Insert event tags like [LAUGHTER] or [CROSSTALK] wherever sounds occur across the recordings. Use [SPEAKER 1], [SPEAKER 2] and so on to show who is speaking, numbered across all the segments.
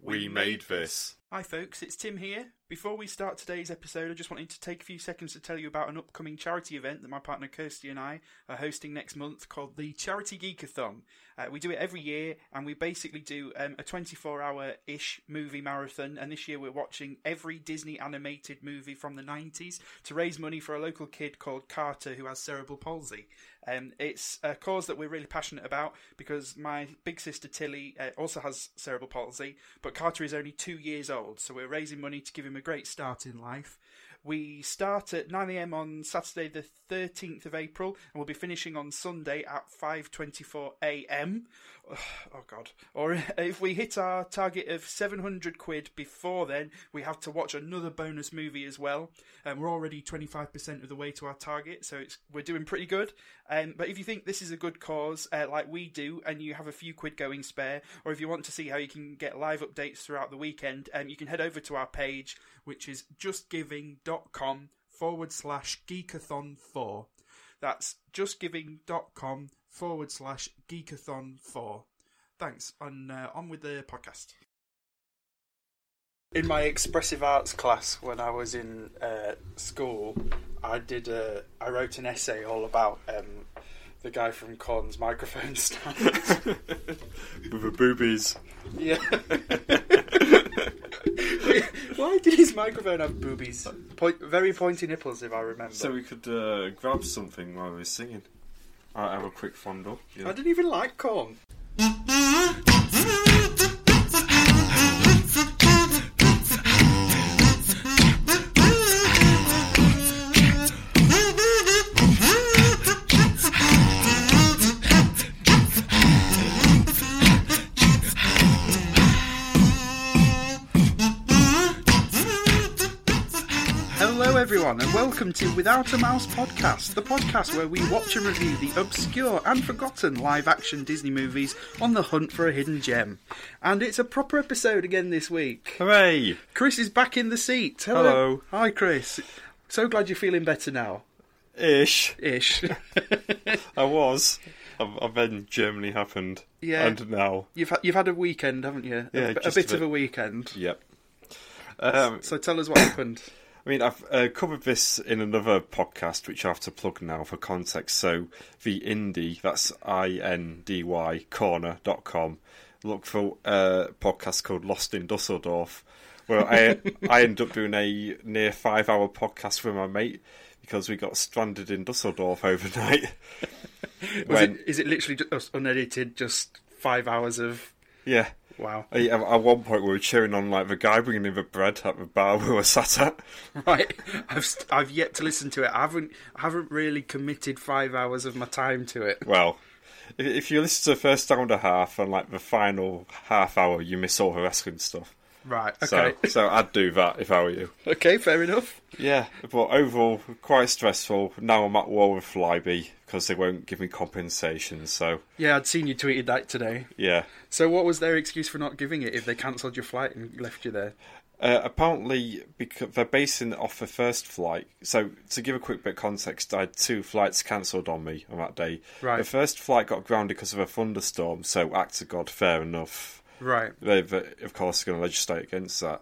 [SPEAKER 1] We made this.
[SPEAKER 2] Hi, folks, it's Tim here. Before we start today's episode, I just wanted to take a few seconds to tell you about an upcoming charity event that my partner Kirsty and I are hosting next month called the Charity Geekathon. Uh, we do it every year, and we basically do um, a 24 hour ish movie marathon. And this year, we're watching every Disney animated movie from the 90s to raise money for a local kid called Carter who has cerebral palsy. Um, it's a cause that we're really passionate about because my big sister Tilly uh, also has cerebral palsy, but Carter is only two years old, so we're raising money to give him a great start in life. We start at 9am on Saturday the 13th of April and we'll be finishing on Sunday at 5.24am. Oh god. Or [LAUGHS] if we hit our target of 700 quid before then, we have to watch another bonus movie as well. Um, we're already 25% of the way to our target, so it's, we're doing pretty good. Um, but if you think this is a good cause, uh, like we do, and you have a few quid going spare, or if you want to see how you can get live updates throughout the weekend, um, you can head over to our page, which is justgiving.com forward slash geekathon4. That's justgiving.com forward slash geekathon4. Thanks, and uh, on with the podcast. In my expressive arts class, when I was in uh, school, I did a, I wrote an essay all about um, the guy from Corn's microphone [LAUGHS] stand.
[SPEAKER 1] With the boobies.
[SPEAKER 2] yeah. [LAUGHS] Why did his microphone have boobies? Point, very pointy nipples, if I remember.
[SPEAKER 1] So we could uh, grab something while we were singing. I'll have a quick fondle.
[SPEAKER 2] I didn't even like corn. Hello, everyone, and welcome to Without a Mouse podcast, the podcast where we watch and review the obscure and forgotten live action Disney movies on the hunt for a hidden gem. And it's a proper episode again this week.
[SPEAKER 1] Hooray!
[SPEAKER 2] Chris is back in the seat.
[SPEAKER 1] Hello.
[SPEAKER 2] Hi, Chris. So glad you're feeling better now.
[SPEAKER 1] Ish.
[SPEAKER 2] Ish.
[SPEAKER 1] I was. And and then Germany happened.
[SPEAKER 2] Yeah.
[SPEAKER 1] And now.
[SPEAKER 2] [LAUGHS] you've, ha- you've had a weekend, haven't you? A-
[SPEAKER 1] Yeah,
[SPEAKER 2] a,
[SPEAKER 1] just a
[SPEAKER 2] bit of
[SPEAKER 1] bit.
[SPEAKER 2] a weekend.
[SPEAKER 1] Yep. Um,
[SPEAKER 2] So tell us what happened.
[SPEAKER 1] I mean, I've uh, covered this in another podcast, which I have to plug now for context. So, the indie, that's I N D Y corner.com. Look for a podcast called Lost in Dusseldorf, where
[SPEAKER 2] [LAUGHS]
[SPEAKER 1] I, I end up doing a near five hour podcast with my mate because we got stranded in Dusseldorf overnight.
[SPEAKER 2] [LAUGHS] Was
[SPEAKER 1] When-
[SPEAKER 2] it, is it literally just unedited, just five hours of.
[SPEAKER 1] Yeah.
[SPEAKER 2] Wow.
[SPEAKER 1] I- At at one point, we were cheering on like the guy bringing in the bread at the bar we were sat at.
[SPEAKER 2] Right, I've st- I've yet to listen to it. I haven't I haven't really committed five hours of my time to it.
[SPEAKER 1] Well, if, if you listen to the first hour and a half and like the final half hour, you miss all the rest and stuff.
[SPEAKER 2] Right.
[SPEAKER 1] So, [LAUGHS]
[SPEAKER 2] Okay.
[SPEAKER 1] so I'd do that if I were you.
[SPEAKER 2] okay. Fair enough.
[SPEAKER 1] Yeah, but overall, quite stressful. Now I'm at war with Flybe because they won't give me compensation. So,
[SPEAKER 2] Yeah, I'd seen you tweeted that today.
[SPEAKER 1] yeah.
[SPEAKER 2] So what was their excuse for not giving it if they cancelled your flight and left you there?
[SPEAKER 1] Uh, apparently, because they're basing it off the first flight. So, to give a quick bit of context, I had two flights cancelled on me on that day.
[SPEAKER 2] Right.
[SPEAKER 1] The first flight got grounded because of a thunderstorm. So, act of God, fair enough.
[SPEAKER 2] Right.
[SPEAKER 1] they've uh, of course going to legislate against that.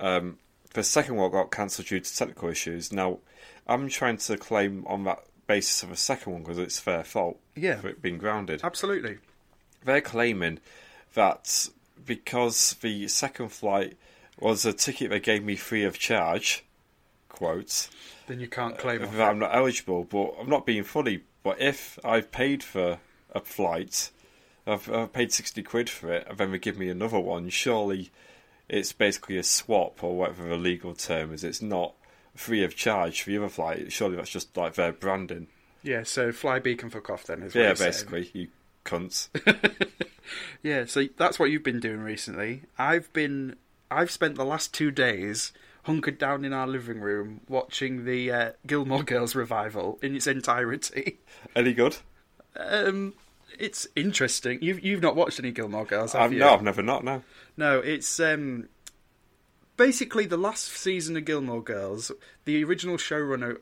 [SPEAKER 1] Um, the second one got cancelled due to technical issues. Now, I'm trying to claim on that basis of the second one because it's their fault
[SPEAKER 2] Yeah.
[SPEAKER 1] for it being grounded.
[SPEAKER 2] Absolutely.
[SPEAKER 1] They're claiming that because the second flight was a ticket they gave me free of charge, quotes,
[SPEAKER 2] Then you can't claim it.
[SPEAKER 1] Uh, that I'm not eligible. But I'm not being funny. But if I've paid for a flight, I've, I've paid sixty quid for it, and then they give me another one. Surely, it's basically a swap or whatever the legal term is. It's not free of charge for the other flight. Surely that's just like their branding.
[SPEAKER 2] Yeah. So fly B can fuck off then. Is what
[SPEAKER 1] yeah,
[SPEAKER 2] you're saying.
[SPEAKER 1] basically, you cunts. [LAUGHS]
[SPEAKER 2] Yeah. So that's what you've been doing recently. I've been I've spent the last two days hunkered down in our living room watching the uh, Gilmore Girls revival in its entirety. [LAUGHS]
[SPEAKER 1] Any good?
[SPEAKER 2] Um, it's interesting. You've you've not watched any Gilmore Girls, have
[SPEAKER 1] I've,
[SPEAKER 2] you?
[SPEAKER 1] Um, no, I've never not. No.
[SPEAKER 2] No, it's um, basically the last season of
[SPEAKER 1] Hmm.
[SPEAKER 2] Gilmore Girls. The original showrunner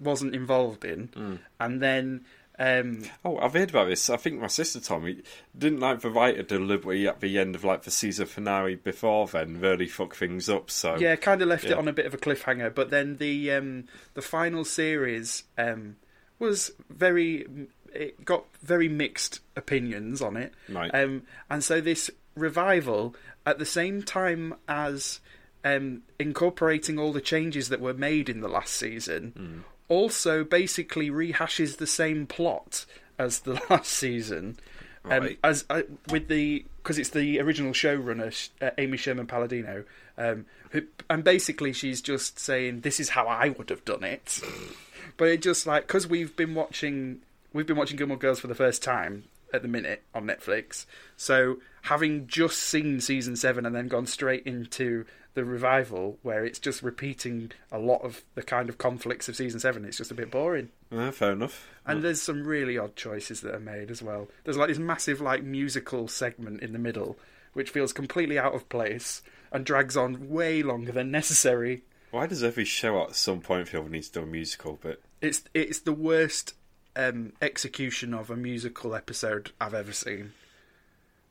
[SPEAKER 2] wasn't involved in, and then Um,
[SPEAKER 1] Oh, I've heard about this. I think my sister told me didn't like the writer deliberately at the end of like the season finale before then really fuck things up. So
[SPEAKER 2] yeah, kind of left it
[SPEAKER 1] Oh, yeah.
[SPEAKER 2] on a bit of a cliffhanger, but then the um, the final series um, was very it got very mixed opinions on it.
[SPEAKER 1] right,
[SPEAKER 2] Um, and so this revival, at the same time as um, incorporating all the changes that were made in the last season, also basically rehashes the same plot as the [LAUGHS] last season. Um,
[SPEAKER 1] Right.
[SPEAKER 2] As uh, with the because it's the original showrunner Sh- uh, Amy Sherman Palladino, um, who, and basically she's just saying this is how I would have done it. but it just like because we've been watching we've been watching Gilmore Girls for the first time at the minute on Netflix. So having just seen season seven and then gone straight into the revival where it's just repeating a lot of the kind of conflicts of season seven, it's just a bit boring.
[SPEAKER 1] Yeah, Uh, fair enough.
[SPEAKER 2] And there's some really odd choices that are made as well. There's like this massive like musical segment in the middle, which feels completely out of place and drags on way longer than necessary.
[SPEAKER 1] Why does every show at some point feel we need to do a musical? But
[SPEAKER 2] It's it's the worst um, execution of a musical episode I've ever seen.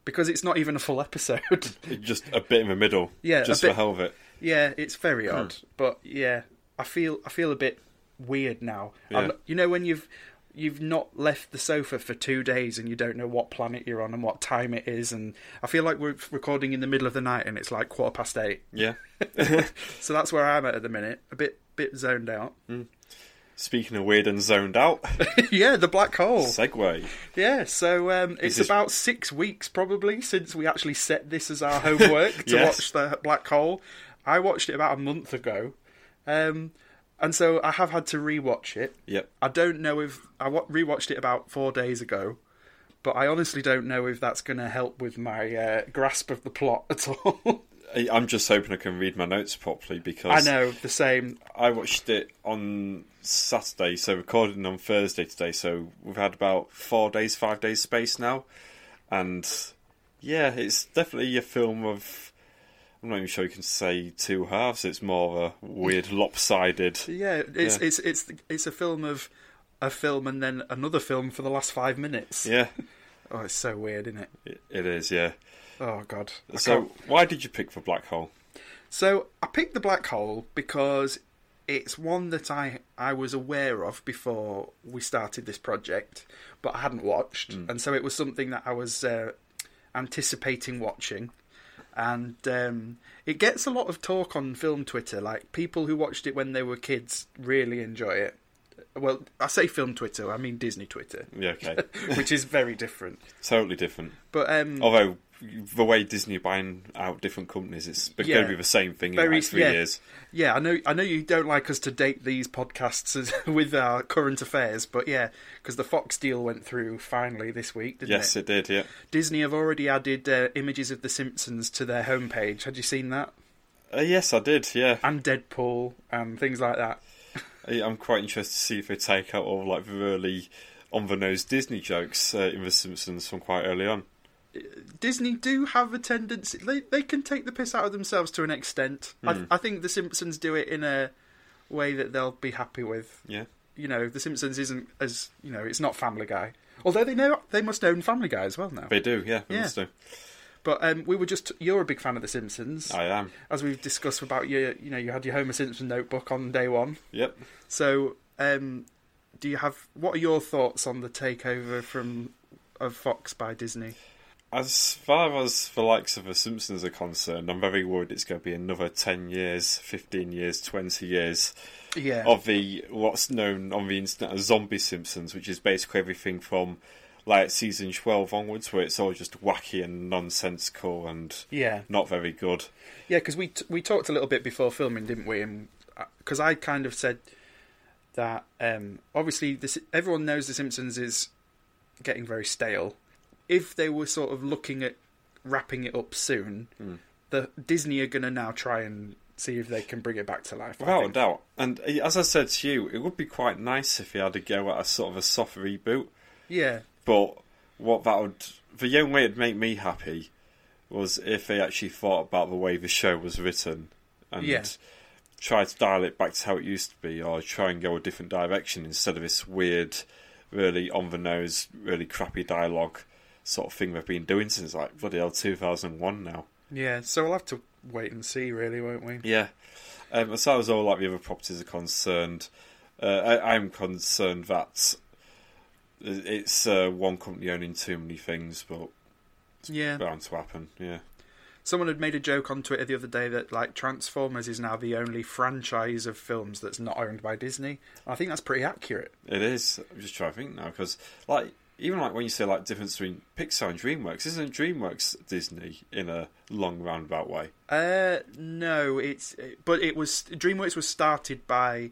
[SPEAKER 2] Because it's not even a full episode. [LAUGHS]
[SPEAKER 1] just a bit in the middle,
[SPEAKER 2] Yeah, a
[SPEAKER 1] just
[SPEAKER 2] bit-
[SPEAKER 1] for hell of it.
[SPEAKER 2] yeah, it's very odd. But yeah, I feel I feel a bit weird now.
[SPEAKER 1] Yeah.
[SPEAKER 2] I'm- you know when you've you've not left the sofa for two days and you don't know what planet you're on and what time it is, and I feel like we're recording in the middle of the night and it's like quarter past eight.
[SPEAKER 1] Yeah. [LAUGHS]
[SPEAKER 2] So that's where I'm at at the minute. A bit bit zoned out.
[SPEAKER 1] Speaking of weird and zoned out,
[SPEAKER 2] [LAUGHS]
[SPEAKER 1] [LAUGHS]
[SPEAKER 2] yeah, the black hole.
[SPEAKER 1] segue.
[SPEAKER 2] Yeah, so um, it's
[SPEAKER 1] is-
[SPEAKER 2] about six weeks probably since we actually set this as
[SPEAKER 1] [LAUGHS]
[SPEAKER 2] our homework to
[SPEAKER 1] Yes.
[SPEAKER 2] watch the Black Hole. I watched it about a month ago, um, and so I have had to rewatch it.
[SPEAKER 1] Yep.
[SPEAKER 2] I don't know if I wa- rewatched it about four days ago, but I honestly don't know if that's going to help with my uh, grasp of the plot at all. [LAUGHS]
[SPEAKER 1] I- I'm just hoping I can read my notes properly
[SPEAKER 2] I
[SPEAKER 1] because
[SPEAKER 2] know the same.
[SPEAKER 1] I watched it on Saturday, so recording on Thursday today. So we've had about four days, five days space now, and yeah, it's definitely a film of. I'm not even sure you can say two halves. It's more of a weird
[SPEAKER 2] [LAUGHS]
[SPEAKER 1] lopsided.
[SPEAKER 2] Yeah, it's
[SPEAKER 1] Yeah.
[SPEAKER 2] it's it's it's a film of a film and then another film for the last five minutes.
[SPEAKER 1] Yeah,
[SPEAKER 2] Oh, it's so weird, isn't it?
[SPEAKER 1] it it is. Yeah.
[SPEAKER 2] Oh God. I
[SPEAKER 1] So
[SPEAKER 2] can't-
[SPEAKER 1] why did you pick for Black Hole?
[SPEAKER 2] So I picked the black hole because it's one that I I was aware of before we started this project, but I hadn't watched, and so it was something that I was uh, anticipating watching. And um, it gets a lot of talk on film Twitter. Like people who watched it when they were kids really enjoy it. Well, I say film Twitter, I mean Disney Twitter,
[SPEAKER 1] Yeah,
[SPEAKER 2] [LAUGHS]
[SPEAKER 1] okay,
[SPEAKER 2] which is very different.
[SPEAKER 1] totally different.
[SPEAKER 2] But um,
[SPEAKER 1] Although the way Disney are buying out different companies, it's
[SPEAKER 2] Yeah.
[SPEAKER 1] going to be the same thing in
[SPEAKER 2] Very-
[SPEAKER 1] like three
[SPEAKER 2] yeah.
[SPEAKER 1] years.
[SPEAKER 2] Yeah, I know. I know you don't like us to date these podcasts [LAUGHS] as, with our current affairs, but yeah, because the Fox deal went through finally this week, didn't
[SPEAKER 1] Yes,
[SPEAKER 2] it?
[SPEAKER 1] it did. Yeah.
[SPEAKER 2] Disney have already added uh, images of The Simpsons to their homepage. Had you seen that?
[SPEAKER 1] Uh, yes, I did. Yeah.
[SPEAKER 2] And Deadpool and things like that.
[SPEAKER 1] I- I'm quite interested to see if they take out all like the really on the nose Disney jokes uh, in The Simpsons from quite early on.
[SPEAKER 2] Uh, Disney do have a tendency; they they can take the piss out of themselves to an extent.
[SPEAKER 1] Hmm.
[SPEAKER 2] I, I think The Simpsons do it in a way that they'll be happy with.
[SPEAKER 1] Yeah.
[SPEAKER 2] You know, The Simpsons isn't as you know, it's not Family Guy. Although they know they must own Family Guy as well now.
[SPEAKER 1] They do. Yeah. They
[SPEAKER 2] Yeah.
[SPEAKER 1] must do.
[SPEAKER 2] But um, we were just you're a big fan of The Simpsons,
[SPEAKER 1] I am.
[SPEAKER 2] as we've discussed about your you know you had your Homer Simpson notebook on day one.
[SPEAKER 1] Yep.
[SPEAKER 2] So um, do you have what are your thoughts on the takeover from of Fox by Disney?
[SPEAKER 1] As far as the likes of The Simpsons are concerned, I'm very worried it's going to be another 10 years, 15 years, 20 years
[SPEAKER 2] Yeah,
[SPEAKER 1] of the what's known on the internet as zombie Simpsons, which is basically everything from like season 12 onwards, where it's all just wacky and nonsensical and
[SPEAKER 2] yeah,
[SPEAKER 1] not very good.
[SPEAKER 2] yeah. Because we t- we talked a little bit before filming, didn't we? And because I kind of said that um, obviously this everyone knows The Simpsons is getting very stale. If they were sort of looking at wrapping it up soon, the Disney are going to now try and see if they can bring it back to life. I
[SPEAKER 1] Without a
[SPEAKER 2] think.
[SPEAKER 1] doubt. And uh, as I said to you, it would be quite nice if he had a go at a sort of a soft reboot.
[SPEAKER 2] yeah,
[SPEAKER 1] But what that would. The young way it'd make me happy was if they actually thought about the way the show was written and
[SPEAKER 2] Yeah.
[SPEAKER 1] try to dial it back to how it used to be or try and go a different direction instead of this weird really on the nose, really crappy dialogue sort of thing they've been doing since like bloody hell 2001 now.
[SPEAKER 2] Yeah, so we'll have to wait and see, really, won't we?
[SPEAKER 1] Yeah. Um, as far as all like the other properties are concerned, uh, I, I'm concerned that it's uh, one company owning too many things, but
[SPEAKER 3] Yeah.
[SPEAKER 1] bound to happen. Yeah.
[SPEAKER 2] Someone had made a joke on Twitter the other day that like Transformers is now the only franchise of films that's not owned by Disney. I think that's pretty accurate.
[SPEAKER 1] It is. I'm just trying to think now because, like, even like when you say like difference between Pixar and DreamWorks, isn't DreamWorks Disney in a long roundabout way?
[SPEAKER 2] Uh, no, it's but it was DreamWorks was started by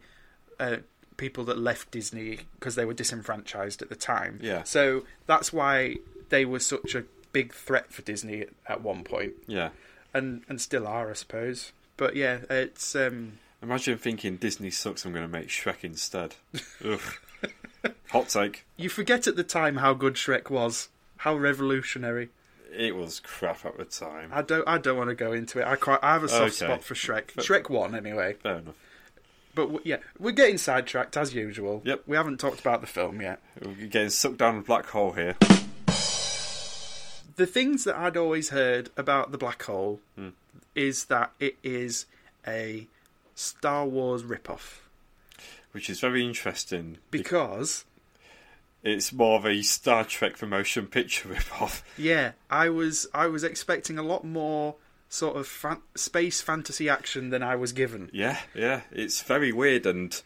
[SPEAKER 2] uh, people that left Disney because they were disenfranchised at the time.
[SPEAKER 1] Yeah.
[SPEAKER 2] So that's why they were such a big threat for Disney at, at one point,
[SPEAKER 1] Yeah.
[SPEAKER 2] and and still are, I suppose. But yeah, it's um,
[SPEAKER 1] Imagine thinking Disney sucks. I'm going to make Shrek instead. Ugh. Hot take.
[SPEAKER 2] you forget at the time how good Shrek was, how revolutionary.
[SPEAKER 1] It was crap at the time.
[SPEAKER 2] I don't. I don't want to go into it. I quite. I have a soft
[SPEAKER 1] Okay.
[SPEAKER 2] spot for Shrek. Shrek one, anyway.
[SPEAKER 1] Fair enough.
[SPEAKER 2] But w- yeah, we're getting sidetracked as usual.
[SPEAKER 1] Yep.
[SPEAKER 2] We haven't talked about the film yet.
[SPEAKER 1] We're getting sucked down a black hole here.
[SPEAKER 2] The things that I'd always heard about the black hole
[SPEAKER 1] Hmm.
[SPEAKER 2] is that it is a Star Wars ripoff
[SPEAKER 1] which is very interesting.
[SPEAKER 2] because
[SPEAKER 1] It's more of a Star Trek for motion picture ripoff.
[SPEAKER 2] yeah, I was I was expecting a lot more sort of fan- space fantasy action than I was given.
[SPEAKER 1] Yeah, yeah, it's very weird, and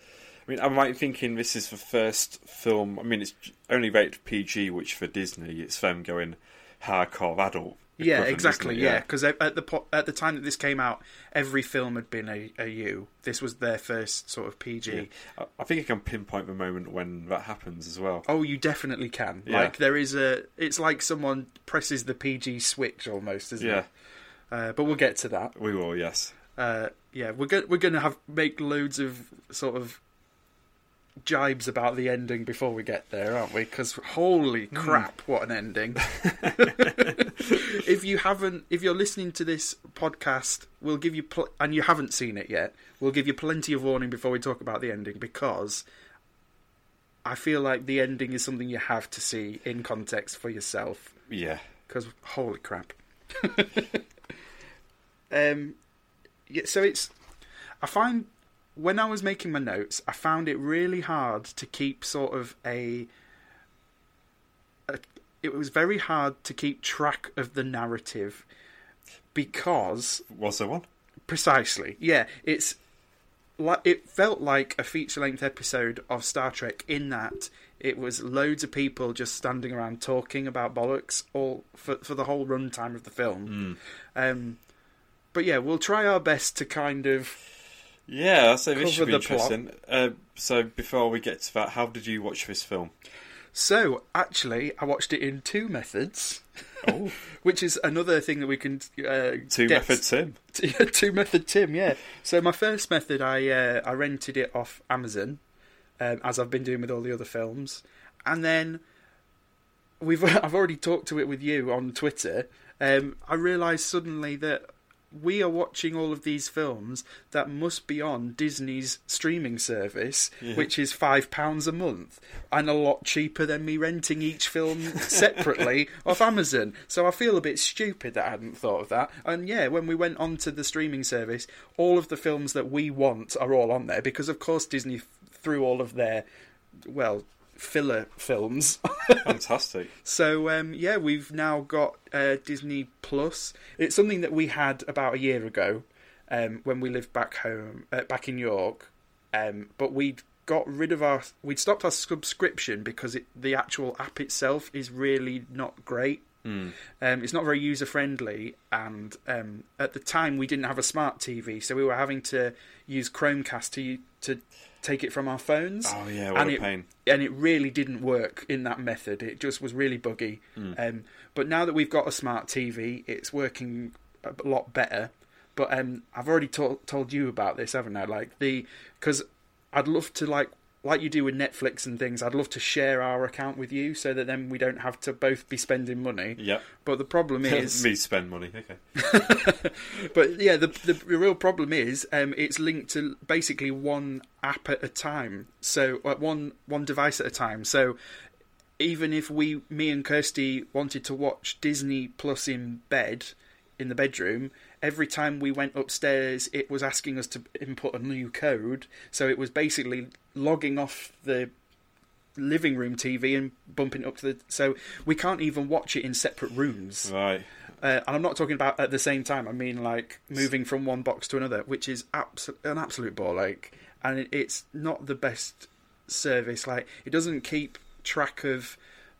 [SPEAKER 1] I mean, I'm like thinking this is the first film. I mean, it's only rated PG, which for Disney, it's them going hardcore adult.
[SPEAKER 2] Yeah,
[SPEAKER 1] equivalent,
[SPEAKER 2] exactly.
[SPEAKER 1] isn't it?
[SPEAKER 2] Yeah, because at the po- at the time that this came out, every film had been a, a U. This was their first sort of PG.
[SPEAKER 1] I- I think I can pinpoint the moment when that happens as well.
[SPEAKER 2] Oh, you definitely can.
[SPEAKER 1] Yeah.
[SPEAKER 2] Like there is a, it's like someone presses the PG switch almost, isn't
[SPEAKER 1] yeah,
[SPEAKER 2] it? Uh, but we'll get to that.
[SPEAKER 1] we will. Yes,
[SPEAKER 2] Uh, yeah, we're go- we're gonna have make loads of sort of jibes about the ending before we get there, aren't we? Because holy crap, what an ending! [LAUGHS] if you haven't, if you're listening to this podcast, we'll give you pl- and you haven't seen it yet, we'll give you plenty of warning before we talk about the ending because. I feel like the ending is something you have to see in context for yourself
[SPEAKER 1] yeah,
[SPEAKER 2] because holy crap. [LAUGHS] um, yeah, so it's. I find when I was making my notes, I found it really hard to keep sort of a. a it was very hard to keep track of the narrative because
[SPEAKER 1] was there one?
[SPEAKER 2] Precisely. Yeah, it's like it felt like a feature-length episode of Star Trek in that it was loads of people just standing around talking about bollocks all for for the whole runtime of the film.
[SPEAKER 1] Hmm.
[SPEAKER 2] Um, but yeah, we'll try our best to kind of
[SPEAKER 1] Yeah, so this should
[SPEAKER 2] Cover
[SPEAKER 1] be
[SPEAKER 2] the plot.
[SPEAKER 1] interesting. Uh, so before we get to that, how did you watch this film?
[SPEAKER 2] So actually, I watched it in two methods.
[SPEAKER 1] Oh.
[SPEAKER 2] [LAUGHS] Which is another thing that we can uh,
[SPEAKER 1] Two
[SPEAKER 2] get-
[SPEAKER 1] method
[SPEAKER 2] [LAUGHS]
[SPEAKER 1] Tim.
[SPEAKER 2] two method Tim, yeah. So my first method, I uh, I rented it off Amazon, um, as I've been doing with all the other films, and then we've [LAUGHS] I've already talked to it with you on Twitter. Um, I realised suddenly that we are watching all of these films that must be on Disney's streaming service, which is five pounds a month and a lot cheaper than me renting each film separately off Amazon. So I feel a bit stupid that I hadn't thought of that. And yeah, when we went onto the streaming service, all of the films that we want are all on there because, of course, Disney f- threw all of their well filler films
[SPEAKER 1] Fantastic.
[SPEAKER 2] So um, yeah, we've now got uh, Disney Plus. It's something that we had about a year ago um, when we lived back home, uh, back in York. Um, but we'd got rid of our, we'd stopped our subscription because it, the actual app itself is really not great. Um, it's not very user friendly, and um, at the time we didn't have a smart TV, so we were having to use Chromecast to to take it from our phones
[SPEAKER 1] Oh yeah, what
[SPEAKER 2] and
[SPEAKER 1] a
[SPEAKER 2] it,
[SPEAKER 1] pain.
[SPEAKER 2] And it really didn't work in that method. It just was really buggy. Um, but now that we've got a smart TV, it's working a b- lot better. But um, I've already to- told you about this, haven't I? Like the because I'd love to like like you do with Netflix and things, I'd love to share our account with you so that then we don't have to both be spending money.
[SPEAKER 1] Yep.
[SPEAKER 2] But the
[SPEAKER 1] [LAUGHS]
[SPEAKER 2] problem is,
[SPEAKER 1] Me spend money. Okay.
[SPEAKER 2] but yeah, the the real problem is um, it's linked to basically one app at a time, so uh, one one device at a time. So even if we, me and Kirsty, wanted to watch Disney Plus in bed, in the bedroom, every time we went upstairs, it was asking us to input a new code. So it was basically logging off the living room TV and bumping it up to the. So we can't even watch it in separate rooms.
[SPEAKER 1] Right.
[SPEAKER 2] Uh, and I'm not talking about at the same time. I mean, like moving from one box to another, which is abso- an absolute ball ache, and it, it's not the best service. Like, it doesn't keep track of.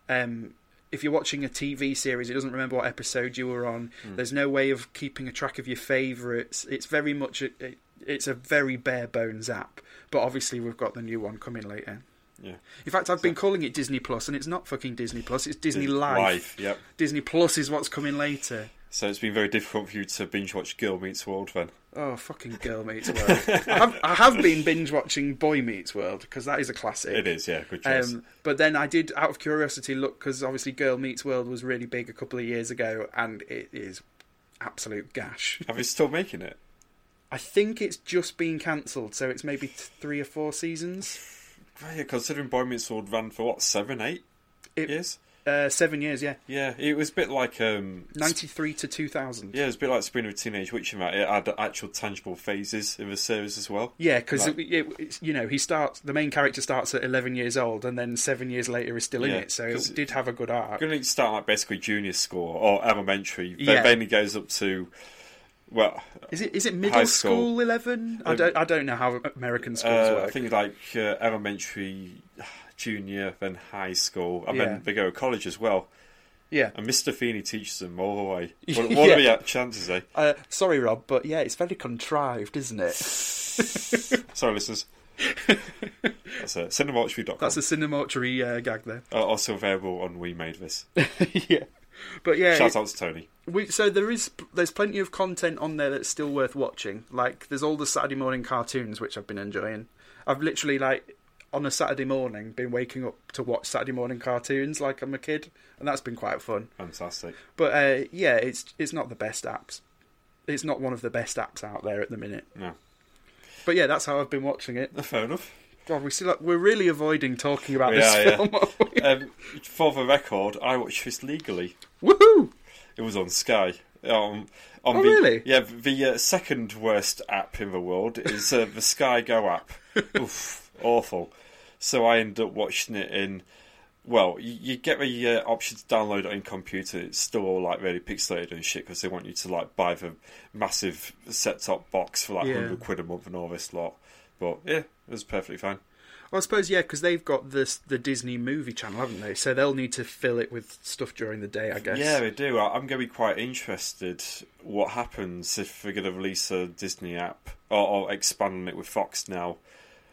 [SPEAKER 2] Um, if you're watching a TV series, it doesn't remember what episode you were on. There's no way of keeping a track of your favourites. It's very much a, it, it's a very bare bones app. But obviously, we've got the new one coming later.
[SPEAKER 1] Yeah.
[SPEAKER 2] In fact, I've been calling it Disney Plus, and it's not fucking Disney Plus. It's Disney Life.
[SPEAKER 1] Life. Yep.
[SPEAKER 2] Disney Plus is what's coming later.
[SPEAKER 1] So it's been very difficult for you to binge watch Girl Meets World then.
[SPEAKER 2] Oh, fucking Girl Meets World. I, have, I have been binge watching Boy Meets World because that is a classic.
[SPEAKER 1] It is, yeah, good choice.
[SPEAKER 2] Um, but then I did, out of curiosity, look because obviously Girl Meets World was really big a couple of years ago and it is absolute gash.
[SPEAKER 1] Have they still making it?
[SPEAKER 2] I think it's just been cancelled, so it's maybe t- three or four seasons.
[SPEAKER 1] Yeah, considering Boy Meets World ran for what seven, eight
[SPEAKER 2] It-
[SPEAKER 1] years.
[SPEAKER 2] Uh, seven years, yeah.
[SPEAKER 1] Yeah, it was a bit like um,
[SPEAKER 2] 93 to 2000.
[SPEAKER 1] yeah, it was a bit like Spring of Teenage Witch and that. It had actual tangible phases in the series as well.
[SPEAKER 2] Yeah, because
[SPEAKER 1] Right.
[SPEAKER 2] it, it, it's- you know he starts the main character starts at eleven years old, and then seven years later is still in
[SPEAKER 1] Yeah,
[SPEAKER 2] it. So
[SPEAKER 1] 'cause
[SPEAKER 2] it did have a good arc.
[SPEAKER 1] Going to start like basically junior school or elementary.
[SPEAKER 2] Yeah.
[SPEAKER 1] Then mainly goes up to well,
[SPEAKER 2] Is it is it middle
[SPEAKER 1] High
[SPEAKER 2] school.
[SPEAKER 1] school.
[SPEAKER 2] eleven? I
[SPEAKER 1] Um,
[SPEAKER 2] don't I don't know how American schools
[SPEAKER 1] uh,
[SPEAKER 2] work.
[SPEAKER 1] I think like uh, elementary, [SIGHS] junior, then high school, and
[SPEAKER 2] Yeah.
[SPEAKER 1] then they go to college as well.
[SPEAKER 2] yeah.
[SPEAKER 1] And Mr. Feeney teaches them all the [LAUGHS] way.
[SPEAKER 2] Yeah.
[SPEAKER 1] What, what are the chances, eh?
[SPEAKER 2] Uh, sorry, Rob, but yeah, it's very contrived,
[SPEAKER 1] [LAUGHS]
[SPEAKER 2] isn't it?
[SPEAKER 1] Sorry, [LAUGHS] listeners. That's it. Cinematography.com.
[SPEAKER 2] That's a cinematory uh, gag there.
[SPEAKER 1] Uh, also available on We Made This.
[SPEAKER 2] yeah, but yeah,
[SPEAKER 1] Shout out to Tony.
[SPEAKER 2] we, so there is there's plenty of content on there that's still worth watching. Like there's all the Saturday morning cartoons which I've been enjoying. I've literally like on a Saturday morning been waking up to watch Saturday morning cartoons like I'm a kid, and that's been quite fun.
[SPEAKER 1] Fantastic.
[SPEAKER 2] But uh, yeah, it's it's not the best apps. It's not one of the best apps out there at the minute.
[SPEAKER 1] No.
[SPEAKER 2] But yeah, that's how I've been watching it.
[SPEAKER 1] Fair enough.
[SPEAKER 2] God, we still we're really avoiding talking about
[SPEAKER 1] We
[SPEAKER 2] this
[SPEAKER 1] are, yeah.
[SPEAKER 2] film. aren't we?
[SPEAKER 1] Um, for the record, I watched this legally.
[SPEAKER 2] [LAUGHS] Woohoo!
[SPEAKER 1] It was on Sky. Um, on
[SPEAKER 2] Oh,
[SPEAKER 1] the,
[SPEAKER 2] really?
[SPEAKER 1] Yeah, the uh, second worst app in the world is uh, the Sky Go
[SPEAKER 2] [LAUGHS]
[SPEAKER 1] app. Oof, awful. So I end up watching it in. Well, you, you get the uh, option to download it on your computer. It's still all like really pixelated and shit because they want you to like buy the massive set-top box for like
[SPEAKER 2] Yeah.
[SPEAKER 1] hundred quid a month and all this lot. But yeah, it was perfectly fine.
[SPEAKER 2] Well, I suppose yeah, because they've got this the Disney movie channel, haven't they? So they'll need to fill it with stuff during the day, I guess.
[SPEAKER 1] Yeah, they do. I- I'm going to be quite interested what happens if they're going to release a Disney app or, or expand on it with Fox now.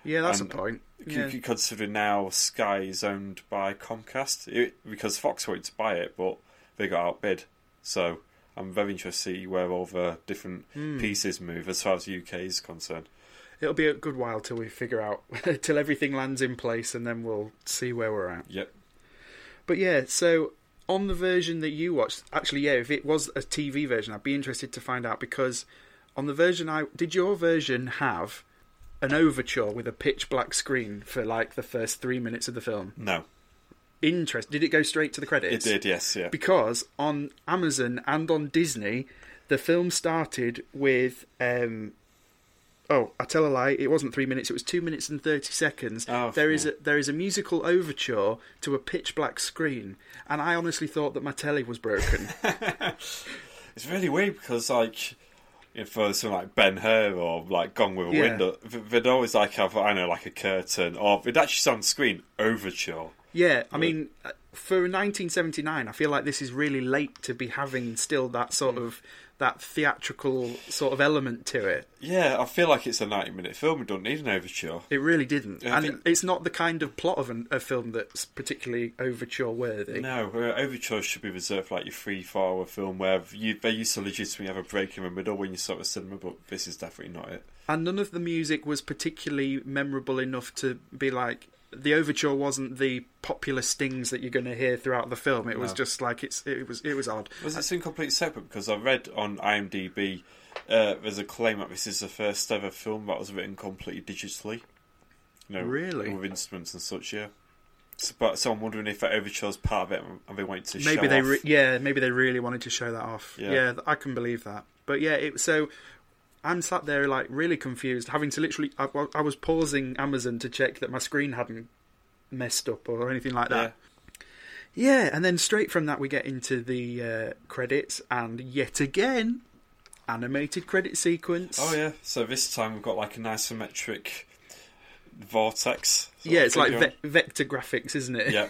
[SPEAKER 2] yeah, that's
[SPEAKER 1] And-
[SPEAKER 2] a point.
[SPEAKER 1] C-
[SPEAKER 2] Yeah.
[SPEAKER 1] c- Considering now Sky is owned by Comcast, it, because Fox wanted to buy it, but they got outbid. So I'm very interested to see where all the different pieces move as far as the UK is concerned.
[SPEAKER 2] It'll be a good while till we figure out [LAUGHS] till everything lands in place, and then we'll see where we're at.
[SPEAKER 1] Yep.
[SPEAKER 2] But yeah, so on the version that you watched, actually, yeah, if it was a TV version, I'd be interested to find out because on the version I did, your version have an overture with a pitch black screen for like the first three minutes of the film.
[SPEAKER 1] No,
[SPEAKER 2] Interest? Did it go straight to the
[SPEAKER 1] it
[SPEAKER 2] credits?
[SPEAKER 1] did. Yes. Yeah.
[SPEAKER 2] because on Amazon and on Disney, the film started with. Um, oh, I tell a lie. It wasn't three minutes. It was two minutes and thirty seconds.
[SPEAKER 1] Oh,
[SPEAKER 2] there is
[SPEAKER 1] fuck.
[SPEAKER 2] a there is a musical overture to a pitch black screen, and I honestly thought that my telly
[SPEAKER 1] [LAUGHS]
[SPEAKER 2] was broken.
[SPEAKER 1] It's really weird because like if uh, something like Ben Hur or like Gone with a
[SPEAKER 2] Yeah.
[SPEAKER 1] Window, th- they'd always like have I know like a curtain or it'd actually sound screen overture.
[SPEAKER 2] yeah, I mean, uh, for 1979, I feel like this is really late to be having still that
[SPEAKER 1] Hmm.
[SPEAKER 2] sort of that theatrical sort of element to it.
[SPEAKER 1] Yeah, I feel like it's a 90 minute film. It doesn't need an overture.
[SPEAKER 2] It really didn't,
[SPEAKER 1] Yeah, I
[SPEAKER 2] and
[SPEAKER 1] think-
[SPEAKER 2] it's not the kind of plot of an, a film that's particularly overture worthy.
[SPEAKER 1] No, uh, overtures should be reserved for like your three, four hour film where you, they used to legitimately have a break in the middle when you sort of cinema, but this is definitely not it.
[SPEAKER 2] And none of the music was particularly memorable enough to be like the overture wasn't the popular stings that you're going to hear throughout the film. It was
[SPEAKER 1] No.
[SPEAKER 2] just like it's it was it was odd.
[SPEAKER 1] Was this incomplete separate? Because I read on IMDb uh, there's a claim that this is the first ever film that was written completely digitally. You know,
[SPEAKER 2] Really?
[SPEAKER 1] With instruments and such, yeah. So, but, so I'm wondering if that overture's part of it and they wanted to show
[SPEAKER 2] maybe they
[SPEAKER 1] off.
[SPEAKER 2] re- yeah maybe they really wanted to show that off yeah,
[SPEAKER 1] Yeah.
[SPEAKER 2] th- i can believe that but yeah it, so i'm sat there like really confused having to literally I, wa- I was pausing amazon to check that my screen hadn't messed up or anything like
[SPEAKER 1] yeah.
[SPEAKER 2] that yeah, and then straight from that we get into the uh, credits and yet again animated credit sequence
[SPEAKER 1] Oh yeah. So this time we've got like an isometric vortex. sort
[SPEAKER 2] yeah
[SPEAKER 1] of
[SPEAKER 2] it's like
[SPEAKER 1] figure.
[SPEAKER 2] ve- vector graphics isn't it [LAUGHS]
[SPEAKER 1] yeah.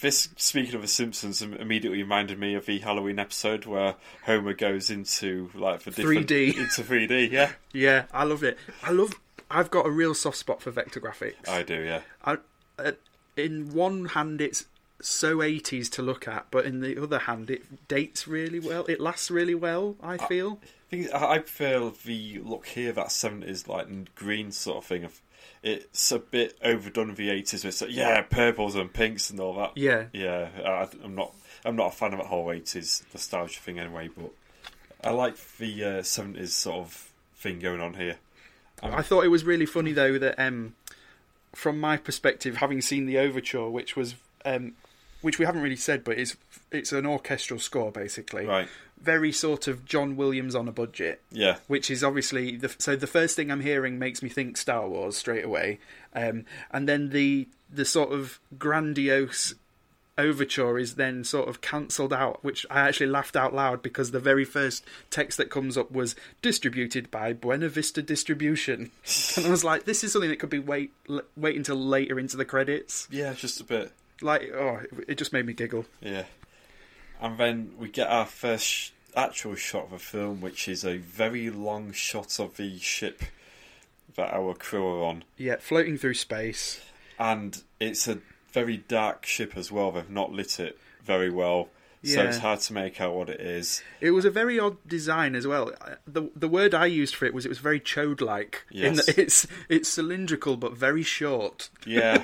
[SPEAKER 1] This speaking of the Simpsons im- immediately reminded me of the Halloween episode where Homer goes into like the different
[SPEAKER 2] 3D.
[SPEAKER 1] into 3D.
[SPEAKER 2] [LAUGHS]
[SPEAKER 1] Yeah,
[SPEAKER 2] yeah i loved it i love i've got a real soft spot for vector graphics
[SPEAKER 1] I do. Yeah,
[SPEAKER 2] I, uh, in one hand, it's so 80s to look at, but in the other hand, it dates really well. It lasts really well, I
[SPEAKER 1] Uh,
[SPEAKER 2] feel.
[SPEAKER 1] thing is, I I prefer the look here that seventies like n- green sort of thing. Of it's a bit overdone with the eighties. It's like yeah, purples and pinks and all that.
[SPEAKER 2] Yeah.
[SPEAKER 1] yeah. I, I'm not. I'm not a fan of that whole eighties nostalgia thing anyway. But I like the uh, seventies sort of thing going on here.
[SPEAKER 2] I thought it was really funny, though, that um, from my perspective, having seen the overture, which was. Um, which we haven't really said, but it's it's an orchestral score basically,
[SPEAKER 1] Right.
[SPEAKER 2] very sort of John Williams on a budget.
[SPEAKER 1] Yeah.
[SPEAKER 2] which is obviously the so the first thing I'm hearing makes me think Star Wars straight away, um, and then the the sort of grandiose overture is then sort of cancelled out, which I actually laughed out loud because the very first text that comes up was distributed by Buena Vista Distribution, [LAUGHS] and I was like, this is something that could be wait l- wait until later into the credits.
[SPEAKER 1] Yeah. Just a bit.
[SPEAKER 2] Like, oh, it- it just made me giggle.
[SPEAKER 1] Yeah. And then we get our first sh- actual shot of the film, which is a very long shot of the ship that our crew are on.
[SPEAKER 2] Yeah, floating through space.
[SPEAKER 1] And it's a very dark ship as well. They've not lit it very well. So
[SPEAKER 2] Yeah.
[SPEAKER 1] it's hard to make out what it is.
[SPEAKER 2] It was a very odd design as well. the The word I used for it was it was very chode like. In
[SPEAKER 1] Yes.
[SPEAKER 2] that it's it's cylindrical but very short, [LAUGHS]
[SPEAKER 1] Yeah.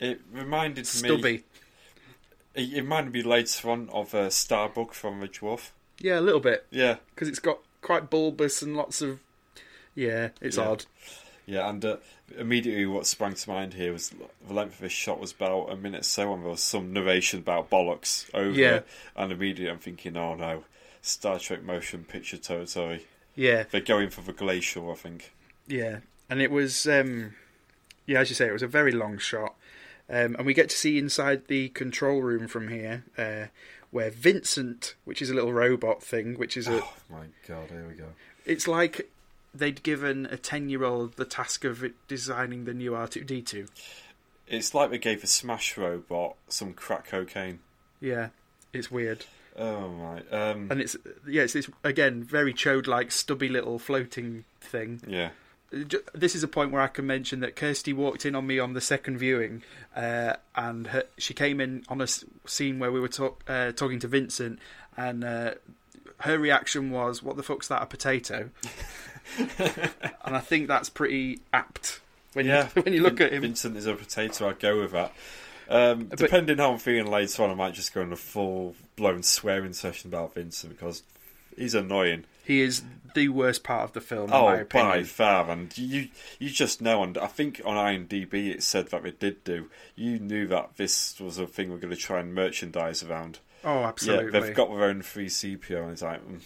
[SPEAKER 1] it reminded me.
[SPEAKER 2] stubby.
[SPEAKER 1] It it reminded me later on of uh, Starbug from The Dwarf.
[SPEAKER 2] Yeah, a little bit
[SPEAKER 1] Yeah.
[SPEAKER 2] because it's got quite bulbous and lots of. Yeah, it's
[SPEAKER 1] Yeah.
[SPEAKER 2] odd.
[SPEAKER 1] Yeah, and uh, immediately what sprang to mind here was the length of this shot was about a minute so, and there was some narration about bollocks over
[SPEAKER 2] Yeah.
[SPEAKER 1] it. And immediately I'm thinking, oh no, Star Trek motion picture territory.
[SPEAKER 2] Yeah,
[SPEAKER 1] They're going for the glacial, I think.
[SPEAKER 2] yeah, and it was. um Yeah, as you say, it was a very long shot, um, and we get to see inside the control room from here, uh, where Vincent, which is a little robot thing, which is a
[SPEAKER 1] Oh my god, here we go.
[SPEAKER 2] It's like they'd given a 10 year old the task of designing the new R2D2.
[SPEAKER 1] It's like they gave a Smash robot some crack cocaine.
[SPEAKER 2] Yeah, it's weird.
[SPEAKER 1] Oh my. Um,
[SPEAKER 2] And it's, yeah, it's this, again, very chode like, stubby little floating thing.
[SPEAKER 1] yeah.
[SPEAKER 2] Ju- This is a point where I can mention that Kirsty walked in on me on the second viewing, uh, and her, she came in on a s- scene where we were talk, uh, talking to Vincent, and uh, her reaction was, What the fuck's that, a potato? and I think that's pretty apt when,
[SPEAKER 1] yeah.
[SPEAKER 2] you, [LAUGHS] when you look
[SPEAKER 1] Vin-
[SPEAKER 2] at him.
[SPEAKER 1] Vincent is a potato, I'd go with that. Um,
[SPEAKER 2] But-
[SPEAKER 1] depending how I'm feeling later on, I might just go on a full blown swearing session about Vincent because he's annoying.
[SPEAKER 2] He is the worst part of the film, in my
[SPEAKER 1] Oh,
[SPEAKER 2] opinion.
[SPEAKER 1] by far, and you you just know, and I think on IMDb it said that they did do. You knew that this was a thing we're going to try and merchandise around.
[SPEAKER 2] Oh,
[SPEAKER 1] Yeah,
[SPEAKER 2] absolutely.
[SPEAKER 1] they've got their own free CPO, and it's like, mm,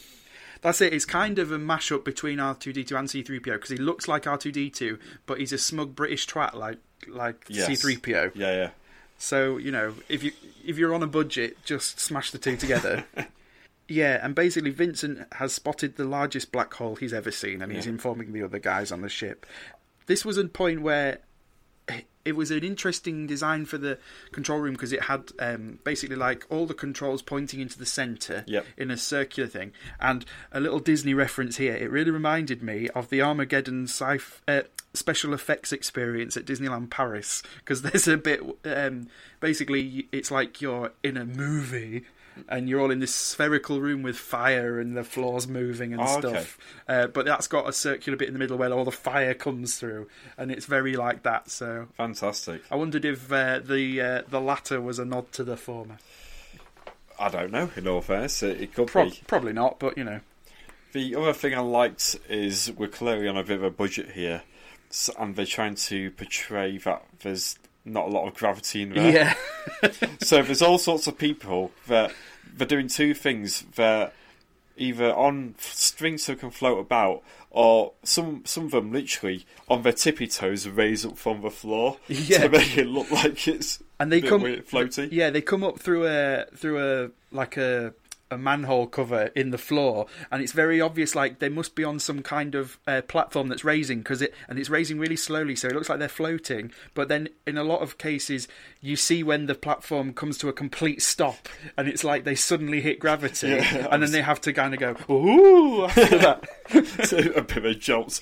[SPEAKER 2] That's it. It's kind of a mashup between R2D2 and C3PO because he looks like R2D2, but he's a smug British twat like like
[SPEAKER 1] Yes.
[SPEAKER 2] C3PO.
[SPEAKER 1] yeah, yeah.
[SPEAKER 2] So you know, if you if you're on a budget, just smash the
[SPEAKER 1] [LAUGHS]
[SPEAKER 2] two together. yeah, and basically Vincent has spotted the largest black hole he's ever seen, and he's
[SPEAKER 1] Yeah.
[SPEAKER 2] informing the other guys on the ship. This was a point where it was an interesting design for the control room because it had um, basically like all the controls pointing into the center
[SPEAKER 1] Yep.
[SPEAKER 2] in a circular thing. And a little Disney reference here. It really reminded me of the Armageddon sci- uh, special effects experience at Disneyland Paris because [LAUGHS] there's a bit. Um, basically, it's like you're in a movie. And you're all in this spherical room with fire and the floors moving and
[SPEAKER 1] Oh, okay.
[SPEAKER 2] stuff. Uh, but that's got a circular bit in the middle where all the fire comes through, and it's very like that. So
[SPEAKER 1] Fantastic.
[SPEAKER 2] I wondered if uh, the uh, the latter was a nod to the former.
[SPEAKER 1] I don't know. In all fairness, it, it could
[SPEAKER 2] Prob-
[SPEAKER 1] be.
[SPEAKER 2] Probably not, but you know,
[SPEAKER 1] The other thing I liked is we're clearly on a bit of a budget here, so, and they're trying to portray that there's not a lot of gravity in there.
[SPEAKER 2] yeah,
[SPEAKER 1] [LAUGHS]
[SPEAKER 2] [LAUGHS]
[SPEAKER 1] So there's all sorts of people that they're doing two things. They're either on f- strings so they can float about, or some some of them literally on their tippy toes raise up from the floor
[SPEAKER 2] Yeah.
[SPEAKER 1] to make it look like it's
[SPEAKER 2] and they
[SPEAKER 1] a bit
[SPEAKER 2] come
[SPEAKER 1] weird, floaty.
[SPEAKER 2] Yeah, they come up through a through a like a a manhole cover in the floor, and it's very obvious. Like they must be on some kind of uh, platform that's raising because it and it's raising really slowly, so it looks like they're floating. But then in a lot of cases, you see when the platform comes to a complete stop, and it's like they suddenly hit gravity,
[SPEAKER 1] Yeah,
[SPEAKER 2] and then they have to kind of go ooh after that.
[SPEAKER 1] So [LAUGHS] a bit of a jolt.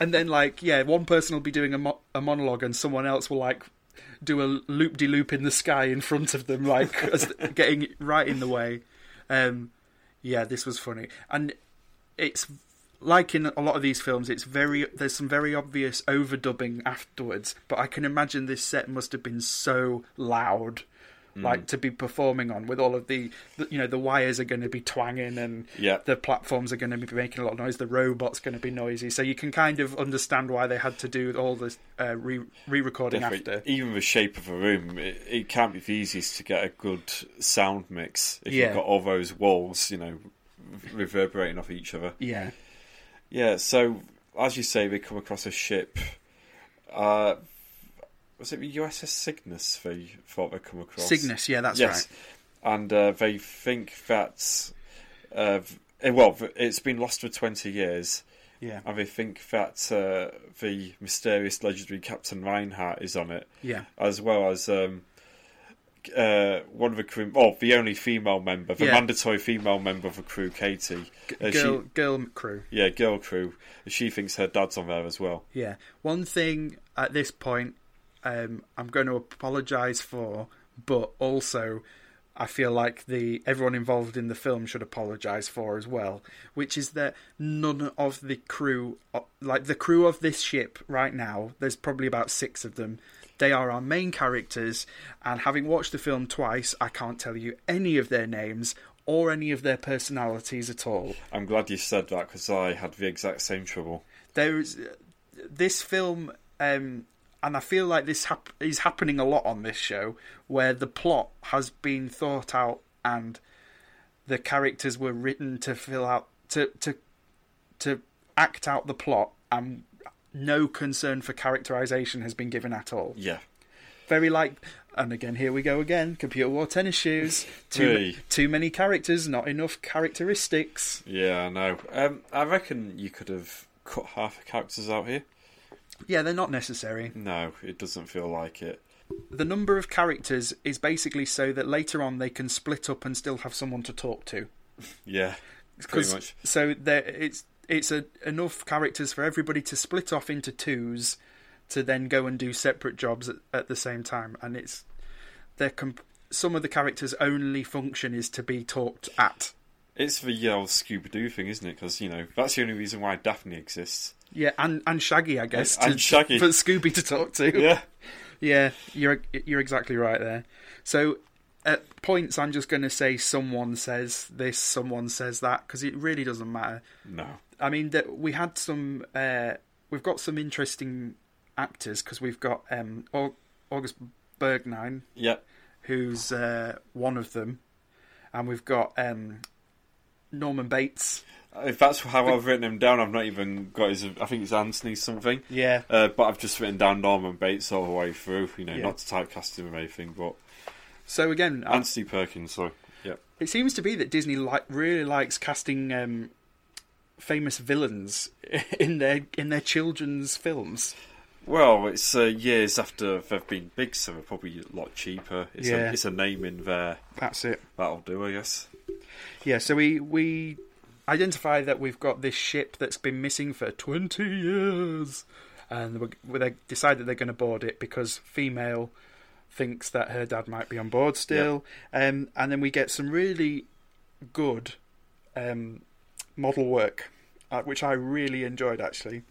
[SPEAKER 2] And then, like, yeah, one person will be doing a, mo- a monologue, and someone else will like do a loop de loop in the sky in front of them, like as getting right in the way. Um, yeah, this was funny, and it's like in a lot of these films, it's very there's some very obvious overdubbing afterwards. But I can imagine this set must have been so loud.
[SPEAKER 1] Mm.
[SPEAKER 2] Like to be performing on with all of the, the you know, the wires are going to be twanging and
[SPEAKER 1] Yeah.
[SPEAKER 2] the platforms are going to be making a lot of noise. The robot's going to be noisy, so you can kind of understand why they had to do all this uh, re recording
[SPEAKER 1] Definitely.
[SPEAKER 2] after.
[SPEAKER 1] Even the shape of a room, it, it can't be the easiest to get a good sound mix if
[SPEAKER 2] Yeah.
[SPEAKER 1] you've got all those walls, you know, reverberating off each other.
[SPEAKER 2] Yeah,
[SPEAKER 1] Yeah, so as you say, they come across a ship. Uh, was it the USS Cygnus they thought they come across?
[SPEAKER 2] Cygnus. Yeah, that's
[SPEAKER 1] yes. And uh, they think that, uh, eh, well, it's been lost for 20 years,
[SPEAKER 2] right. Yeah,
[SPEAKER 1] and they think that uh, the mysterious legendary Captain Reinhardt is on it
[SPEAKER 2] yeah,
[SPEAKER 1] as well as um, uh, one of the crew, oh, the only female member, the
[SPEAKER 2] Yeah.
[SPEAKER 1] mandatory female member of the crew, Katie. Uh, she-
[SPEAKER 2] girl, girl crew.
[SPEAKER 1] yeah, girl crew. She thinks her dad's on there as well.
[SPEAKER 2] Yeah. One thing at this point, um, I'm going to apologise for, but also I feel like the everyone involved in the film should apologise for as well, which is that none of the crew, like the crew of this ship right now, there's probably about six of them. They are our main characters, and having watched the film twice, I can't tell you any of their names or any of their personalities at all
[SPEAKER 1] I'm glad you said that because I had the exact same trouble.
[SPEAKER 2] there is this film um and I feel like this hap- is happening a lot on this show where the plot has been thought out and the characters were written to fill out to to to act out the plot and no concern for characterization has been given at all
[SPEAKER 1] Yeah,
[SPEAKER 2] very like and again here we go again computer war tennis shoes too
[SPEAKER 1] Hey.
[SPEAKER 2] too many characters not enough characteristics
[SPEAKER 1] yeah, I know. Um, I reckon you could have cut half the characters out here.
[SPEAKER 2] yeah they're not necessary
[SPEAKER 1] No, it doesn't feel like it.
[SPEAKER 2] the number of characters is basically so that later on they can split up and still have someone to talk to.
[SPEAKER 1] Yeah, pretty
[SPEAKER 2] 'Cause-
[SPEAKER 1] much.
[SPEAKER 2] So there, it's it's a, enough characters for everybody to split off into twos, to then go and do separate jobs at, at the same time. And it's they're comp- some of the characters' only function is to be talked at.
[SPEAKER 1] It's the yell Scooby Doo thing, isn't it? Because you know that's the only reason why Daphne exists.
[SPEAKER 2] Yeah, and, and Shaggy, I guess,
[SPEAKER 1] And-
[SPEAKER 2] to,
[SPEAKER 1] and Shaggy.
[SPEAKER 2] for Scooby to talk to.
[SPEAKER 1] [LAUGHS] Yeah,
[SPEAKER 2] Yeah, you're you're exactly right there. So at points, I'm just going to say someone says this, someone says that, because it really doesn't matter.
[SPEAKER 1] no.
[SPEAKER 2] I mean, that we had some, uh, we've got some interesting actors because we've got um, Aug- August Bergnine,
[SPEAKER 1] Yeah,
[SPEAKER 2] who's uh, one of them, and we've got um, Norman Bates.
[SPEAKER 1] if that's how I've written him down, I've not even got his. I think it's Anthony something.
[SPEAKER 2] Yeah,
[SPEAKER 1] Uh, but I've just written down Norman Bates all the way through. You know,
[SPEAKER 2] Yeah. Ah.
[SPEAKER 1] not to typecast him or anything, but
[SPEAKER 2] So again, I-
[SPEAKER 1] Anthony Perkins. Sorry. Yeah.
[SPEAKER 2] It seems to be that Disney li- really likes casting um, [LAUGHS] famous villains in their in their children's films.
[SPEAKER 1] Well, it's uh, years after they've been big, so they're probably a lot cheaper. It's,
[SPEAKER 2] Yeah.
[SPEAKER 1] a, it's a name in there.
[SPEAKER 2] That's it.
[SPEAKER 1] That'll do, I guess.
[SPEAKER 2] Yeah, so we we identify that we've got this ship that's been missing for twenty years, and we, we they decide that they're going to board it because female thinks that her dad might be on board still, um, and then we get some really good um, model work, uh, which I really enjoyed actually,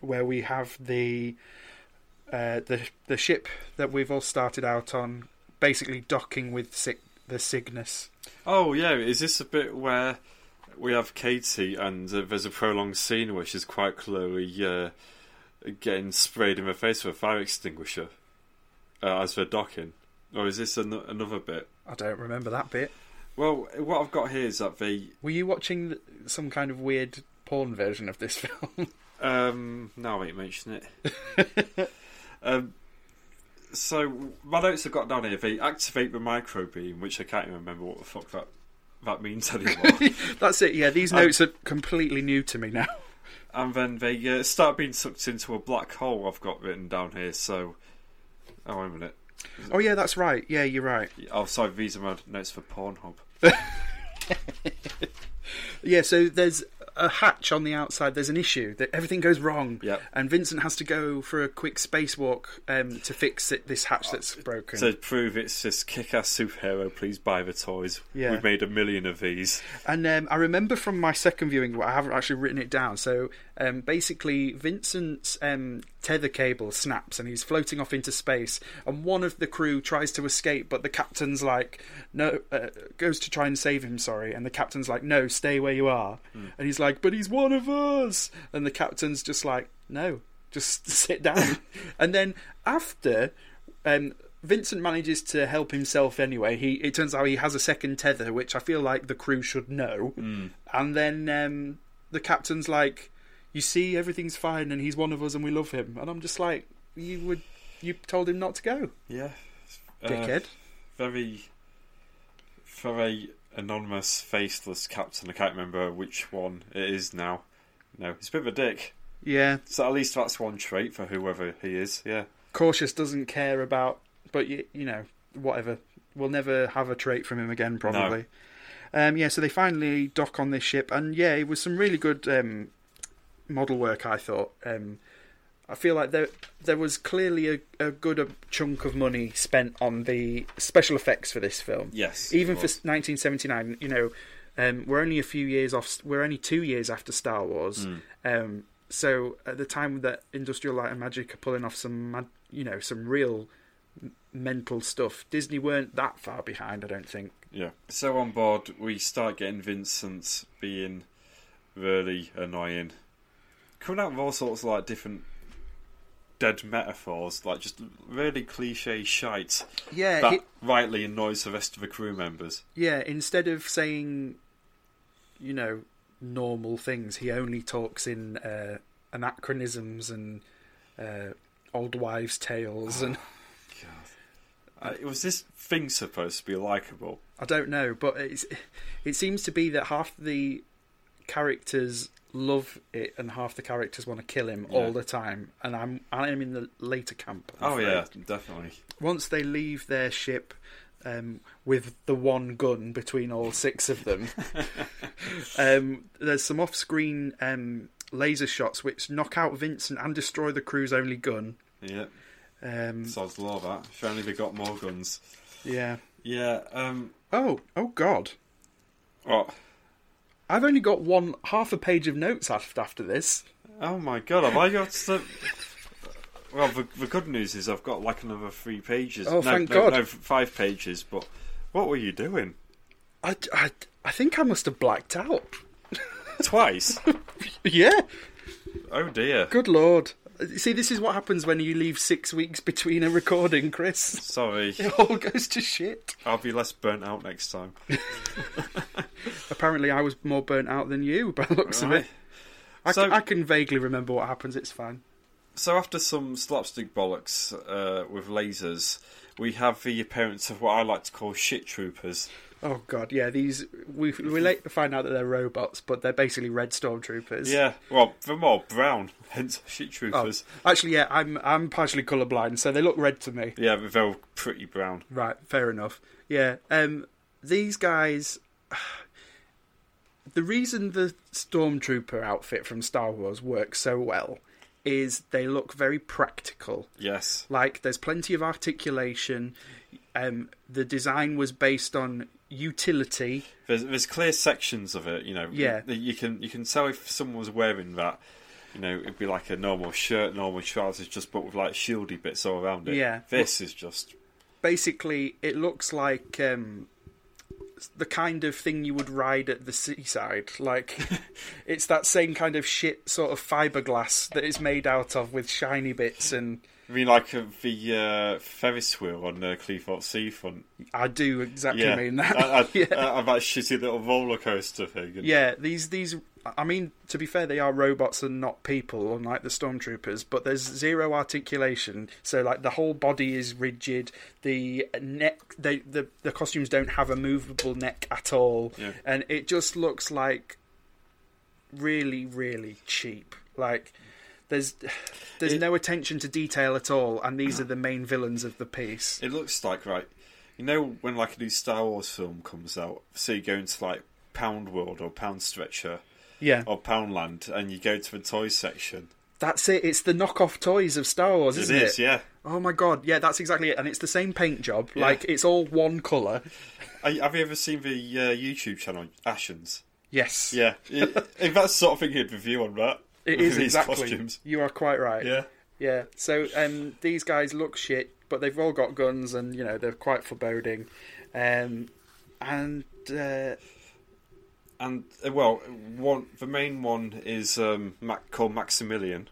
[SPEAKER 2] where we have the uh, the the ship that we've all started out on basically docking with Sig- the Cygnus.
[SPEAKER 1] Oh, yeah, is this a bit where we have Katie and uh, there's a prolonged scene where she's quite clearly uh, getting sprayed in the face with a fire extinguisher uh, as they're docking? Or is this an- another bit?
[SPEAKER 2] I don't remember that bit.
[SPEAKER 1] Well, what I've got here is that they.
[SPEAKER 2] Were you watching th- some kind of weird porn version of this [LAUGHS] film?
[SPEAKER 1] Um, now I ain't mention it. um, so my notes have got down here. They activate the microbeam, which I can't even remember what the fuck that that means anymore.
[SPEAKER 2] That's it. Yeah, these
[SPEAKER 1] I-
[SPEAKER 2] notes are completely new to me now. [LAUGHS]
[SPEAKER 1] and then they uh, start being sucked into a black hole. I've got written down here. So, oh wait a minute.
[SPEAKER 2] Oh yeah, that's right. Yeah, you're right.
[SPEAKER 1] Oh, sorry. These are my notes for Pornhub.
[SPEAKER 2] Yeah, so there's a hatch on the outside. There's an issue that everything goes wrong.
[SPEAKER 1] Yep.
[SPEAKER 2] And Vincent has to go for a quick spacewalk um, to fix it, this hatch that's broken.
[SPEAKER 1] To prove it's this kick-ass superhero, please buy the toys.
[SPEAKER 2] Yeah.
[SPEAKER 1] We've made a million of these.
[SPEAKER 2] And um, I remember from my second viewing, well, I haven't actually written it down. So um, basically, Vincent's um, tether cable snaps and he's floating off into space. And one of the crew tries to escape, but the captain's like, no, uh, goes to try and save him, sorry. And the captain's like, no, stay where you are. And he's like, but he's one of us. And the captain's just like, no, just [LAUGHS] sit down. and then after um, Vincent manages to help himself anyway. He it turns out he has a second tether, which I feel like the crew should know. And then um, the captain's like, "You see, everything's fine, and he's one of us, and we love him." And I'm just like, "You would, you told him not to go,
[SPEAKER 1] Yeah. Uh,
[SPEAKER 2] dickhead."
[SPEAKER 1] very very anonymous faceless captain i can't remember which one it is now no he's a bit of a dick
[SPEAKER 2] yeah,
[SPEAKER 1] so at least that's one trait for whoever he is yeah
[SPEAKER 2] cautious doesn't care about, but you, you know, whatever. We'll never have a trait from him again, probably. Um, yeah, so they finally dock on this ship, and yeah, it was some really good um, model work. I thought. Um, I feel like there there was clearly a, a good uh chunk of money spent on the special effects for this film
[SPEAKER 1] yes
[SPEAKER 2] even
[SPEAKER 1] it
[SPEAKER 2] for
[SPEAKER 1] was.
[SPEAKER 2] 1979 you know um, we're only a few years off we're only two years after star
[SPEAKER 1] Mm.
[SPEAKER 2] wars
[SPEAKER 1] Hmm.
[SPEAKER 2] um, so at the time that industrial light and magic are pulling off some mad, you know some real m- mental stuff disney weren't that far behind i don't think
[SPEAKER 1] yeah so on board we start getting vincent being really annoying coming out with all sorts of like different dead metaphors like just really cliche shite
[SPEAKER 2] yeah
[SPEAKER 1] that rightly annoys the rest of the crew members
[SPEAKER 2] yeah instead of saying you know normal things he only talks in uh, anachronisms and uh, old wives tales and
[SPEAKER 1] uh, was this thing supposed to be likable
[SPEAKER 2] I don't know, but it's, it seems to be that half the characters love it and half the characters want to kill him all
[SPEAKER 1] Yeah.
[SPEAKER 2] the time. And I'm I am in the later camp. I'm
[SPEAKER 1] Oh
[SPEAKER 2] afraid.
[SPEAKER 1] yeah, definitely.
[SPEAKER 2] Once they leave their ship um, with the one gun between all six
[SPEAKER 1] [LAUGHS]
[SPEAKER 2] of them, um, there's some off-screen um, laser shots which knock out Vincent and destroy the crew's only gun.
[SPEAKER 1] Yeah,
[SPEAKER 2] Um,
[SPEAKER 1] sods law that. If only they got more guns.
[SPEAKER 2] yeah.
[SPEAKER 1] Yeah. Um.
[SPEAKER 2] Oh, oh God.
[SPEAKER 1] What?
[SPEAKER 2] I've only got one half a page of notes after after this.
[SPEAKER 1] Oh my god, have I got the? Well, the, the good news is I've got like another three pages.
[SPEAKER 2] Oh,
[SPEAKER 1] no,
[SPEAKER 2] thank
[SPEAKER 1] no,
[SPEAKER 2] God.
[SPEAKER 1] No, five pages. But what were you doing?
[SPEAKER 2] I, I, I think I must have blacked out. [LAUGHS]
[SPEAKER 1] Twice.
[SPEAKER 2] Yeah.
[SPEAKER 1] oh dear.
[SPEAKER 2] Good lord. See, this is what happens when you leave six weeks between a recording, Chris. [LAUGHS]
[SPEAKER 1] Sorry,
[SPEAKER 2] It all goes to shit.
[SPEAKER 1] I'll be less burnt out next time.
[SPEAKER 2] Apparently, I was more burnt out than you by the looks of
[SPEAKER 1] Right.
[SPEAKER 2] it. I,
[SPEAKER 1] So-
[SPEAKER 2] can, I can vaguely remember what happens. It's fine.
[SPEAKER 1] So after some slapstick bollocks uh, with lasers, we have the appearance of what I like to call shit troopers.
[SPEAKER 2] Oh god, yeah. These we we later find out that they're robots, but they're basically red stormtroopers.
[SPEAKER 1] Yeah, well, they're more brown, [LAUGHS] hence
[SPEAKER 2] Oh.
[SPEAKER 1] shit troopers.
[SPEAKER 2] Actually, yeah. I'm I'm partially colorblind, so they look red to me.
[SPEAKER 1] Yeah, they're all pretty brown.
[SPEAKER 2] Right, fair enough. Yeah. Um, these guys. [SIGHS] The reason the stormtrooper outfit from Star Wars works so well is they look very practical.
[SPEAKER 1] Yes.
[SPEAKER 2] Like there's plenty of articulation. Um, the design was based on utility.
[SPEAKER 1] There's, there's clear sections of it, you know.
[SPEAKER 2] Yeah.
[SPEAKER 1] that You can you can tell if someone's wearing that, you know, it'd be like a normal shirt, normal trousers, just but with like shieldy bits all around it.
[SPEAKER 2] Yeah.
[SPEAKER 1] This is just
[SPEAKER 2] Basically, it looks like um, the kind of thing you would ride at the seaside. Like it's that same kind of shit sort of fiberglass that it's made out of with shiny bits. And
[SPEAKER 1] I mean, like uh, the uh, Ferris wheel on the Cleeford Seafront.
[SPEAKER 2] I do exactly
[SPEAKER 1] Yeah,
[SPEAKER 2] mean that.
[SPEAKER 1] I, I,
[SPEAKER 2] [LAUGHS] Yeah.
[SPEAKER 1] I, have that shitty little roller coaster thing. And
[SPEAKER 2] Yeah, these these. I mean, to be fair, they are robots and not people, unlike the stormtroopers. But there's zero articulation, so like the whole body is rigid. The neck, they, the the costumes don't have a movable neck at all,
[SPEAKER 1] Yeah.
[SPEAKER 2] and it just looks like really, really cheap. Like there's there's
[SPEAKER 1] It-
[SPEAKER 2] no attention to detail at all, and these are the main villains of the piece.
[SPEAKER 1] It looks like right. You know when like a new Star Wars film comes out, so you go into like Pound World or Pound Stretcher
[SPEAKER 2] Yeah,
[SPEAKER 1] or Poundland, and you go to the toy section.
[SPEAKER 2] that's it. It's the knockoff toys of Star Wars,
[SPEAKER 1] It
[SPEAKER 2] isn't
[SPEAKER 1] is, yeah.
[SPEAKER 2] Oh my god, yeah, that's exactly it. And it's the same paint job. Like it's all one color.
[SPEAKER 1] Are you- Have you ever seen the uh, YouTube channel Ashens?
[SPEAKER 2] Yes.
[SPEAKER 1] Yeah, it, [LAUGHS] if that's sort of thing you'd review on that. [LAUGHS]
[SPEAKER 2] It is
[SPEAKER 1] These
[SPEAKER 2] exactly.
[SPEAKER 1] costumes.
[SPEAKER 2] You are quite right.
[SPEAKER 1] Yeah,
[SPEAKER 2] Yeah. So um these guys look shit, but they've all got guns and you know, they're quite foreboding. Um and uh
[SPEAKER 1] and uh, well, one the main one is um, Mac, called Maximilian.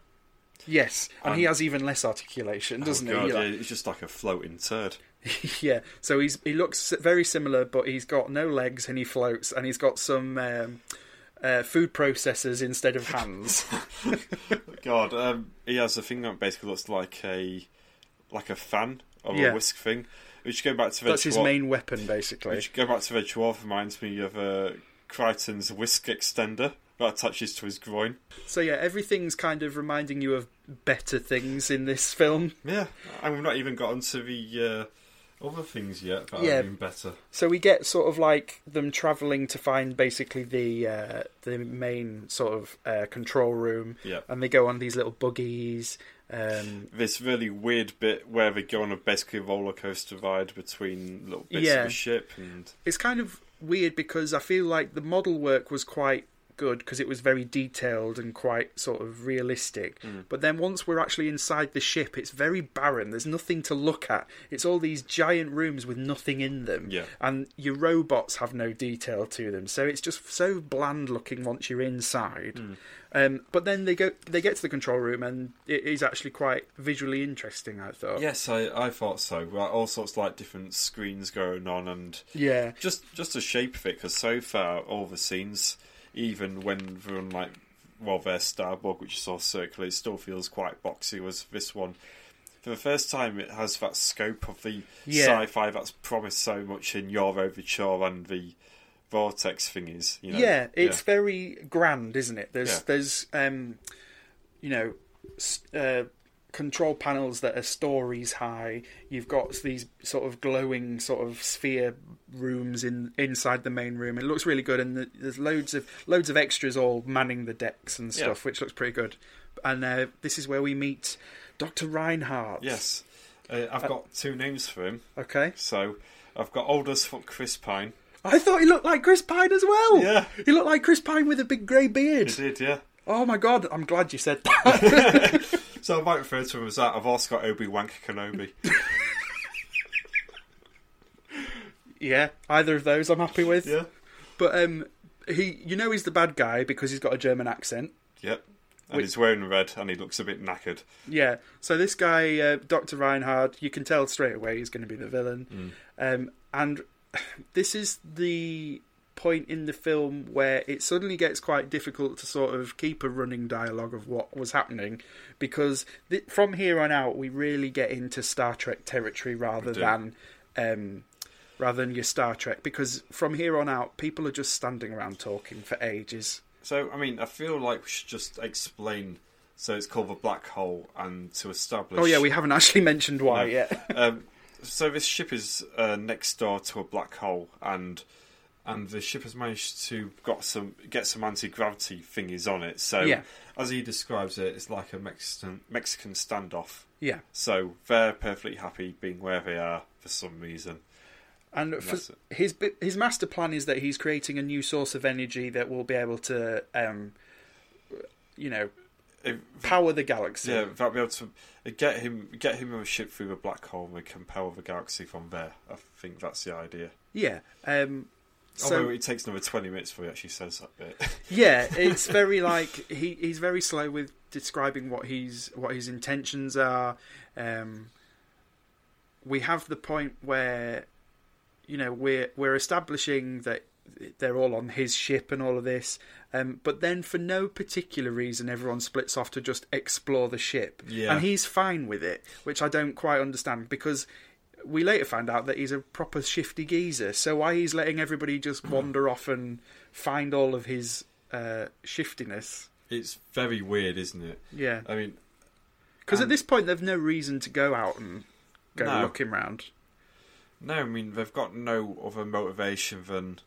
[SPEAKER 2] yes, and he
[SPEAKER 1] Um,
[SPEAKER 2] has even less articulation, doesn't
[SPEAKER 1] oh, God,
[SPEAKER 2] he? You're
[SPEAKER 1] yeah, he's just like a floating turd.
[SPEAKER 2] like- yeah. So he's he looks very similar, but he's got no legs and he floats and he's got some um uh, food processors
[SPEAKER 1] [LAUGHS]
[SPEAKER 2] instead of hands.
[SPEAKER 1] God, um, he has a thing that basically looks like a like a fan or
[SPEAKER 2] Yeah.
[SPEAKER 1] a whisk thing. Which go back to the
[SPEAKER 2] That's his
[SPEAKER 1] Dwar-
[SPEAKER 2] main weapon, basically.
[SPEAKER 1] Which go back to the dwarf reminds me of uh, Crichton's whisk extender that attaches to his groin.
[SPEAKER 2] So yeah, everything's kind of reminding you of better things in this film.
[SPEAKER 1] Yeah, and we've not even got onto the uh, other things yet that
[SPEAKER 2] Yeah.
[SPEAKER 1] are even better.
[SPEAKER 2] So we get sort of like them traveling to find basically the uh, the main sort of uh, control room,
[SPEAKER 1] Yeah.
[SPEAKER 2] and they go on these little buggies. Um,
[SPEAKER 1] This really weird bit where they go on a basically roller coaster ride between little bits
[SPEAKER 2] Yeah.
[SPEAKER 1] of the ship and
[SPEAKER 2] it's kind of weird because I feel like the model work was quite good because it was very detailed and quite sort of realistic.
[SPEAKER 1] hmm.
[SPEAKER 2] But then once we're actually inside the ship, it's very barren. There's nothing to look at. It's all these giant rooms with nothing in them.
[SPEAKER 1] Yeah.
[SPEAKER 2] And your robots have no detail to them. So it's just so bland looking once you're inside. Um, but then they go they get to the control room and it is actually quite visually interesting, I thought.
[SPEAKER 1] yes, I, I thought so. Like, all sorts of like different screens going on and
[SPEAKER 2] Yeah.
[SPEAKER 1] just just the shape of it because so far all the scenes, even when they're on like well their starboard which is all circular, it still feels quite boxy. Was this one for the first time? It has that scope of the
[SPEAKER 2] Yeah.
[SPEAKER 1] sci-fi that's promised so much in your overture and the vortex thingies. You know,
[SPEAKER 2] yeah, it's very grand, isn't it? There's
[SPEAKER 1] Yeah.
[SPEAKER 2] there's um, you know, s- uh, control panels that are stories high. You've got these sort of glowing sort of sphere rooms in inside the main room. It looks really good, and the, there's loads of loads of extras all manning the decks and
[SPEAKER 1] Yeah.
[SPEAKER 2] stuff, which looks pretty good. And uh, this is where we meet Doctor Reinhardt.
[SPEAKER 1] yes. Uh, I've got two names for him,
[SPEAKER 2] Okay.
[SPEAKER 1] so I've got old as fuck Chris Pine.
[SPEAKER 2] I thought he looked like Chris Pine as well.
[SPEAKER 1] Yeah.
[SPEAKER 2] He looked like Chris Pine with a big grey beard.
[SPEAKER 1] He did, yeah.
[SPEAKER 2] Oh my god! I'm glad you said that.
[SPEAKER 1] So I might refer to him as that. I've also got Obi Wan
[SPEAKER 2] [LAUGHS]
[SPEAKER 1] Kenobi.
[SPEAKER 2] Yeah, either of those I'm happy with.
[SPEAKER 1] yeah.
[SPEAKER 2] But um he you know he's the bad guy because he's got a German accent.
[SPEAKER 1] Yep. And
[SPEAKER 2] Which-
[SPEAKER 1] he's wearing red and he looks a bit knackered.
[SPEAKER 2] Yeah. So this guy uh, Dr. Reinhard, you can
[SPEAKER 1] Mm.
[SPEAKER 2] [SIGHS] tell straight away he's going to be the villain. Um and this is the point in the film where it suddenly gets quite difficult to sort of keep a running dialogue of what was happening because th- from here on out we really get into Star Trek territory rather
[SPEAKER 1] do.
[SPEAKER 2] than um, rather than your Star Trek because from here on out people are just standing around talking for ages.
[SPEAKER 1] So, I mean, I feel like we should just explain. So it's called the black hole, and to establish.
[SPEAKER 2] Oh yeah, we haven't actually [LAUGHS] mentioned why
[SPEAKER 1] No.
[SPEAKER 2] yet. [LAUGHS]
[SPEAKER 1] um, so this ship is uh, next door to a black hole, and and the ship has managed to got some get some anti gravity thingies on it. So
[SPEAKER 2] Yeah.
[SPEAKER 1] as he describes it, it's like a Mexican Mexican standoff.
[SPEAKER 2] yeah,
[SPEAKER 1] So they're perfectly happy being where they are for some reason.
[SPEAKER 2] and for,
[SPEAKER 1] That's it.
[SPEAKER 2] his bi- his master plan is that he's creating a new source of energy that will be able to, um, you know,
[SPEAKER 1] If-
[SPEAKER 2] power the galaxy.
[SPEAKER 1] yeah, they'll be able to uh, get him get him on a ship through a black hole and they compel the galaxy from there. I think that's the idea.
[SPEAKER 2] Yeah, Um,
[SPEAKER 1] Although
[SPEAKER 2] so
[SPEAKER 1] it takes another twenty minutes before he actually says that bit. [LAUGHS]
[SPEAKER 2] yeah, it's very like he he's very slow with describing what he's what his intentions are. Um, we have the point where you know we're we're establishing that they're all on his ship and all of this, um, but then for no particular reason, everyone splits off to just explore the ship,
[SPEAKER 1] Yeah.
[SPEAKER 2] and he's fine with it, which I don't quite understand because. We later find out that he's a proper shifty geezer, so why he's letting everybody
[SPEAKER 1] [CLEARS THROAT]
[SPEAKER 2] just wander off and find all of his uh, shiftiness?
[SPEAKER 1] it's very weird, isn't it?
[SPEAKER 2] Yeah,
[SPEAKER 1] I mean,
[SPEAKER 2] because at
[SPEAKER 1] And-
[SPEAKER 2] this point they've no reason to go out and go
[SPEAKER 1] No.
[SPEAKER 2] looking round.
[SPEAKER 1] No, I mean they've got no other motivation than.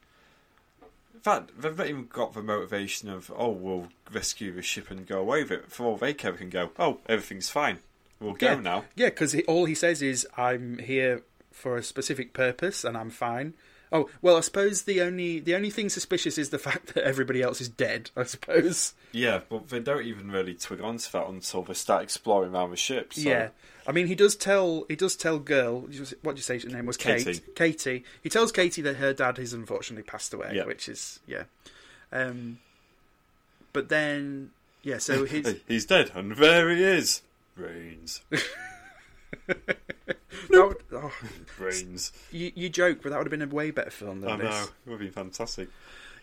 [SPEAKER 1] In fact, they've not even got the motivation of oh, we'll rescue the ship and go away with it. For all they care, they can go oh, everything's fine. We'll go
[SPEAKER 2] Yeah.
[SPEAKER 1] now.
[SPEAKER 2] Yeah, because all he says is, "I'm here for a specific purpose, and I'm fine." Oh well, I suppose the only the only thing suspicious is the [LAUGHS] fact that everybody else is dead. I suppose.
[SPEAKER 1] Yeah, but they don't even really twig onto that until they start exploring around the ship. So.
[SPEAKER 2] Yeah, I mean, he does tell he does tell girl. What did you say her name was?
[SPEAKER 1] Katie.
[SPEAKER 2] Kate. Katie. He tells Katie that her dad has unfortunately passed away,
[SPEAKER 1] Yeah.
[SPEAKER 2] which is yeah. Um, but then
[SPEAKER 1] [LAUGHS]
[SPEAKER 2] yeah, so his,
[SPEAKER 1] Hey, he's dead, and there he is.
[SPEAKER 2] [LAUGHS]
[SPEAKER 1] Brains,
[SPEAKER 2] that would- oh,
[SPEAKER 1] brains.
[SPEAKER 2] you you joke, but that would have been a way better film than
[SPEAKER 1] I
[SPEAKER 2] this.
[SPEAKER 1] know it would be fantastic.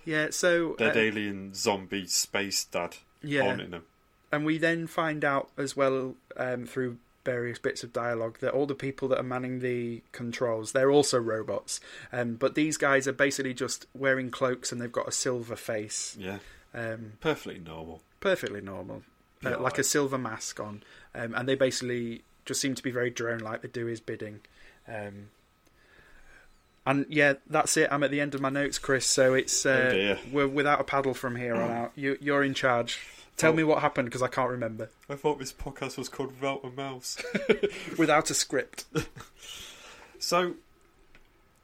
[SPEAKER 2] Yeah, so
[SPEAKER 1] Dead
[SPEAKER 2] uh,
[SPEAKER 1] alien zombie space dad
[SPEAKER 2] yeah.
[SPEAKER 1] haunting them.
[SPEAKER 2] and we then find out as well um, through various bits of dialogue that all the people that are manning the controls they're also robots um, but these guys are basically just wearing cloaks and they've got a silver face
[SPEAKER 1] Yeah,
[SPEAKER 2] um,
[SPEAKER 1] perfectly normal.
[SPEAKER 2] perfectly normal uh,
[SPEAKER 1] Yeah,
[SPEAKER 2] like
[SPEAKER 1] I-
[SPEAKER 2] a silver mask on um, and they basically just seem to be very drone like they do his bidding um, and yeah that's it i'm at the end of my notes chris so it's
[SPEAKER 1] Oh,
[SPEAKER 2] uh,
[SPEAKER 1] dear.
[SPEAKER 2] we're without a paddle from here
[SPEAKER 1] [CLEARS THROAT]
[SPEAKER 2] on out you, you're in charge tell
[SPEAKER 1] Oh.
[SPEAKER 2] me what happened because i can't remember
[SPEAKER 1] I thought this podcast was called Without a Mouse.
[SPEAKER 2] [LAUGHS] without a script.
[SPEAKER 1] So,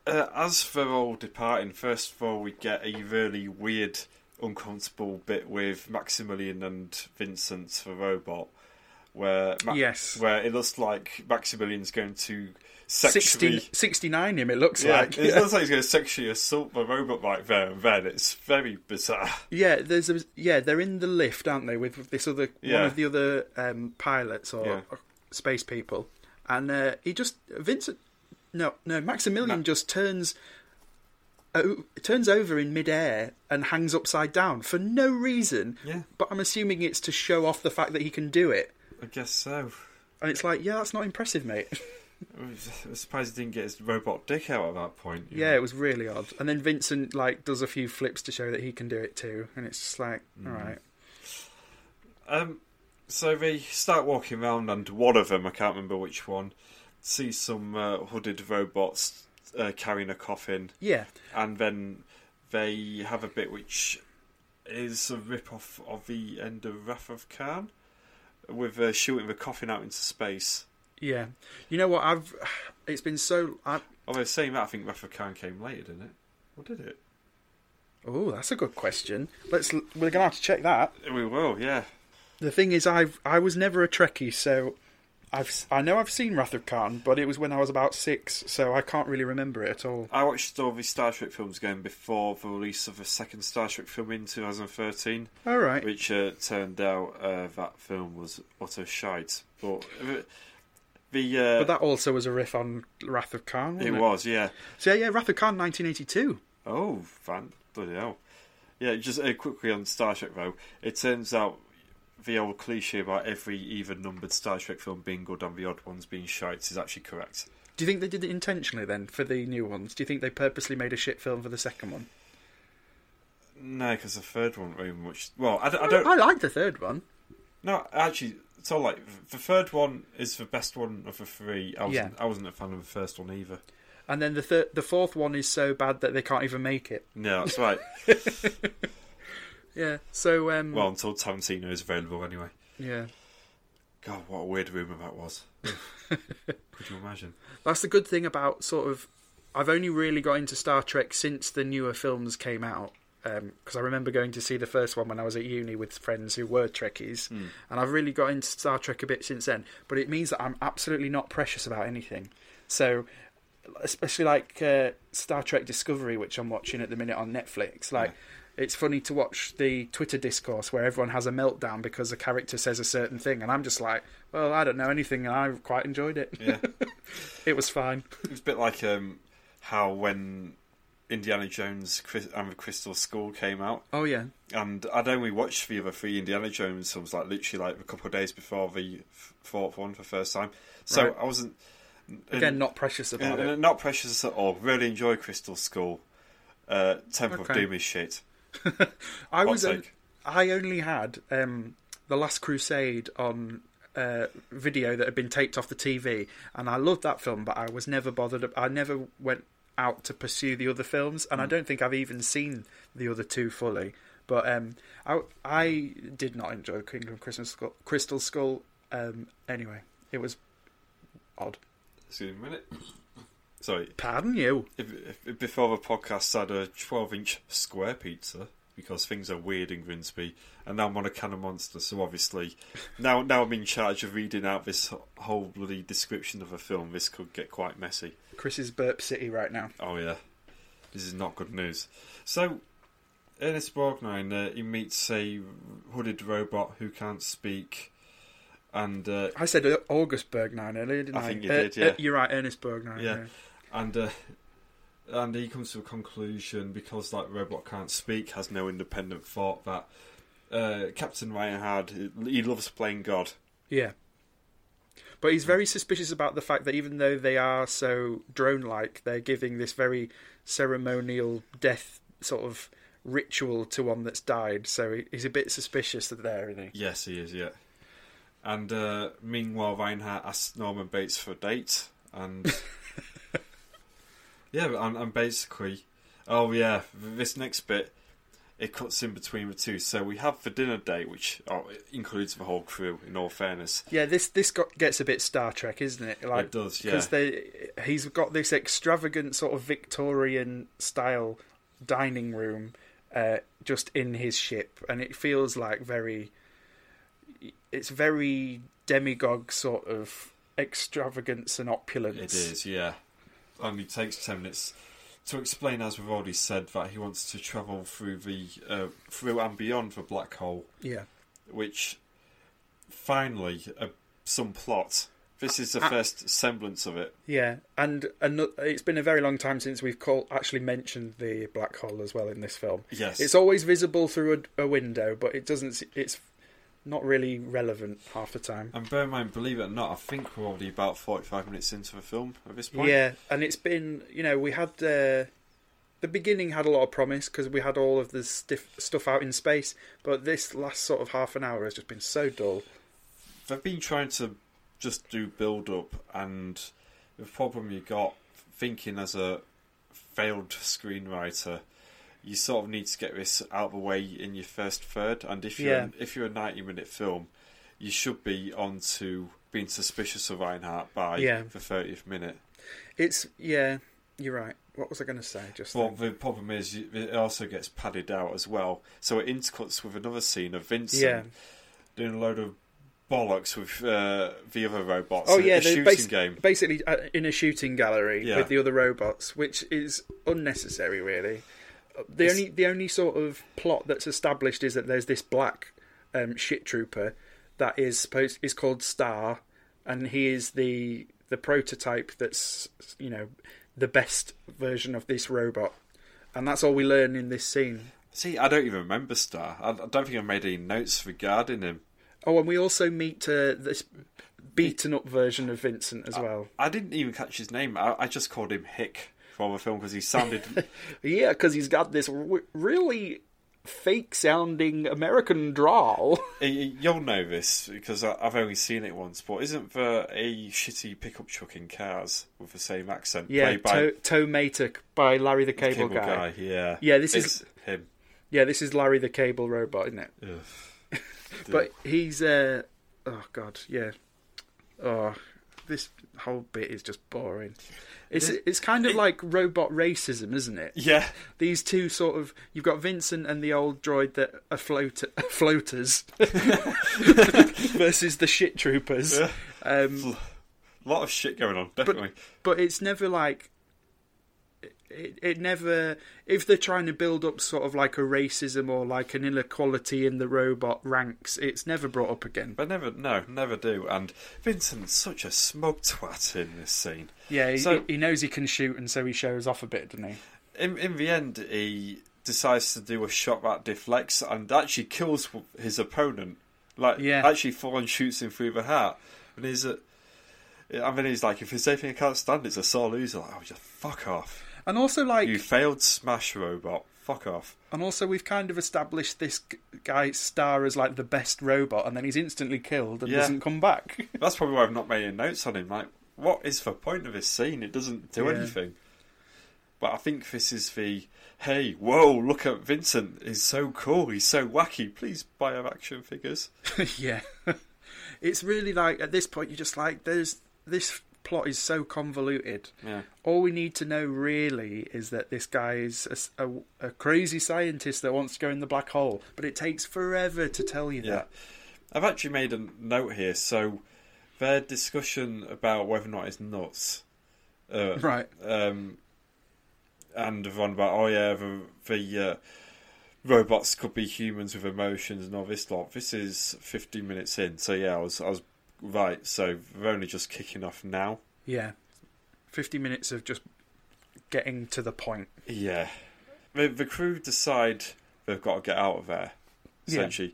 [SPEAKER 1] uh, as for all departing, first of all, we get a really weird, uncomfortable bit with Maximilian and Vincent, the robot, where Ma-
[SPEAKER 2] yes.
[SPEAKER 1] where it looks like Maximilian's going to
[SPEAKER 2] 60,
[SPEAKER 1] sexually.
[SPEAKER 2] 69 him, it looks
[SPEAKER 1] yeah,
[SPEAKER 2] like.
[SPEAKER 1] it [LAUGHS]
[SPEAKER 2] Yeah.
[SPEAKER 1] looks like he's going to sexually assault the robot right there and then. It's very bizarre.
[SPEAKER 2] [LAUGHS] Yeah, there's a, yeah, they're in the lift, aren't they, with this other one
[SPEAKER 1] Yeah.
[SPEAKER 2] of the other um, pilots or,
[SPEAKER 1] Yeah.
[SPEAKER 2] or space people. And uh, he just Vincent no, no, Maximilian
[SPEAKER 1] Ma-
[SPEAKER 2] just turns o- turns over in midair and hangs upside down for no reason.
[SPEAKER 1] Yeah,
[SPEAKER 2] But I'm assuming it's to show off the fact that he can do it.
[SPEAKER 1] I guess so.
[SPEAKER 2] And it's like, yeah, that's not impressive, mate.
[SPEAKER 1] I'm surprised he didn't get his robot dick out at that point. you
[SPEAKER 2] Yeah,
[SPEAKER 1] know.
[SPEAKER 2] it was really odd. And then Vincent like does a few flips to show that he can do it too, and it's just like, all right,
[SPEAKER 1] Um, so they start walking around, and one of them, I can't remember which one, sees some uh, hooded robots uh, carrying a coffin,
[SPEAKER 2] yeah,
[SPEAKER 1] and then they have a bit which is a rip off of the end of Wrath of Khan with uh, shooting the coffin out into space.
[SPEAKER 2] yeah. You know what? I've [SIGHS] it's been so. I,
[SPEAKER 1] Although saying that, I think Wrath of Khan came later, didn't it? Or did it?
[SPEAKER 2] oh, that's a good question. Let's we're gonna have to check that.
[SPEAKER 1] We will, yeah.
[SPEAKER 2] The thing is, I've I was never a Trekkie, so I've s- I know I've seen Wrath of Khan, but it was when I was about six, so I can't really remember it at all.
[SPEAKER 1] I watched all the Star Trek films again before the release of the second Star Trek film in 2013.
[SPEAKER 2] All right,
[SPEAKER 1] which uh, turned out uh, that film was utter shite. But the, the uh,
[SPEAKER 2] but that also was a riff on Wrath of
[SPEAKER 1] it
[SPEAKER 2] Khan. Wasn't it,
[SPEAKER 1] was, yeah.
[SPEAKER 2] So yeah, yeah, Wrath of Khan, nineteen eighty two.
[SPEAKER 1] Oh, fan, Bloody hell. Yeah, just uh, quickly on Star Trek though, it turns out the old cliche about every even numbered Star Trek film being good and the odd ones being shites is actually correct.
[SPEAKER 2] Do you think they did it intentionally then for the new ones? Do you think they purposely made a shit film for the second one?
[SPEAKER 1] No, because the third one very much. Well, I, d- I
[SPEAKER 2] I,
[SPEAKER 1] don't.
[SPEAKER 2] I like the third one.
[SPEAKER 1] No, actually, so like the third one is the best one of the three. I wasn't. I wasn't a fan of the first one either.
[SPEAKER 2] And then the thir- the fourth one is so bad that they can't even make it.
[SPEAKER 1] No, that's
[SPEAKER 2] [LAUGHS]
[SPEAKER 1] right.
[SPEAKER 2] Yeah. So um
[SPEAKER 1] well, until Tarantino is available anyway.
[SPEAKER 2] yeah.
[SPEAKER 1] God, what a weird rumor that
[SPEAKER 2] [LAUGHS]
[SPEAKER 1] was. Could you imagine?
[SPEAKER 2] That's the good thing about sort of. I've only really got into Star Trek since the newer films came out. Because I remember going to see the first one when I was at uni with friends who were Trekkies, and I've really got into Star Trek a bit since then. But it means that I'm absolutely not precious about anything. So, especially like uh, Star Trek Discovery, which I'm watching at the minute on Netflix, like it's funny to watch the Twitter discourse where everyone has a meltdown because a character says a certain thing, and I'm just like, well, I don't know anything, and I quite enjoyed it.
[SPEAKER 1] Yeah.
[SPEAKER 2] It was fine.
[SPEAKER 1] It was a bit like um, how when Indiana Jones Chris- and the Crystal Skull came out,
[SPEAKER 2] Oh yeah,
[SPEAKER 1] and I'd only watched the other three Indiana Jones films like literally like a couple of days before the f- fourth one for the first time. So
[SPEAKER 2] Right.
[SPEAKER 1] I wasn't
[SPEAKER 2] again, not precious about
[SPEAKER 1] and-
[SPEAKER 2] it.
[SPEAKER 1] and not precious at all. Really enjoy Crystal Skull. Uh, Temple
[SPEAKER 2] Okay.
[SPEAKER 1] of Doom is shit.
[SPEAKER 2] I uh,
[SPEAKER 1] Hot
[SPEAKER 2] was, on-
[SPEAKER 1] take.
[SPEAKER 2] I only had um, the Last Crusade on uh, video that had been taped off the TV, and I loved that film, but I was never bothered. I never went out to pursue the other films,
[SPEAKER 1] Mm.
[SPEAKER 2] and I don't think I've even seen the other two fully. But um, I, I did not enjoy the Kingdom of Crystal Skull. Crystal Skull. Um, anyway, it was odd.
[SPEAKER 1] Excuse me a minute. Sorry.
[SPEAKER 2] Pardon you.
[SPEAKER 1] If, if, before the podcast, I had a 12 inch square pizza because things are weird in Grimsby, and now I'm on a can of monster. So
[SPEAKER 2] [LAUGHS]
[SPEAKER 1] obviously, now now I'm in charge of reading out this whole bloody description of a film. This could get quite messy.
[SPEAKER 2] Chris is Burp City right now.
[SPEAKER 1] Oh yeah, this is not good news. So Ernest Borgnine, uh, he meets a hooded robot who can't speak, and uh,
[SPEAKER 2] I said uh, August Bergnine earlier, didn't
[SPEAKER 1] I
[SPEAKER 2] I?
[SPEAKER 1] think you
[SPEAKER 2] Uh,
[SPEAKER 1] did,
[SPEAKER 2] uh,
[SPEAKER 1] yeah.
[SPEAKER 2] you're right, Ernest Bergnine.
[SPEAKER 1] Yeah.
[SPEAKER 2] Yeah.
[SPEAKER 1] and uh, and he comes to a conclusion because like robot can't speak, has no independent thought. That uh, Captain Reinhard, he loves playing God.
[SPEAKER 2] Yeah. But he's very suspicious about the fact that even though they are so drone like, they're giving this very ceremonial death sort of ritual to one that's died. So he- he's a bit suspicious of there, isn't he?
[SPEAKER 1] Yes, he is. Yeah. And uh, meanwhile, Reinhardt asks Norman Bates for a date, and yeah, but- and, and basically, oh yeah, this next bit it cuts in between the two. So we have the dinner date, which oh, it includes the whole crew. In all fairness,
[SPEAKER 2] Yeah, this this got, gets a bit Star Trek, isn't it? Like
[SPEAKER 1] it does. Yeah,
[SPEAKER 2] because they he's got this extravagant sort of Victorian style dining room uh, just in his ship, and it feels like very it's very demagogue sort of extravagance and opulence.
[SPEAKER 1] It is, yeah. Only takes ten minutes to explain, as we've already said, that he wants to travel through the uh, through and beyond the black hole,
[SPEAKER 2] Yeah,
[SPEAKER 1] which finally uh, some plot. This is the first semblance of it.
[SPEAKER 2] yeah, and ano- it's been a very long time since we've call, actually mentioned the black hole as well in this film.
[SPEAKER 1] Yes,
[SPEAKER 2] It's always visible through a, a window, but it doesn't. s- It's not really relevant half the time.
[SPEAKER 1] and bear in mind, believe it or not, I think we're already about forty-five minutes into the film at this point.
[SPEAKER 2] Yeah, and it's been you know we had uh, the beginning had a lot of promise because we had all of the stiff stuff out in space, but this last sort of half an hour has just been so dull.
[SPEAKER 1] they've been trying to just do build up, and the problem you got thinking as a failed screenwriter, you sort of need to get this out of the way in your first third. And if you're
[SPEAKER 2] Yeah.
[SPEAKER 1] if you're a ninety minute film, you should be on to being suspicious of Reinhardt by
[SPEAKER 2] Yeah.
[SPEAKER 1] the thirtieth minute.
[SPEAKER 2] It's yeah, you're right. What was I going to say? Just
[SPEAKER 1] Well,
[SPEAKER 2] then?
[SPEAKER 1] the problem is you- it also gets padded out as well, so it intercuts with another scene of Vincent
[SPEAKER 2] yeah,
[SPEAKER 1] doing a load of bollocks with uh, the other robots.
[SPEAKER 2] Oh,
[SPEAKER 1] in
[SPEAKER 2] yeah,
[SPEAKER 1] a
[SPEAKER 2] they're
[SPEAKER 1] shooting
[SPEAKER 2] basi-
[SPEAKER 1] game.
[SPEAKER 2] basically uh, in a shooting gallery
[SPEAKER 1] Yeah.
[SPEAKER 2] with the other robots, which is unnecessary, really. The
[SPEAKER 1] It's-
[SPEAKER 2] only the only sort of plot that's established is that there's this black um, shit trooper that is supposed is called Star, and he is the the prototype that's you know the best version of this robot. and that's all we learn in this scene.
[SPEAKER 1] See, I don't even remember Star. I, I don't think I made any notes regarding him.
[SPEAKER 2] Oh, and we also meet uh, this beaten up version of Vincent
[SPEAKER 1] Uh,
[SPEAKER 2] as well.
[SPEAKER 1] I didn't even catch his name. I, I just called him Hick from the film because he
[SPEAKER 2] [LAUGHS]
[SPEAKER 1] sounded.
[SPEAKER 2] Yeah, because he's got this w- really fake sounding American drawl.
[SPEAKER 1] Y- y- You'll know this because I- I've only seen it once. But isn't there a shitty pickup truck in Cars with the same accent?
[SPEAKER 2] [LAUGHS] Yeah,
[SPEAKER 1] played by
[SPEAKER 2] to- Toe Matic by Larry the Cable,
[SPEAKER 1] Cable
[SPEAKER 2] Guy.
[SPEAKER 1] Guy? Yeah,
[SPEAKER 2] Yeah, this
[SPEAKER 1] It's
[SPEAKER 2] is-
[SPEAKER 1] him. [SIGHS]
[SPEAKER 2] Yeah, this is Larry the Cable Robot, isn't it?
[SPEAKER 1] Ugh.
[SPEAKER 2] But he's uh oh god, yeah. Oh, this whole bit is just boring. It's it's kind of like robot racism, isn't it?
[SPEAKER 1] Yeah,
[SPEAKER 2] These two sort of you've got Vincent and the old droid that are float [LAUGHS] floaters versus the shit troopers.
[SPEAKER 1] Yeah.
[SPEAKER 2] Um,
[SPEAKER 1] a lot of shit going on. Definitely.
[SPEAKER 2] but it's never like it, it never if they're trying to build up sort of like a racism or like an inequality in the robot ranks it's never brought up again
[SPEAKER 1] But never, no, never do. And Vincent's such a smug twat in this scene.
[SPEAKER 2] Yeah, he,
[SPEAKER 1] So-
[SPEAKER 2] he knows he can shoot, and so he shows off a bit, doesn't he?
[SPEAKER 1] In, in the end, he decides to do a shot that deflects and actually kills his opponent. Like,
[SPEAKER 2] Yeah.
[SPEAKER 1] actually, Thorne shoots him through the heart. And he's a. I mean, he's like, if there's anything I can't stand, it's a sore loser. Like, oh, just fuck off.
[SPEAKER 2] And also, like,
[SPEAKER 1] You failed Smash Robot. Fuck off.
[SPEAKER 2] and also, we've kind of established this g- guy Star as like the best robot, and then he's instantly killed and
[SPEAKER 1] Yeah.
[SPEAKER 2] doesn't
[SPEAKER 1] [LAUGHS]
[SPEAKER 2] come back. [LAUGHS]
[SPEAKER 1] That's probably why I've not made any notes on him. Like, what is the point of this scene? It doesn't do
[SPEAKER 2] Yeah.
[SPEAKER 1] anything. But I think this is the hey, whoa, look at Vincent. He's so cool. He's so wacky. Please buy our action figures.
[SPEAKER 2] yeah, it's really like at this point, you're just like, there's this plot is so convoluted.
[SPEAKER 1] Yeah.
[SPEAKER 2] All we need to know really is that this guy is a s- a, a crazy scientist that wants to go in the black hole, but it takes forever to tell you
[SPEAKER 1] Yeah.
[SPEAKER 2] that.
[SPEAKER 1] I've actually made a note here. So their discussion about whether or not it's nuts. Uh,
[SPEAKER 2] [LAUGHS] Right.
[SPEAKER 1] um, and everyone about oh yeah the, the uh, robots could be humans with emotions and all this lot. This is 15 minutes in, so yeah, I was I was right. So they're only just kicking off now.
[SPEAKER 2] Yeah. 50 minutes of just getting to the point.
[SPEAKER 1] Yeah, the the crew decide they've got to get out of there.
[SPEAKER 2] Yeah.
[SPEAKER 1] Essentially,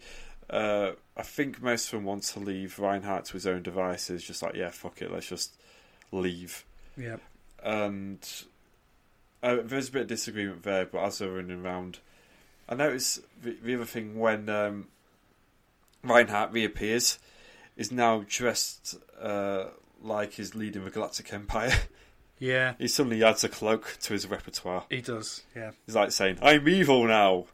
[SPEAKER 1] uh, I think most of them want to leave Reinhardt to his own devices. Just like yeah, fuck it, let's just leave.
[SPEAKER 2] Yeah.
[SPEAKER 1] and uh, there's a bit of disagreement there. But as they're running around, I noticed the, the other thing when um, Reinhardt reappears is now dressed uh, like he's leading the Galactic Empire. [LAUGHS]
[SPEAKER 2] Yeah.
[SPEAKER 1] he suddenly adds a cloak to his repertoire.
[SPEAKER 2] He does, yeah.
[SPEAKER 1] He's like saying, "I'm evil now."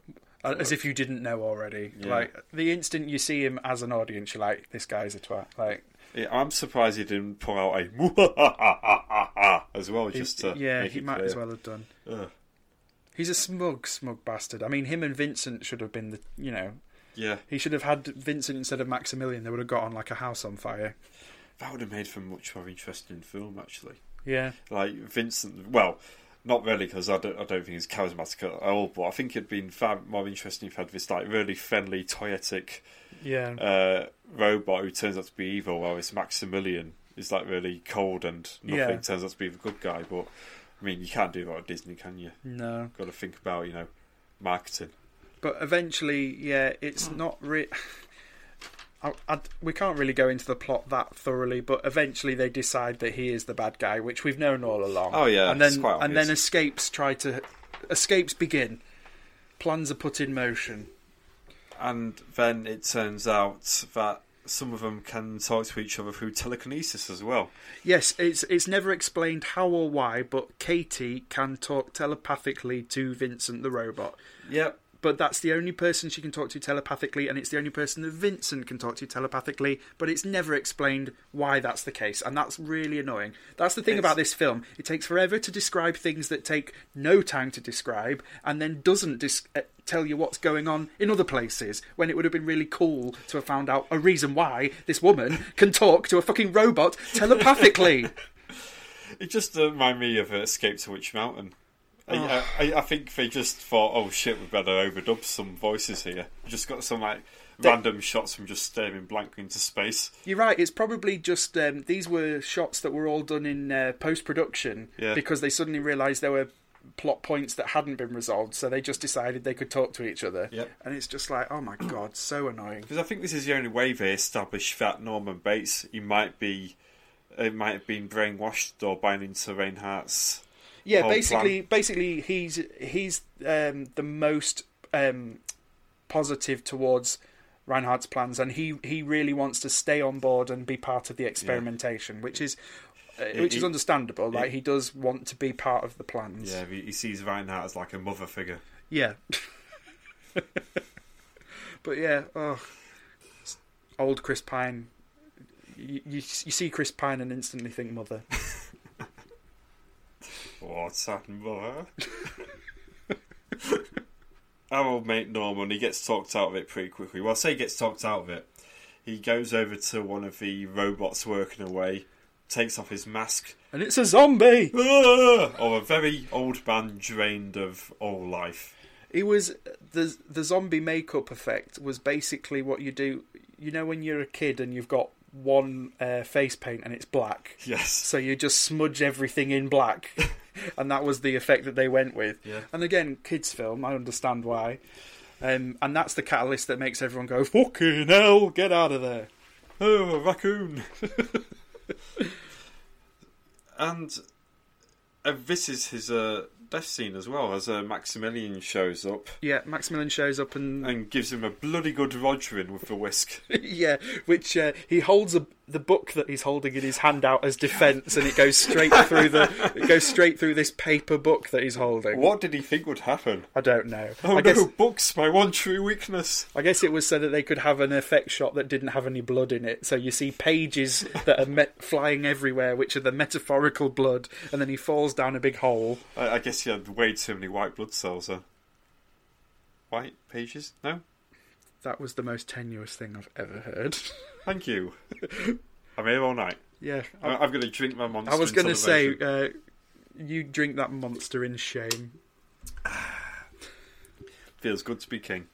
[SPEAKER 2] Uh, As if you didn't know already.
[SPEAKER 1] Yeah.
[SPEAKER 2] Like the instant you see him as an audience, you're like, "This guy's a twat." Like,
[SPEAKER 1] Yeah, I'm surprised he didn't pull out a [LAUGHS] as well,
[SPEAKER 2] he-
[SPEAKER 1] just to
[SPEAKER 2] yeah,
[SPEAKER 1] make
[SPEAKER 2] he
[SPEAKER 1] it
[SPEAKER 2] might as
[SPEAKER 1] clear.
[SPEAKER 2] well have done.
[SPEAKER 1] Ugh.
[SPEAKER 2] He's a smug, smug bastard. I mean, him and Vincent should have been the, you know,
[SPEAKER 1] Yeah,
[SPEAKER 2] he should have had Vincent instead of Maximilian. They would have got on like a house on fire.
[SPEAKER 1] that would have made for a much more interesting film, actually.
[SPEAKER 2] Yeah,
[SPEAKER 1] like Vincent. Well, not really because I don't. I don't think he's charismatic at all. But I think it'd been far more interesting if you had this like really friendly, toyetic
[SPEAKER 2] yeah,
[SPEAKER 1] uh, robot who turns out to be evil, while this Maximilian is like really cold and nothing
[SPEAKER 2] Yeah.
[SPEAKER 1] turns out to be the good guy. But I mean, you can't do that at Disney, can you?
[SPEAKER 2] no.
[SPEAKER 1] Got to think about you know marketing.
[SPEAKER 2] But eventually, yeah, it's not re [SIGHS] I, I, we can't really go into the plot that thoroughly, but eventually they decide that he is the bad guy, which we've known all along.
[SPEAKER 1] Oh, yeah,
[SPEAKER 2] and
[SPEAKER 1] it's
[SPEAKER 2] then
[SPEAKER 1] quite
[SPEAKER 2] and then
[SPEAKER 1] obvious.
[SPEAKER 2] escapes try to escapes begin. Plans are put in motion.
[SPEAKER 1] And then it turns out that some of them can talk to each other through telekinesis as well.
[SPEAKER 2] Yes, it's it's never explained how or why, but Katie can talk telepathically to Vincent the robot.
[SPEAKER 1] Yep.
[SPEAKER 2] But that's the only person she can talk to telepathically, and it's the only person that Vincent can talk to telepathically. But it's never explained why that's the case, and that's really annoying. That's the thing
[SPEAKER 1] It's-
[SPEAKER 2] about this film; it takes forever to describe things that take no time to describe, and then doesn't dis- uh, tell you what's going on in other places. When it would have been really cool to have found out a reason why this woman can talk to a fucking robot telepathically.
[SPEAKER 1] It just reminded me of uh, Escape to Witch Mountain. I, I, I think they just thought, oh shit, we better overdub some voices here. Just got some like random shots from just staring blankly into space.
[SPEAKER 2] You're right. It's probably just um, these were shots that were all done in uh, post production
[SPEAKER 1] Yeah.
[SPEAKER 2] because they suddenly realised there were plot points that hadn't been resolved, so they just decided they could talk to each other.
[SPEAKER 1] Yep.
[SPEAKER 2] And it's just like, oh my god, so annoying.
[SPEAKER 1] Because I think this is the only way they establish that Norman Bates, he might be, it might have been brainwashed or bound into Reinhardt's.
[SPEAKER 2] Yeah,
[SPEAKER 1] whole
[SPEAKER 2] basically, basically, he's he's um, the most um, positive towards Reinhardt's plans, and he he really wants to stay on board and be part of the experimentation, which is uh, which is
[SPEAKER 1] he-
[SPEAKER 2] understandable. Like he does want to be part of the plans.
[SPEAKER 1] Yeah, he, he sees Reinhardt as like a mother figure.
[SPEAKER 2] Yeah. but yeah, oh, old Chris Pine. You, you you see Chris Pine and instantly think mother.
[SPEAKER 1] Oh, sad mother. [LAUGHS] Our old mate Norman, he gets talked out of it pretty quickly. Well, I say he gets talked out of it. He goes over to one of the robots working away, takes off his mask,
[SPEAKER 2] And it's a zombie.
[SPEAKER 1] Ah! or a very old man drained of all life.
[SPEAKER 2] It was the the zombie makeup effect was basically what you do. You know when you're a kid and you've got one uh, face paint and it's black,
[SPEAKER 1] Yes.
[SPEAKER 2] so you just smudge everything in black, and that was the effect that they went with.
[SPEAKER 1] Yeah.
[SPEAKER 2] And again, kids' film, I understand why, um, and that's the catalyst that makes everyone go fucking hell, get out of there.
[SPEAKER 1] Oh, a raccoon. and uh, this is his uh, death scene as well, as uh, Maximilian shows up
[SPEAKER 2] Yeah, Maximilian shows up and
[SPEAKER 1] and gives him a bloody good Rodgering with the whisk.
[SPEAKER 2] [LAUGHS] yeah, which uh, he holds a, the book that he's holding in his hand out as defence, and it goes [LAUGHS] straight through the it goes straight through this paper book that he's holding.
[SPEAKER 1] [LAUGHS] What did he think would happen?
[SPEAKER 2] I don't know.
[SPEAKER 1] Oh
[SPEAKER 2] I
[SPEAKER 1] no,
[SPEAKER 2] guess
[SPEAKER 1] books, my one true weakness.
[SPEAKER 2] I guess it was so that they could have an effect shot that didn't have any blood in it. So you see pages that are met- flying everywhere, which are the metaphorical blood, and then he falls down a big hole.
[SPEAKER 1] I, I guess he had way too many white blood cells then. White pages? No?
[SPEAKER 2] That was the most tenuous thing I've ever heard. [LAUGHS]
[SPEAKER 1] Thank you. [LAUGHS] I'm here all night.
[SPEAKER 2] yeah,
[SPEAKER 1] I-
[SPEAKER 2] I,
[SPEAKER 1] I'm going to drink my monster.
[SPEAKER 2] I was
[SPEAKER 1] going to
[SPEAKER 2] say. Uh, you drink that monster in shame.
[SPEAKER 1] Feels good to be king.